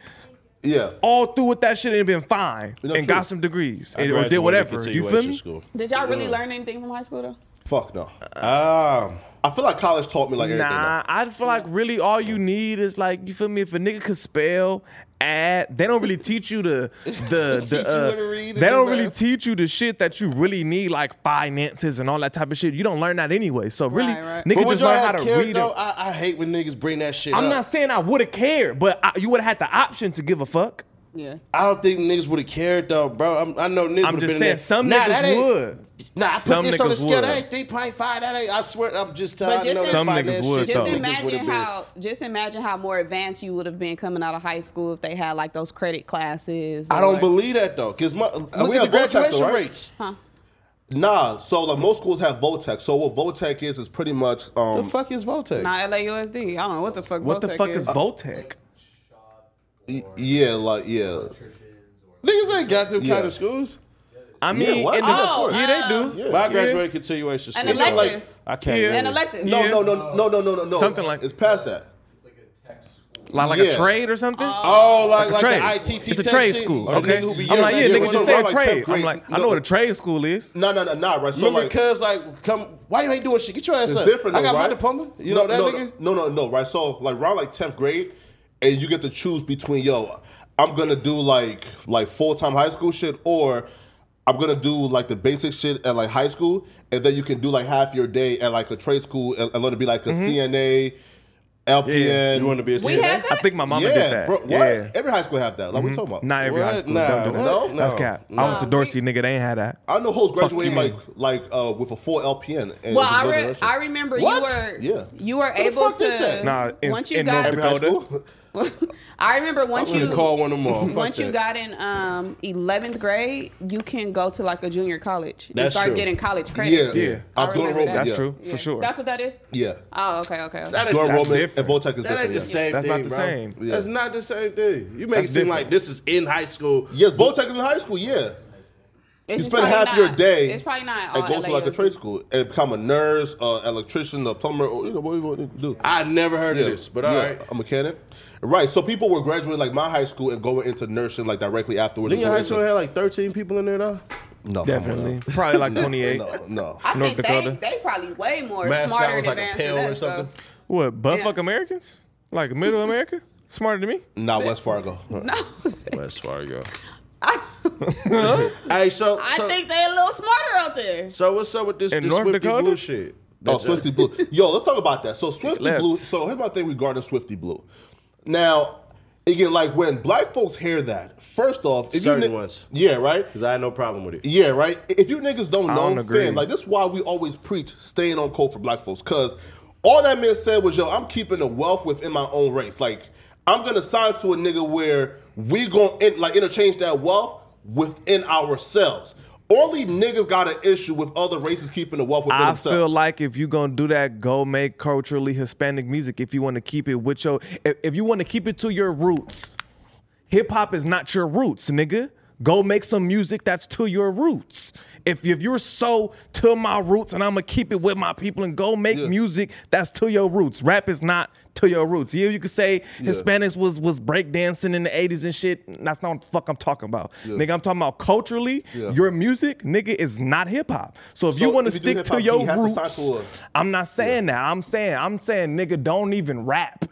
yeah. all through with that shit and been fine You know, and true. got some degrees I and, or did graduated whatever. You feel continuation me? School. Did y'all really learn anything from high school though? Fuck no. Um, I feel like college taught me like everything. though. Nah, I feel like really all you need is like you feel me. If a nigga could spell, add, they don't really teach you the <laughs> the, Teach you the uh, how to read they and don't math. really teach you the shit that you really need like finances and all that type of shit. You don't learn that anyway. So really, Right, right. nigga but would just y'all learn how have to cared read though? it. I, I hate when niggas bring that shit I'm up. not saying I would have cared, but I, you would have had the option to give a fuck. Yeah. I don't think niggas would have cared though, bro. I'm, I know niggas I'm would just have been saying there. some Nah, that niggas ain't- would. Nah, I put Some this on the niggas scale. would. That ain't three point five. That ain't. I swear, I'm just telling. But you. just I know Some niggas that finance would, shit, though. Just Niggas imagine would've been- how just imagine how more advanced you would have been coming out of high school if they had like those credit classes. I don't believe that though, because my look we at the have Voltec, though, graduation right? rates. Nah, so like most schools have Voltech. So what Voltech is is pretty much The um fuck is Voltec? Not LAUSD. I don't know what the fuck. What the Voltec fuck is Voltec? y- yeah, like yeah. Niggas ain't got them Yeah. kind of schools. I mean, what? in the- Oh, course. yeah, they do. Yeah. Well, I graduated continuation school. An so, like, elective. I can't. Yeah. Uh, An really- elective. No, Yeah. no, no, no, no, no, no, no. Something like- it's past that. Like, like a Yeah. trade or something. Oh, like, like trade. the ITT it's a tech trade shit. school. A Okay, nigga who be I'm yelling like, at yeah, nigga you when just you're said like trade. 10th I'm grade. like, I No. know what a trade school is. No, no, no, nah, right. So Remember, like cuz like, come, why you ain't doing shit? Get your ass it's up. different. I got though, my right? diploma. You no, know that no, nigga. No, no, no, right. So like around like tenth grade, and you get to choose between yo, I'm gonna do like like full time high school shit, or I'm gonna do like the basic shit at like high school, and then you can do like half your day at like a trade school and, and learn to be like a Mm-hmm. CNA, LPN. Yeah, You want to be a We CNA? had I that. think my mama yeah, did that. Bro, what? Yeah. Every high school have that. Like we talking about. Not every high What? school. Nah, don't do that. what? That's No. cap. Nah. I went to we- Dorsey, nigga. They ain't had that. I know hoes graduating you, like like uh, with a full LPN. And Well, just I, go to re- that shit. I remember What? you were Yeah. you were the able fuck is to that? Nah, in- once you in got North every high Dakota. school. <laughs> I remember once I'm you gonna call one of them all. Fuck once you got that. in um 11th grade, you can go to like a junior college and That's start true. getting college Yeah, credit. Yeah. I I'm doing remember enrollment. That's yeah. true Yeah. for sure. That's what that is. Yeah, Oh, okay, okay. okay. that ain't, during that's, enrollment different. and Voltech is that ain't different. the yeah. same That's thing, not the bro. same. Yeah. That's not the same thing. You make That's it seem different. like this is in high school. Yes, Voltech is in high school. Yeah, It's you just spend probably half your not- day It's probably not. and go all to like a LAUSD. trade school and become a nurse, uh, electrician, a plumber, or you know what you want to do. I never heard Yeah. of this, but Yeah, all right. a mechanic. Right, so people were graduating like my high school and going into nursing like directly afterwards. Didn't and your high going school into- had like 13 people in there though? No, come on, Definitely. no. Probably like 28. No, no. I North think they, Dakota. they probably way more Mascot smarter was than like a advanced pill than or us, though. something. What, butt Yeah. fuck Americans? Like middle America? Smarter than me? Not West Fargo. No, <laughs> West Fargo. I, Hey, so, I so, think they a little smarter out there. so what's up with this, In this North Swifty Dakota? Blue shit? Oh, Swifty Blue. Yo, let's talk about <laughs> that. So Swifty Let's. Blue. So here's my thing regarding Swifty Blue. Now, again, like when black folks hear that, first off, if Certain ni- ones. yeah, right, Because I had no problem with it. yeah, right. If you niggas don't I know, don't agree. fam, like this is why we always preach staying on code for black folks, cause all that man said was, yo, I'm keeping the wealth within my own race. Like I'm gonna sign to a nigga where we gonna in, like interchange that wealth within ourselves. Only niggas got an issue with other races keeping the wealth within I themselves. feel like if you gonna do that, go make culturally Hispanic music. If you want to keep it with your, if, if you want to keep it to your roots, hip hop is not your roots, nigga. Go make some music that's to your roots. If, if you're so to my roots and I'm gonna keep it with my people and go make Yeah. music that's to your roots. Rap is not to your roots. Yeah, you could say Hispanics was was breakdancing in the 80s and shit. That's not what the fuck I'm talking about. Nigga, I'm talking about culturally, Yeah. your music, nigga, is not hip hop. So if So you want if to you do stick hip-hop, to he your has to sign roots, to a- I'm not saying that. I'm saying, I'm saying, nigga, don't even rap.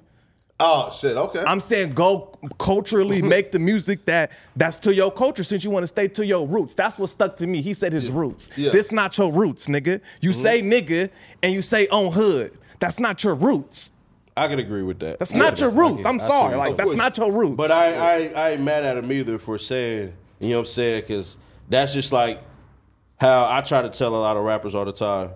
Oh shit. Okay. I'm saying go <laughs> culturally make the music that that's to your culture since you want to stay to your roots. That's what stuck to me. He said his roots. Yeah. This not your roots, nigga. You Mm-hmm. say nigga and you say on hood. That's not your roots. I can agree with that. That's I not can- your I can- roots. I'm I see sorry. what- Like of that's course. not your roots. But I, I, I ain't mad at him either for saying, you know what I'm saying? Because that's just like how I try to tell a lot of rappers all the time.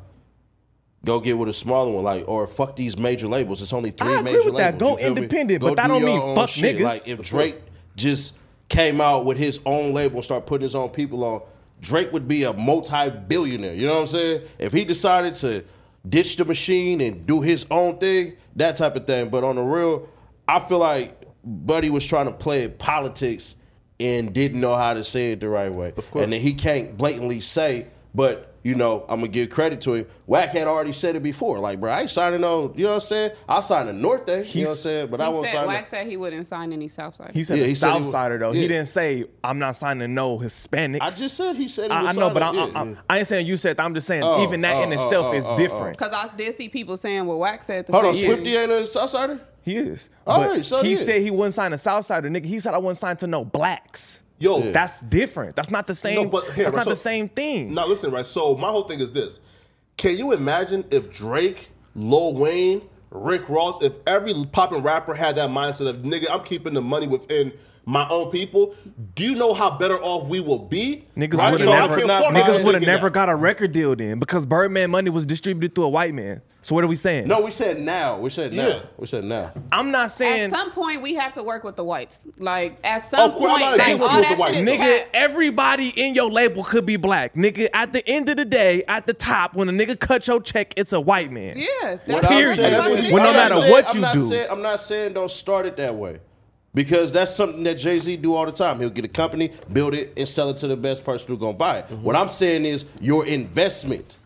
Go get with a smaller one, like or fuck these major labels. It's only three I agree major with that. labels. Go you feel me? independent, Go but that do don't your mean own fuck shit. niggas. Like if Drake just came out with his own label and start putting his own people on, Drake would be a multi-billionaire. You know what I'm saying? If he decided to ditch the machine and do his own thing, that type of thing. But on the real, I feel like Buddy was trying to play politics and didn't know how to say it the right way. Of course. And then he can't blatantly say, but you know, I'm gonna give credit to him. Whack had already said it before. Like, bro, I ain't signing no, you know what I'm saying? I signed a North Day, you know what I'm He's- saying? But I He won't said, sign no- Wack said he wouldn't sign any Southside. he said Yeah, a he said he South was- Sider though. yeah. He didn't say I'm not signing no Hispanics. I just said he said he I, I was know, but I, signing- I, yeah. I, I ain't saying you said. that. I'm just saying Oh, even that in oh, oh, itself oh, is oh, oh. different. Because I did see people saying what Wack said. The Hold on, same thing. Swifty ain't a Southsider? He is. All but right, so he yeah. said he wouldn't sign a Southsider nigga. He said I wouldn't sign to no blacks. Yo. Yeah. that's different. That's not the same. No, but here, that's not so- the same thing. Now listen, right? So my whole thing is this: Can you imagine if Drake, Lil Wayne, Rick Ross, if every poppin' rapper had that mindset of nigga, I'm keeping the money within my own people? Do you know how better off we will be? Niggas Right? would have So I never, can't fault niggas nobody niggas that would have thinking never that. got a record deal then because Birdman money was distributed through a white man. So what are we saying? No, we said now. We said now. Yeah. We said now. I'm not At saying some point, we have to work with the whites. Like at Oh, some course, I'm point, not like, against all working that with shit the is whites. Nigga, cap. everybody in your label could be black. Nigga, at the end of the day, at the top, when a nigga cut your check, it's a white man. Yeah, What that's I'm Period. saying- that's what he Well, no said. matter I'm not what saying- you I'm not do. saying- I'm not saying don't start it that way. Because that's something that Jay Z do all the time. He'll get a company, build it, and sell it to the best person who's gonna buy it. What I'm saying is your investment,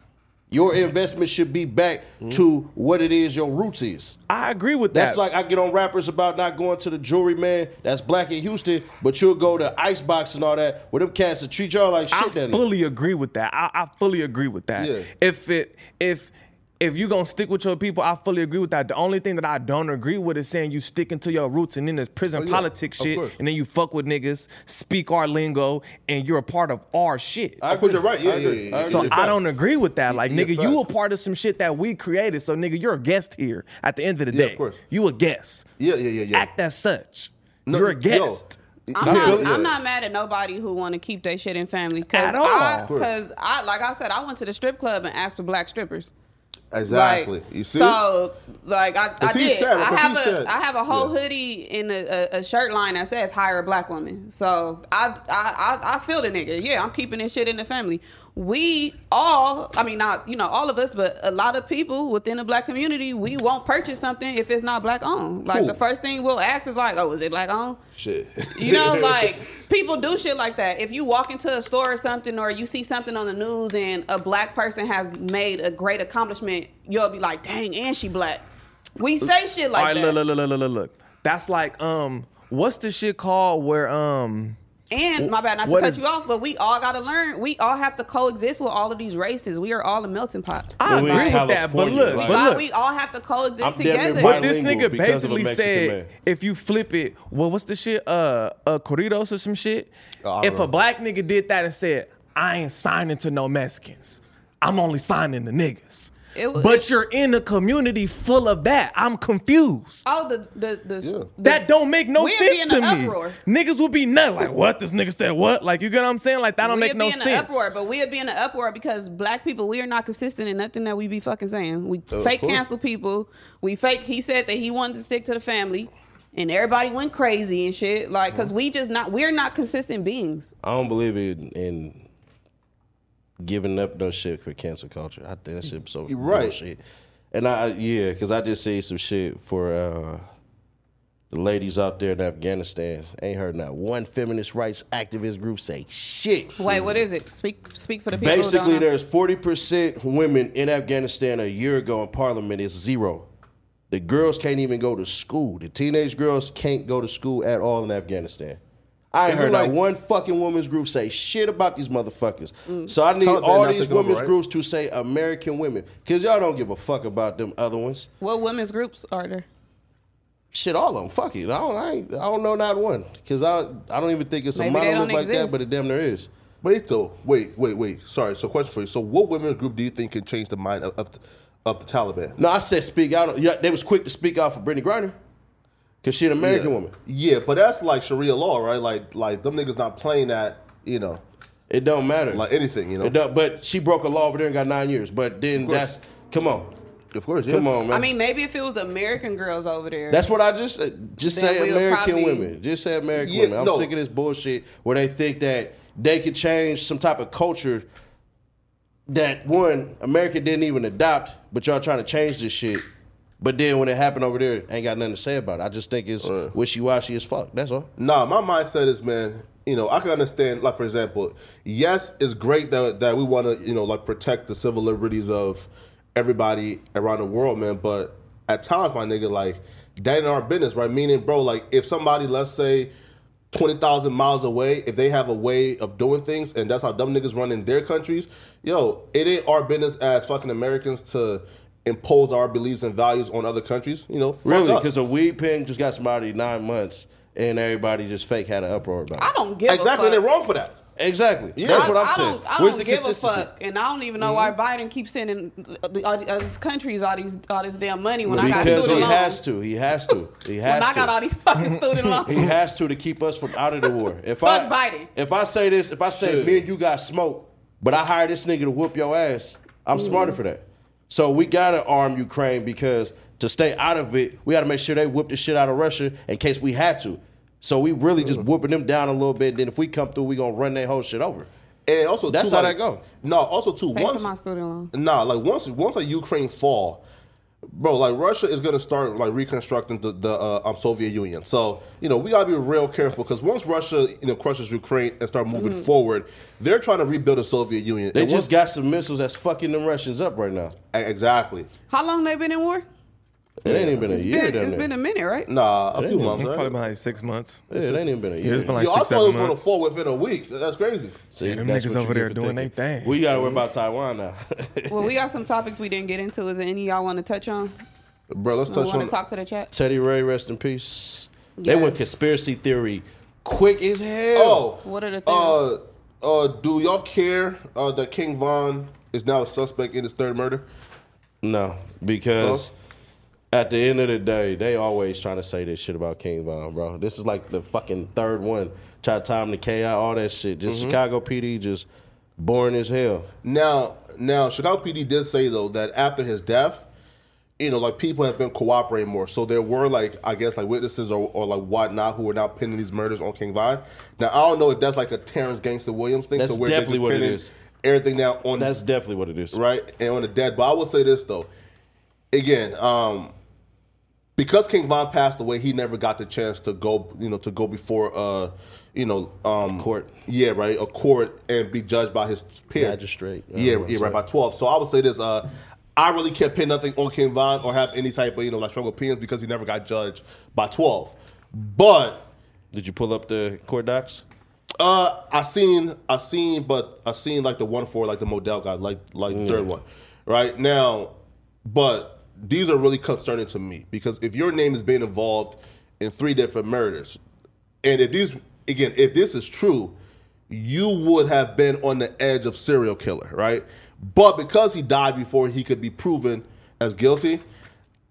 your investment should be back to what it is your roots is. I agree with that. That's like I get on rappers about not going to the jewelry man that's black in Houston, but you'll go to Icebox and all that where them cats that treat y'all like I shit. That fully agree with that. I, I fully agree with that. Yeah. If it if if you gonna stick with your people, I fully agree with that. The only thing that I don't agree with is saying you sticking to your roots and then there's prison Oh, yeah. politics Of shit, course. and then you fuck with niggas, speak our lingo, and you're a part of our shit. I Of course, you're right. Yeah, I yeah, agree. yeah, yeah. I So agree. I don't agree with that. Like, yeah, nigga, you a facts. part of some shit that we created. So, nigga, you're a guest here. At the end of the Yeah, day, of course. you a guest. Yeah, yeah, yeah, yeah. Act as such. No, you're a yo, guest. I I'm not, feel- yeah. I'm not mad at nobody who want to keep their shit in family. Cause At all. I, Of course. Because I, like I said, I went to the strip club and asked for black strippers. Like, Exactly. you see? So, like, I, I 'Cause he did. said it, I 'cause have he a I said it. have a whole Yeah. hoodie in a, a, a shirt line that says hire a black woman. So I, I I I feel the nigga. Yeah, I'm keeping this shit in the family. We all, I mean, not you know all of us, but a lot of people within the black community, we won't purchase something if it's not black owned. Like Cool. the first thing we'll ask is like, oh, is it black owned? shit. <laughs> You know, like people do shit like that. If you walk into a store or something, or you see something on the news and a black person has made a great accomplishment, you'll be like, "Dang, and she black." We say shit like that. All right, look, look, look, look, look, look. That's like, um, what's the shit called where, um, And my bad, not to What cut is- you off, but we all gotta learn. We all have to coexist with all of these races. We are all a melting pot. I Louis, agree with that, but California, look, like- but Why look. we all have to coexist I'm damn near together. But this bilingual nigga because of a basically Mexican said, man. if you flip it, well, what's the shit? Uh, uh, corridos or some Oh, shit. I if a remember. black nigga did that and said, "I ain't signing to no Mexicans. I'm only signing to niggas." It wa- but it- you're in a community full of that. I'm confused. oh, the the the, Yeah. the that don't make no We'll be sense in to an me. uproar. Niggas will be nut like, "What this nigga said? What?" Like, you get what I'm saying? Like that don't we'd make be no in sense. an uproar, but we'd be in an uproar because black people, we are not consistent in nothing that we be fucking saying. We fake course. cancel people. We fake. He said that he wanted to stick to the family, and everybody went crazy and shit. Like, cause we just not, we're not consistent beings. <laughs> I don't believe in, in giving up no shit for cancel culture. I think that shit so You're right. bullshit. And I yeah, because I just seen some shit for uh, The ladies out there in Afghanistan ain't heard not one feminist rights activist group say shit. Wait, what is it? Speak speak for the people. who don't Basically, know. there's 40% women in Afghanistan a year ago in parliament. It's zero. The girls can't even go to school. The teenage girls can't go to school at all in Afghanistan. I ain't Isn't heard like- not one fucking women's group say shit about these motherfuckers. Mm. So I need Taliban all not these taking over, women's right? groups to say American women. Because y'all don't give a fuck about them other ones. What women's groups are there? Shit, all of them. Fuck it. I don't, I, ain't- I don't know not one. Because I, I don't even think it's a Maybe they monolith don't like that, exist. but it damn there is. Wait though, wait, wait, wait. Sorry. So, question for you. So, what women group do you think can change the mind of of, the- of the Taliban? No, I said speak out. Yeah, they was quick to speak out for Brittany Griner. Because she an American woman. Yeah, but that's like Sharia law, right? Like, like them niggas not playing that, you know, It don't matter. like anything, you know. It don't- but she broke a law over there and got nine years. But then course. that's come on, Of course, yeah. come on, man. I mean, maybe if it was American girls over there. that's what I just said. just Then say we'll American probably- women. Just say American Yeah, women. I'm no. sick of this bullshit where they think that they could change some type of culture that one America didn't even adopt, but y'all trying to change this shit. But then when it happened over there, ain't got nothing to say about it. I just think it's wishy washy as fuck. That's all. Nah, my mindset is, man. You know, I can understand. Like for example, yes, it's great that that we want to, you know, like protect the civil liberties of everybody around the world, man. But at times, my nigga, like that ain't our business, right? Meaning, bro, like if somebody, let's say. 20,000 miles away, if they have a way of doing things and that's how dumb niggas run in their countries, yo, it ain't our business as fucking Americans to impose our beliefs and values on other countries, you know? Fuck Really, us. because a weed pen just got somebody nine months, and everybody just fake had an uproar about it. I don't give exactly, a and fuck. they're wrong for that. Exactly. Yeah. That's what I'm I saying. don't, I Where's don't the give a consistency? Mm-hmm. fuck, and I don't even know why Biden keeps sending uh, the- all the- all these countries all these all this damn money when I got Because student he loans. has to. He has to. He has when I to. got all these <laughs> fucking student loans. he has to to keep us from out of the war. If Fuck I Biden. if I say this, if I say Shit. me and you got smoke, but I hire this nigga to whoop your ass, Mm. I'm smarter for that. So we gotta arm Ukraine because to stay out of it, we gotta make sure they whip the shit out of Russia in case we had to. So we really just whooping them down a little bit. And then if we come through, we gonna run that whole shit over. And also, That's too, how like, that go. No, also too. Pay once, for my student loan. nah, like once, once a Ukraine fall, bro, like Russia is gonna start like reconstructing the the uh, um, Soviet Union. So you know we gotta be real careful because once Russia you know crushes Ukraine and start moving Mm-hmm. forward, they're trying to rebuild the Soviet Union. They And just once- got some missiles that's fucking them Russians up right now. exactly. How long they been in war? It ain't even been a year. Been- down it's there. been a minute, right? Nah, a few months. Probably Right? been like six months. Yeah, it ain't even been a year. it's been like Yo, I six, thought it was seven gonna months. fall within a week. That's crazy. See, them that's niggas what you over get there for doing thinking. they thing. We gotta Mm-hmm. worry about Taiwan now. <laughs> Well, we got some topics we didn't get into. Is there any y'all want to touch on? Bro, let's We touch want on. to talk to the chat. Teddy Ray, rest in peace. They Yes. went conspiracy theory quick as hell. oh, What are the things? uh, uh, do y'all care uh, that King Von is now a suspect in his third murder? no, because at the end of the day, they always trying to say this shit about King Von, bro. This is like the fucking third one. Try to time the KI, all that shit. Just Mm-hmm. Chicago PD, just boring as hell. Now, now Chicago PD did say though that after his death, you know, like people have been cooperating more. So there were like I guess like witnesses or, or like whatnot who were now pinning these murders on King Von. Now I don't know if that's like a Terrence Gangster Williams thing. That's so where they're definitely just what it pinning is. Everything now on That's definitely what it is. right and on the dead. But I will say this though, again, um, because King Von passed away, he never got the chance to go, you know, to go before, uh, you know, um, Court. Yeah, right, a court and be judged by his peer, Magistrate. Uh, yeah, that's yeah, right right. by twelve. So I would say this. Uh, I really can't pin nothing on King Von or have any type of you know like strong opinions because he never got judged by twelve. But Did you pull up the court docs? uh, I seen, I seen, but I seen like the one for like the Modell guy, like like third one, right now. But these are really concerning to me because if your name is being involved in three different murders, and if these again, if this is true, you would have been on the edge of serial killer, right? But because he died before he could be proven as guilty,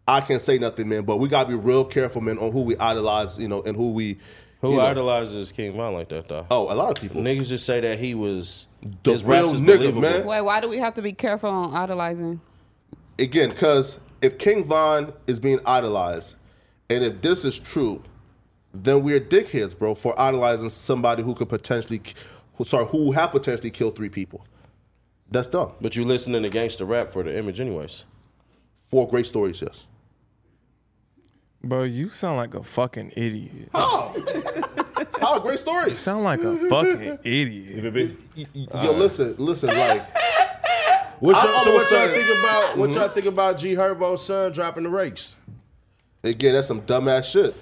I can't say nothing, man. But we gotta be real careful, man, on who we idolize, you know, and who we Who you know- idolizes King Von like that though? Oh, a lot of people. Niggas just say that he was The his raps real is nigga, believable. man. Wait, why do we have to be careful on idolizing? again, because if King Von is being idolized, and if this is true, then we're dickheads, bro, for idolizing somebody who could potentially, who, sorry, who have potentially killed three people. That's dumb. But you listening to gangster rap for the image, anyways. Four great stories, yes. Bro, you sound like a fucking idiot. How great stories. Sound like a <laughs> fucking idiot. Yo, listen, listen, like What's I y'all, so what almost y'all said- think about Mm-hmm. what y'all think about G Herbo's son dropping the rakes? again, that's some dumbass shit.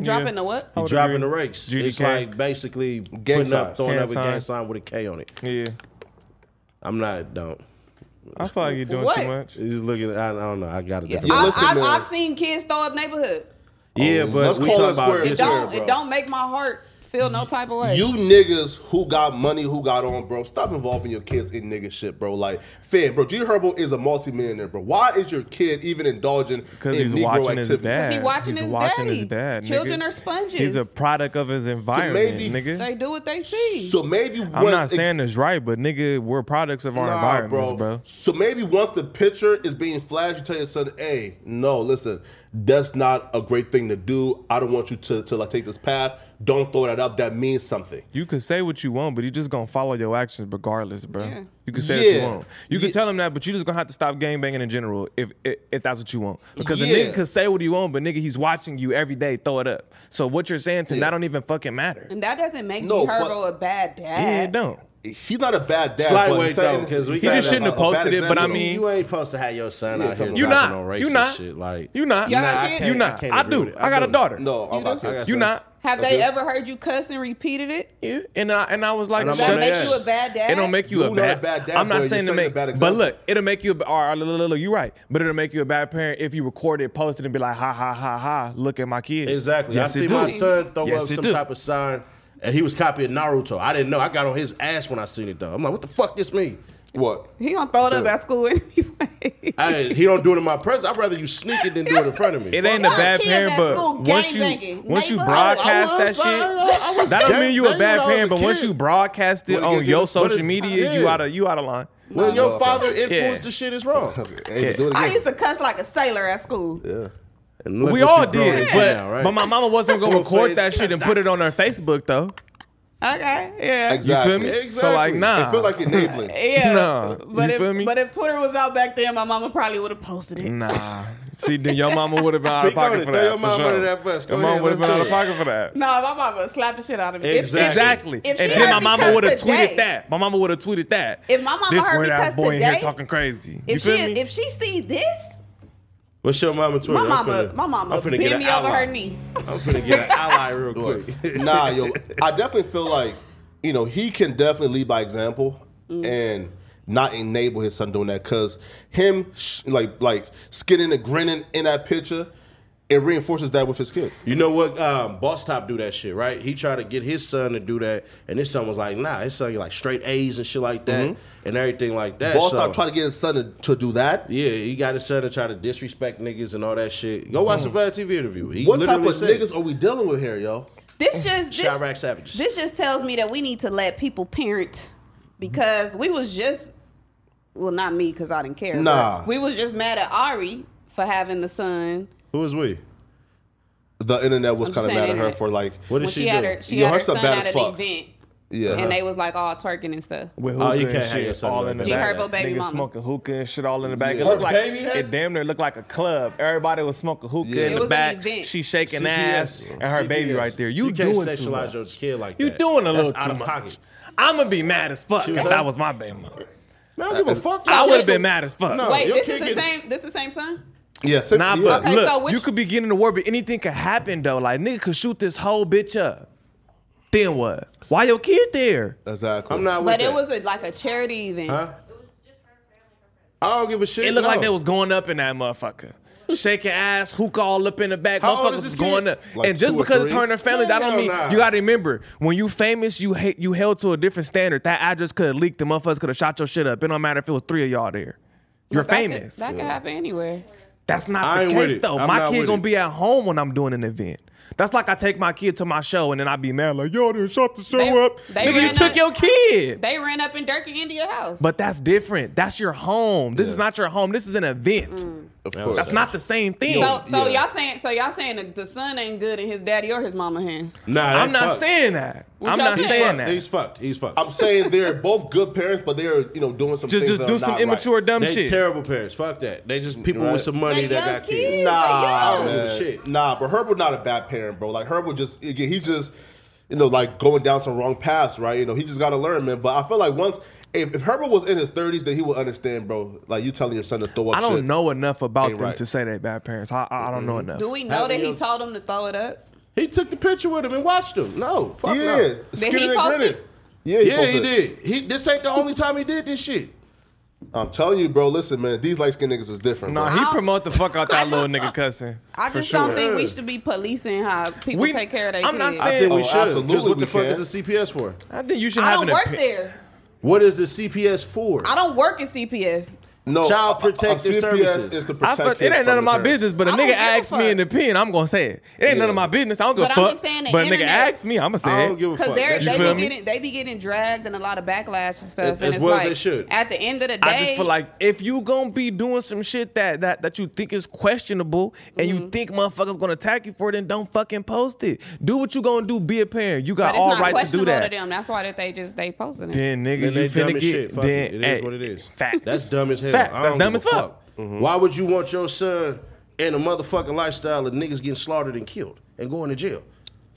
Dropping Yeah. Oh, the what? would dropping agree. the rakes. Judy it's Kang. like basically Gang putting up signs. throwing Gang up a gang sign. sign with a K on it. Yeah. I'm not don't. I feel like you're doing What? too much. Just looking. I, I don't know. I got a Yeah. different. Yo, I, listen, I've, man. I've seen kids throw up neighborhood. Yeah, but Let's we call talking it about square. It It's this. weird, don't. bro. It don't make my heart feel no type of way. You niggas who got money, who got on, bro, stop involving your kids in nigga shit, bro. Like, fam, bro, G Herbo is a multimillionaire, bro. Why is your kid even indulging in Because he's Negro watching activities? his dad. He watching he's his watching daddy. his dad. nigga. Children are sponges. He's a product of his environment, maybe nigga. They do what they see. So maybe I'm not saying this right, but nigga, we're products of our Nah, environments, bro. So maybe once the picture is being flashed, you tell your son, "Hey, no, listen, that's not a great thing to do. I don't want you to to like take this path. Don't throw that up. That means something." You can say what you want, but you just gonna follow your actions regardless, bro. Yeah. You can say what Yeah. you want. You can Yeah. tell him that, but you just gonna have to stop game banging in general if if, if that's what you want. Because Yeah. the nigga could say what he want, but nigga, he's watching you every day throw it up. So what you're saying to him, that don't even fucking matter. and that doesn't make No, G Herbo but- a bad dad. Yeah, it don't. He's not a bad dad. Slight but weight, he's saying- though, 'cause we he's He saying just a- shouldn't have a bad posted it, but I example, mean- You ain't supposed to have your son out here come on. You dropping not. on You racist not. shit. Like You not. Y'all got Nah, I kids? can't- You I not. can't I, agree do. with it. I got a do. daughter. no, I'm You not. I got You sense. not. Have Okay. they ever heard you cuss and repeated it? Yeah, And I and I was like, And I'm shut That on up. my makes you a ass. bad dad. It don't make you, You a, not bad, a bad dad, I'm not bro. saying You're to setting a make, bad but example. look, it'll make you. A, all right, look, look, look, look, you're right, but it'll make you a bad parent if you record it, post it, and be like, ha ha ha ha, look at my kid. Exactly. Yes, I see it do. my son throw Yes, up it some do. type of sign, and he was copying Naruto. I didn't know. I got on his ass when I seen it though. I'm like, what the fuck this mean? What? He gonna throw it up Yeah. at school <laughs> anyway. I, he don't do it in my presence. I'd rather you sneak it than do it in front of me. It ain't a Y'all bad kids parent, at but school once you gangbanging. once you Neighbor, I was- I broadcast that was, I- I- I shit, was that don't mean you a gangbanging when bad I was parent. a But once kid. you broadcast it When on you- your but social it's- media, yeah. you out of you out of line. When okay. your father influenced Yeah. the shit is wrong. Hey, do it I again. used to cuss like a sailor at school. And look We what all you grown did, into but now, right? but my mama wasn't gonna Full record face. that shit and put it on her Facebook though. Okay, yeah. <laughs> Exactly. You feel me? So like, Exactly. nah. It feel like enabling. Yeah, Nah, but you if feel me? Mm. but if Twitter was out back then, my mama probably would have posted it. Nah. See, then your mama would have been out of Speak on pocket it. for Throw that. your for mom sure. under that bus. Go Your mom ahead, would have been let's out of do it. pocket for that. No, my mama would slap the shit out of me. If- if she- Exactly. If she, and then my heard me mama cuss would have today- tweeted that. My mama would have tweeted that. If my mama this heard me weird-ass cuss boy in here today, talking crazy. You If she feel me? if she see this, What's your mama Twitter? my I'm mama finna- my mama I'm finna bend get me an over ally. her knee. I'm finna get an ally real quick. nah, yo, I definitely feel like you know he can definitely lead by example Mm. and not enable his son doing that because him sh- like like skinning and grinning in that picture, it reinforces that with his kid. You know what? Um, Boss Top do that shit, right? He tried to get his son to do that, and his son was like, "Nah, his son get, like straight A's and shit like that, and everything like that." Boss so, stop trying to get his son to, to do that. Yeah, he got his son to try to disrespect niggas and all that shit. Go watch the Vlad TV interview. He What type literally of said, niggas are we dealing with here, yo? This just this, Chirac savages. this just tells me that we need to let people parent because we was just well not me because I didn't care. but Nah. we was just mad at Ari for having the son Who is we? The internet was I'm kind of saying mad at her internet. for like, What when did she, she, had do? her she Yo, had her her son son bad as at an fuck. Uh-huh. event yeah, and they was like all twerking and stuff. with Oh, hookah you and can't have your shit son all like in the that. She back. heard about baby Niggas mama. smoking hookah and shit all in the back. It Yeah. looked Her like baby had- it damn near looked like a club. Everybody was smoking hookah Yeah. It in was the an back. event. She shaking ass CPS. and her baby CPS. right there. You, can't doing too sexualize much. your kid like You that. doing a That's little out too of much. pocket. I'm gonna be mad as fuck She if was that like- was my baby mama. Man, Uh, I don't give a fuck. I would have Wait, been mad as fuck. No. Wait, your this kid is the getting- same this the same son? yeah, sim- Nah, yeah. but Okay, look, so which- you could be getting in the war, but anything could happen though. Like nigga could shoot this whole bitch up. Then what? Why your kid there? exactly. I'm not with But that. it was a, like a charity event. Huh? I don't give a shit. It looked like no. they was going up in that motherfucker. Shaking ass, hookah all up in the back. How old Motherfuckers is this was going kid? up. Like and just two or because it's three? her and her family, that don't Hell mean nah. you gotta remember, when you famous, you hate you held to a different standard. That address could have leaked, the motherfuckers could have shot your shit up. It don't matter if it was three of y'all there. You're That could- famous. That could, happen anywhere. That's I not the ain't with case it. though. I'm my not kid with gonna it. be at home when I'm doing an event. That's like I take my kid to my show and then I be mad like, yo, they shot the show They- up. they Nigga, you ran took up- your kid. They ran up and Dirk into your house. But that's different. That's your home. This is Yeah. not your home. This is an event. Of course. That's not the same thing. Mm. So, so Yeah. y'all saying so y'all saying that the son ain't good in his daddy or his mama hands. Nah, I'm they not fucked. saying that. What I'm y'all not saying? saying Fuck, that. He's fucked. He's fucked. I'm saying they're both good parents, but they're you know doing some just things just do some immature dumb they shit. terrible parents. Fuck that. They just people Right. with some money Like young that got kids. kids. Nah, don't give a man. shit. Nah, but Herb was not a bad parent, bro. Like Herb was just again, he just you know like going down some wrong paths, right? You know, he just got to learn, man. But I feel like once. If, if Herbert was in his 30s, then he would understand, bro. Like, you telling your son to throw up I don't shit. know enough about Ain't them right. to say they bad parents. I, I I don't know enough. Do we know Have that he you- told him to throw it up? He took the picture with him and watched him. No, fuck Yeah. no. Skinny he and post grinning. it? Yeah, he, Yeah, posted he it. did. He this ain't the only time he did this shit. I'm telling you, bro. Listen, man, these light skinned niggas is different. Nah, bro. he I'll- promote the fuck out I that just- little nigga cussing. I for just sure. don't think we should be policing how people We- take care of their I'm not kids. saying- I think Oh, we should. 'cause absolutely What we the fuck can. is a CPS for? I think you should I have don't an work opinion. there. What is the CPS for? I don't work at CPS. no, Child a- a- a protective CPS services. Is to I protect fuck- it kids ain't from none the of my parents. business, but a I don't nigga give a asks me fuck. an opinion, I'm gonna say it. It ain't none of my business. I don't give But a I'm fuck. just saying the but a nigga internet- asks me, I'm gonna say I it. don't give a Because fuck. they That's You they feel be me? getting they be getting dragged and a lot of backlash and stuff. As- and as it's well as like, they should. At the end of the day, I just feel like if you gonna be doing some shit that that that you think is questionable and Mm-hmm. you think motherfuckers gonna attack you for it, then don't fucking post it. Do what you gonna do. Be a parent. You but got it's all not right to do questionable that. to them. That's why that they just they posting it. Then nigga, Then you they dumb finna as get shit. Fuck then it. It is hey, what it is. Facts. That's dumb as hell. Facts. I don't That's dumb give as a fuck. Mm-hmm. Why would you want your son in a motherfucking lifestyle of niggas getting slaughtered and killed and going to jail?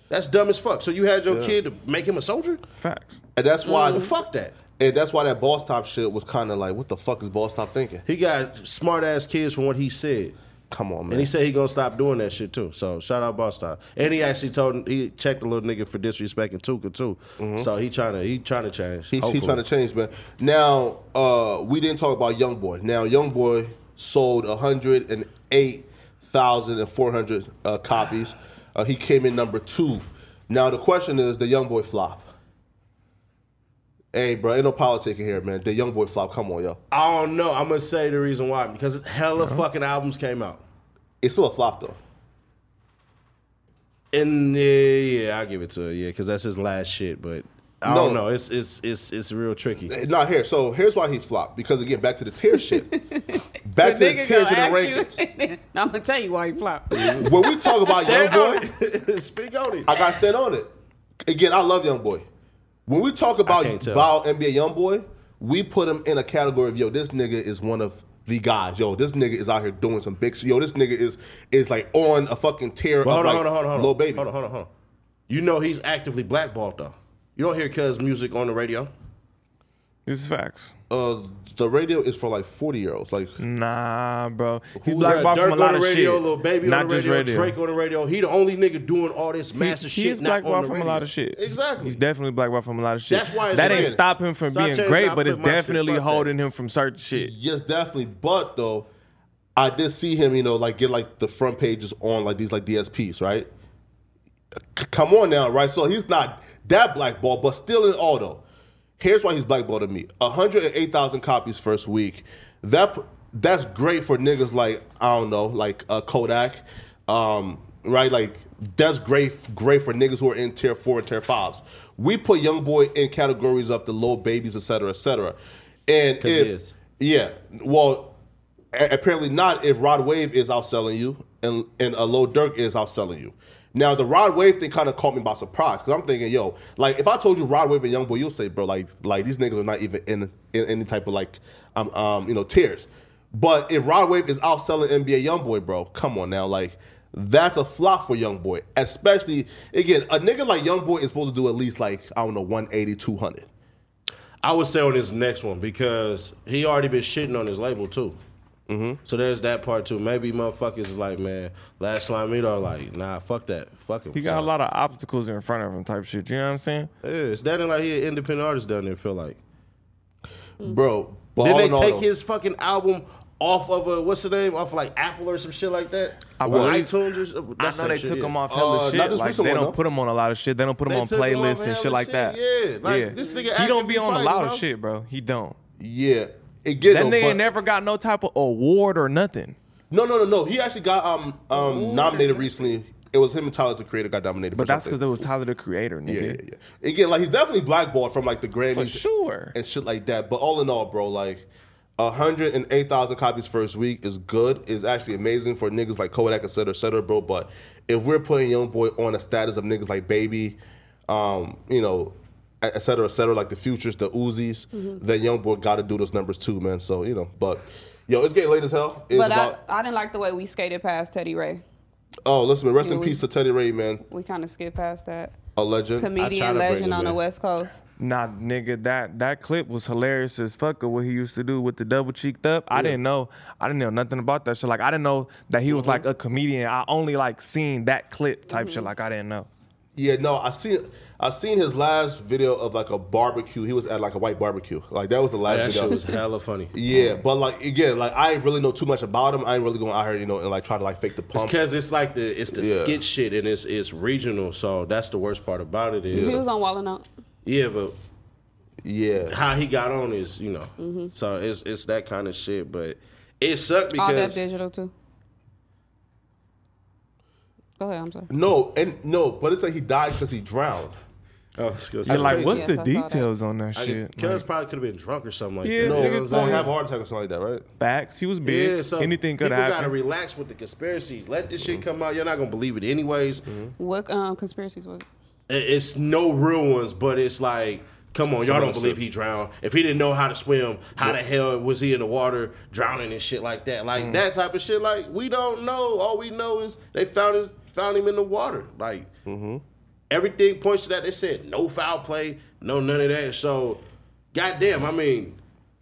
That's dumb as fuck. So you had your kid to make him a soldier? Facts. And that's why Mm-hmm. Well, fuck that. And that's why that boss top shit was kind of like, what the fuck is boss top thinking? He got smart ass kids from what he said. Come on, And man. he said he gonna stop doing that shit too. So shout out Boss Style. And he actually told he checked the little nigga for disrespecting Tuka too. Mm-hmm. So he trying to he trying to change. He, he hopefully. trying to change, man. Now, uh, we didn't talk about Young Boy. Now, Young Boy sold 108,400 uh, copies. Uh, he came in number two. Now, the question is, the Young Boy flop? Hey, bro, ain't no politicking here, man. The Young Boy flop. Come on, yo. I don't know. I'm gonna say the reason why because hella fucking albums came out. It's still a flop though. And yeah, yeah, I give it to him. Yeah, because that's his last shit. But I No. don't know. It's it's it's it's real tricky. Eh, Not here. So here's why he flopped. Because again, back to the tier <laughs> shit. Back to the Nigga tiers gonna and the ask rankings. you, <laughs> I'm gonna tell you why he flopped. When we talk <laughs> about Young Stand Boy, on it. <laughs> Speak on it. I gotta stand on it. Again, I love Young Boy. When we talk about can't tell. about NBA Young Boy, we put him in a category of yo, this nigga is one of the guys. Yo, this nigga is out here doing some big shit. Yo, this nigga is is like on a fucking tear. Well, of hold on, like, hold on, hold on, hold on. Lil baby. Hold on, hold on, hold on. You know he's actively blackballed though. You don't hear Cuz music on the radio. This is facts. Uh, the radio is for like forty year olds. Like Nah, bro. He's Who blackballed that? from a Dirk lot on of the radio, shit. Lil Baby Not on the just radio, radio. Drake on the radio. He the only nigga doing all this He- massive he shit. is not on blackballed the from a radio. lot of shit. Exactly. He's definitely blackballed from a lot of shit. That's why it's that ain't racist. stop him from So I being changed great, my but it's flip my shit, definitely fuck that. holding him from certain shit. Yes, definitely. But though, I did see him, you know, like get like the front pages on like these like DSPs, right? C- come on now, right? So he's not that blackball, but still in all though. Here's why he's blackballed to me: 108,000 copies first week. That p- that's great for niggas like I don't know, like uh, Kodak, um, right? Like that's great, great for niggas who are in tier four and tier fives. We put Young Boy in categories of the little babies, et cetera, et cetera. And 'Cause he if- is. yeah. Well, a- apparently not if Rod Wave is outselling you and and a low Dirk is outselling you. Now the Rod Wave thing kind of caught me by surprise because I'm thinking, yo, like if I told you Rod Wave and Youngboy, you'll say, bro, like like these niggas are not even in, in any type of like um um you know tears. But if Rod Wave is outselling NBA Youngboy, bro, come on now, like that's a flop for Youngboy. Especially again, a nigga like Youngboy is supposed to do at least like I don't know 180, 200. I would say on his next one because he already been shitting on his label too. Mm-hmm. So there's that part too. Maybe motherfuckers is like, man, last slime meet are like, nah, fuck that, fuck him. He got a lot of obstacles in front of him, type shit. You know what I'm saying? Yeah, it's that ain't like he an independent artist down there. Feel like. Mm-hmm. Bro, but Did all they in all, take though- his fucking album off of a what's the name? Off like Apple or some shit like that. I Or believe- iTunes. Or, some- that's I know some they shit, took yeah. Oh, him off hella Uh, shit. not this Like, recent they one, don't though. put him on a lot of shit. They don't put him They on took him off playlists and hella shit like shit, that. yeah. Like, this nigga he don't actively be on a fighting, lot of bro. shit, bro. He don't. Yeah. Again, That though, nigga but- never got no type of award or nothing. No, no, no, no. He actually got um um nominated recently. It was him and Tyler the Creator got nominated. But for that's because it something. was Tyler the Creator, nigga. yeah, yeah, yeah. Again, like he's definitely blackballed from like the For Grammys sure. and shit like that. But all in all, bro, like hundred and eight thousand copies first week is good. Is actually amazing for niggas like Kodak, et cetera, et cetera, bro. But if we're putting Young Boy on a status of niggas like Baby, um, you know, et et cetera, et cetera, like the Futures, the Uzis, Mm-hmm. then Young Boy got to do those numbers too, man. So you know, but yo, it's getting late as hell. It's But about, I, I didn't like the way we skated past Teddy Ray. oh, listen, man, rest in Yeah, we- peace to Teddy Ray, man, We kind of skipped past that. a legend. try to Comedian bring legend it on the back. West Coast. Nah, nigga, that that clip was hilarious as fuck. Of what he used to do with the double cheeked up, I didn't know. I didn't know nothing about that shit. Like I didn't know that he was like a comedian. I only like seen that clip type shit. Like I didn't know. Yeah, no, I seen I seen his last video of like a barbecue. He was at like a white barbecue. Like that was the last That video. shit was hella <laughs> funny. yeah, but like again, like I ain't really know too much about him. I ain't really going out here, you know, and like try to like fake the pump. Because it's like the it's the Yeah. skit shit and it's it's regional, so that's the worst part about it is He was on Wall and Out. yeah, but yeah, how he got on is you know so it's it's that kind of shit, but it sucked Mm-hmm. All that because digital too. Go ahead, I'm sorry. no, and no, but it's like he died because he drowned. oh, excuse And like, me. what's Yes, the I saw that. details on that I shit? Cuz Like, probably could have been drunk or something like Yeah, that. No, nigga, it's like yeah. have a heart attack or something like that, right? facts. He was big. Yeah, so Anything Mm-hmm. could people gotta happen. relax with the conspiracies. Let this shit come out. You're not gonna believe it anyways. Mm-hmm. What um, conspiracies was? it? It- It's no real ones, but it's like, come on, y'all other don't believe shit. he drowned. If he didn't know how to swim, how the hell was he in the water drowning and shit like that? Like Mm. that type of shit. Like we don't know. All we know is they found his found him in the water. Like Mm-hmm. everything points to that. They said no foul play, no none of that. So, goddamn, I mean,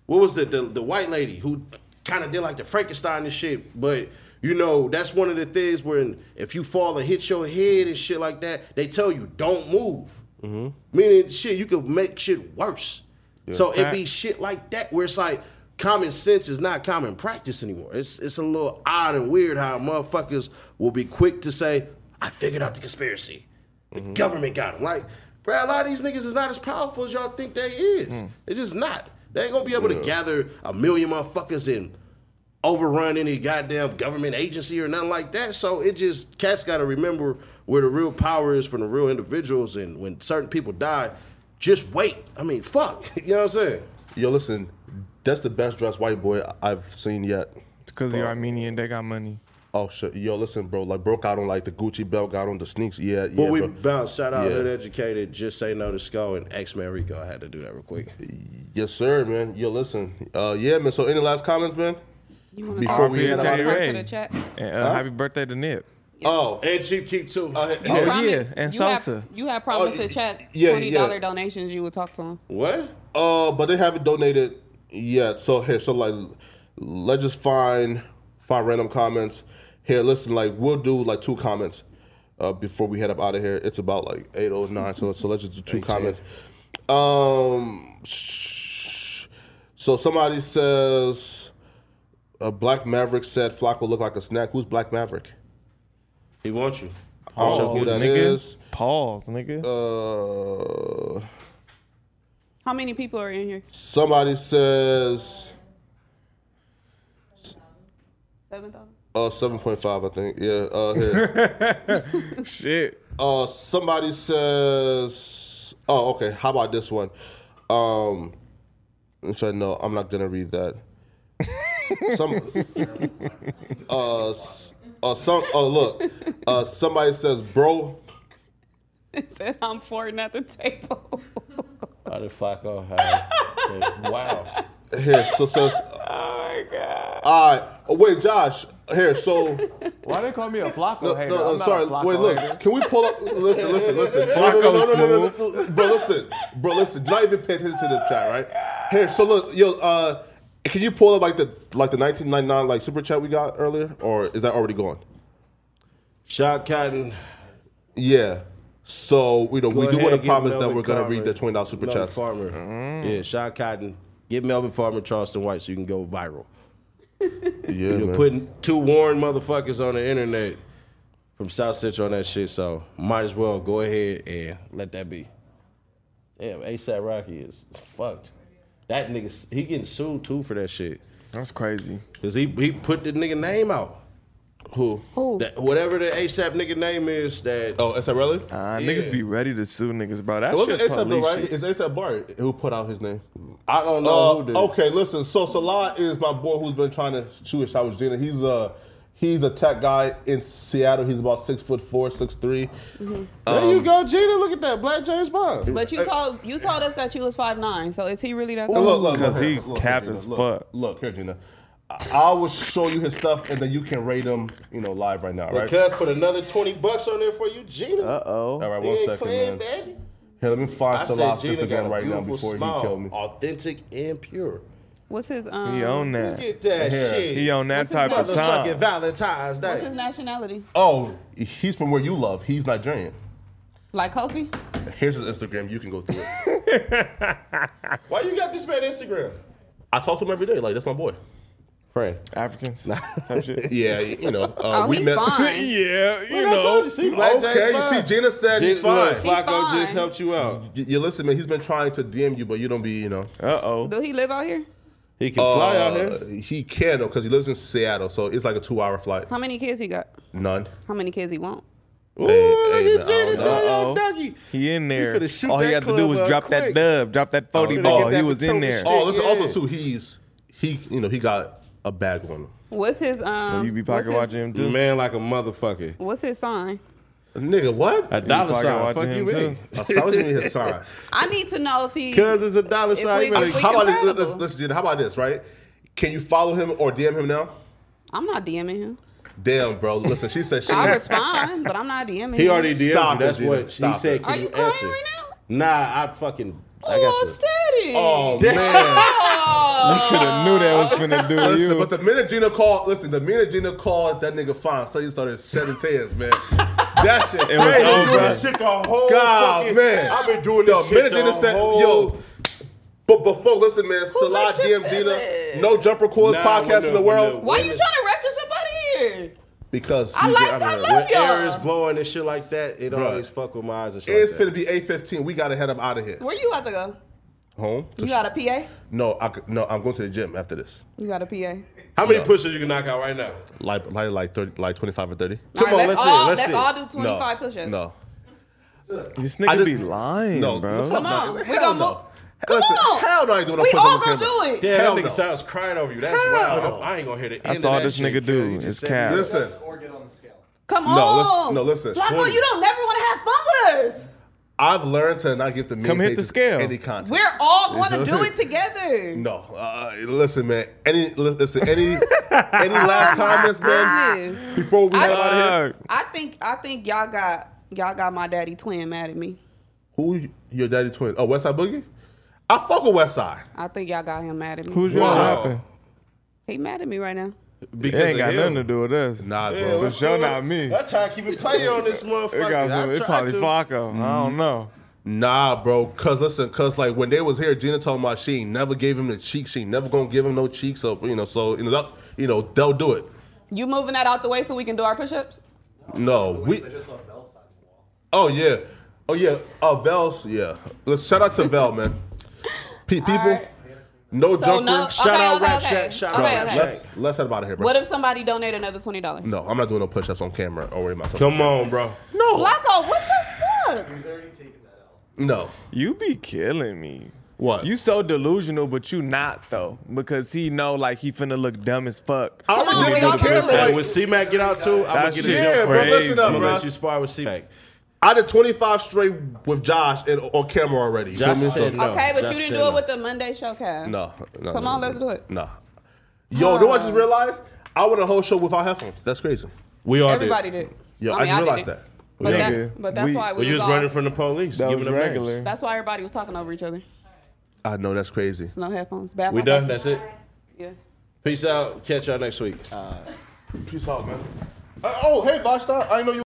what was it? The the white lady who kind of did like the Frankenstein and shit, but. You know, that's one of the things where if you fall and hit your head and shit like that, they tell you don't move. Meaning, shit, you could make shit worse. so it be Fact. shit like that where it's like common sense is not common practice anymore. It's it's a little odd and weird how motherfuckers will be quick to say, "I figured out the conspiracy." The government got them. Like, bruh, a lot of these niggas is not as powerful as y'all think they is. They're just not. They ain't gonna be able to gather a million motherfuckers and overrun any goddamn government agency or nothing like that. So it just cats got to remember where the real power is from the real individuals, and when certain people die, just wait. I mean, fuck. <laughs> You know what I'm saying? Yo, listen, that's the best dressed white boy I've seen yet. Because you're Armenian, they got money. Oh shit, yo, listen, bro, like broke out on like the Gucci belt, got on the sneaks. Yeah, yeah, But we bro. bounce. Shout out Yeah. Hood Educated. Just say no to Skull and X Man Rico. I had to do that real quick. yes, sir, man. Yo, listen, uh, yeah, man. So any last comments, man? You want Before we we end Teddy our talk to Ray. the chat? And, uh, Happy birthday to Nip. oh, And Cheap Keep too. uh, You yeah. promised- Oh, yeah, and you have- Sosa. you had promised Oh, to chat yeah, yeah. twenty dollar donations. You would talk to him. what? Uh, but they haven't donated yet. So here, so like, let's just find find random comments. Here, listen, like we'll do like two comments uh, before we head up out of here. It's about like eight oh nine. So so let's just do two comments. Um, sh- so somebody says, uh, "Black Maverick said Flock will look like a snack." Who's Black Maverick? He wants you. I don't know who Pause, that Oh, nigga. is. Pause, nigga. Uh, How many people are in here? somebody says. Seven thousand. <laughs> Uh, seven point five, I think. Yeah. Uh, here. shit. uh, somebody says. Oh, okay. How about this one? Um, I'm sorry, no, I'm not gonna read that. Some. Uh, s- uh, some. Oh, look. Uh, somebody says, "Bro, It said I'm farting at the table. <laughs> Oh How did Flacco have? wow. here." So says. oh my god. All right. Oh, wait, Josh. Here. So. <laughs> Why they call me a Flacco No, no, no, sorry. Wait, look. Can we pull up? Listen, <laughs> listen, listen. no, Flacco no, no, no, no, no, no, no. Bro, listen, bro, listen. Not even pay attention to the chat, right? Here, so look, yo, uh, can you pull up like the like the 1999 like super chat we got earlier, or is that already gone? Shot Cotton. Yeah. So you know, we do want to ahead, give promise that Melvin we're gonna Carver- read the twenty dollars super Melvin chats. Farmer. Yeah, Shot Cotton. Get Melvin Farmer, Charleston White, so you can go viral. Yeah, You're man. putting two Warren motherfuckers on the internet from South Central on that shit, so might as well go ahead and let that be. Damn, ASAP Rocky is fucked. That nigga, he getting sued too for that shit. That's crazy. Cause he, he put the nigga name out. Who? Who? That, whatever the ASAP nigga name is, that Oh, ASAP Rocky. Uh, Yeah. Niggas be ready to sue niggas, bro. That It shit wasn't ASAP though, police right? It's shit. ASAP Bart who put out his name. I don't know Uh, Oh, who did. okay, listen. So Salah is my boy who's been trying to shoot his shot with Gina. He's a he's a tech guy in Seattle. He's about six foot four, six three. Mm-hmm. Um, There you go, Gina. Look at that, Black James Bond. But you told you told us that you was five nine. So is he really that? Now, tall? Look, look, look, 'Cause here, he look, here, cap Gina, as look, fuck. Look here, Gina. I I will show you his stuff, and then you can rate him, you know, live right now, all right? Cuz put another twenty bucks on there for you, Gina. Uh oh. All right, You one ain't second, playing, man. baby. Here, let me find I Salah said Instagram Gina got a right now beautiful before smile, Oh. he kill me. authentic and pure. What's his um? He on that. Look at that Here. shit. He on that What's his type of motherfucking time. Valentine's What's his Day. nationality? Oh, he's from where you love. He's Nigerian. Like Kofi? Here's his Instagram. You can go through it. Why you got this man Instagram? I talk to him every day. Like that's my boy. Friend. Africans. type <laughs> shit. Yeah, you know. Uh, Oh, we he's met. <laughs> fine. Yeah, you I told know. you, see, Black okay, James you see, Bond. Gina said he's Just- look, fine. Flacco He just fine. helped you out. You, you listen, man. He's been trying to DM you, but you don't be, you know. Uh oh. Do he live out here? He can fly out Uh, here. He can though, because he lives in Seattle, so it's like a two-hour flight. How many kids he got? None. How many kids he want? Ooh, hey, look at man, I Gina, don't that know. old doggy. He in there. finna shoot All he that had to do club was up drop that quick. Oh, dub, drop that 40 finna ball. get that He was in Potomac there. stick. Oh, listen. yeah. Also, too, he's he, you know, he got a bag on him. What's his um? you be what's pocket his- watching him too. Man like a motherfucker. What's his sign? Nigga, what? A probably dollar sign. watching Fuck you him mean? I saw him in his <laughs> sign. I need to know if he. Cuz it's a dollar If sign. we- You better- if we- How about this? compatible. Listen, listen, Gina. How about this? Right? Can you follow him or DM him now? I'm not DMing him. Damn, bro. Listen, she said she. <laughs> I respond, but I'm not DMing. He him. already DM'd Stop you. it, That's Gina. what Stop he said. it. Can Are you you crying answer? right now? Nah, I fucking. I Oh, got some. steady. Oh. Oh man. <laughs> I should have knew that was finna do Listen, you. but the minute Gina called, listen, the minute Gina called, that nigga fine. So he started shedding tears, man. that shit. It was over. shit the whole God, fucking- man. I've been doing The this shit minute the Gina said, whole. yo, but before, listen, man, Salah let you DM feel Gina, it? no jumper coolest Nah, we podcast in know, the we world. know. Why you trying to register somebody here? Because I you like- get- I mean, love when- you. Yo. air is blowing and shit like that. It Bruh. always fuck with my eyes and shit. It's like finna be 8.15. We gotta head up out of here. Where you about to go? Home? To You sh- got a PA? no, I, could- no, I'm going to the gym after this. You got a PA? that. How many pushes you can knock out right now? Like, like, like, 30, like 25 or 30. Come All on, right, let's let's see it, all, let's see it. all do 25 no, push-ups. No. This I nigga just- be lying, No, bro. Come on, we Hell gonna no. move. Come Listen, on, hell no, I ain't doing no We push-ups all on gonna camera. do it. Damn, Hell that nigga no. sounds crying over you. That's Hell wild. no. I ain't gonna hear the end That's of all that this shit, nigga cuz do you just is said- cap. Listen, Come No, let's- on. no, listen, Flacco, twenty. you don't never want to have fun with us. I've learned to not give the mean Come hit the pages scale. any content. We're all going to do it together. no, uh, listen, man. Any li- listen, <laughs> any any last comments, man? Goodness. Before we head out of here, Fuck. I think I think y'all got y'all got my daddy twin mad at me. who y- your daddy twin? Oh, Westside Boogie. I fuck with Westside. I think y'all got him mad at me. Who's your Wow. rapping? he mad at me right now. Because It ain't got of nothing him. to do with us. Nah, Yeah, bro. what For sure the- not me. I try to keep it playing on this motherfucker. It got some, I it try probably to. Mm-hmm. Flacco. I don't know. Nah, bro. Cause listen, cause like when they was here, Gina told me she ain't never gave him the cheek. She ain't never gonna give him no cheeks. So you know, so you know, that- you know, they'll do it. You moving that out the way so we can do our push-ups? No, we. Oh yeah, oh yeah. Oh Vel's, yeah. Let's shout out to Vel, man. Pe- people, right. no So jumper. Oh, no. Shout okay, out okay, Rap okay. Shack, shout out okay, Rap okay. Shack. Let's let's head out of here, bro. What if somebody donate another twenty dollars? no, I'm not doing no push-ups on camera or worry myself. Come on, bro. no, Flacco, what the fuck? no. You be killing me. What? You so delusional, but you not though, because he know like he finna look dumb as fuck. I Come on, already we did no all camera. killing Hey, Like, when C-Mac get out too, I'm That gonna get shit a jump for crazy. it. Listen up, I'm gonna bro. let you spar with C-Mac. I did 25 straight with Josh and on camera already. You feel Josh me? said no. okay, but Josh you said didn't do no. it with the Monday showcast. No, no. Come no, on, no, let's no. do it. Um, No. Yo, do I just realized? I went a whole show without headphones. That's crazy. We all Everybody did. did. Yo, I, just mean, did realized it. that. But, Nigga, that, but that's we- why we, Well, you was was all, running from the police, That giving was them regular. names. That's why everybody was talking over each other. I know that's crazy. No headphones. Bad We motherfucker. done. That's it. Yeah. Peace out. Catch y'all next week. Peace out, man. Uh, oh, hey, Vashta. I know you.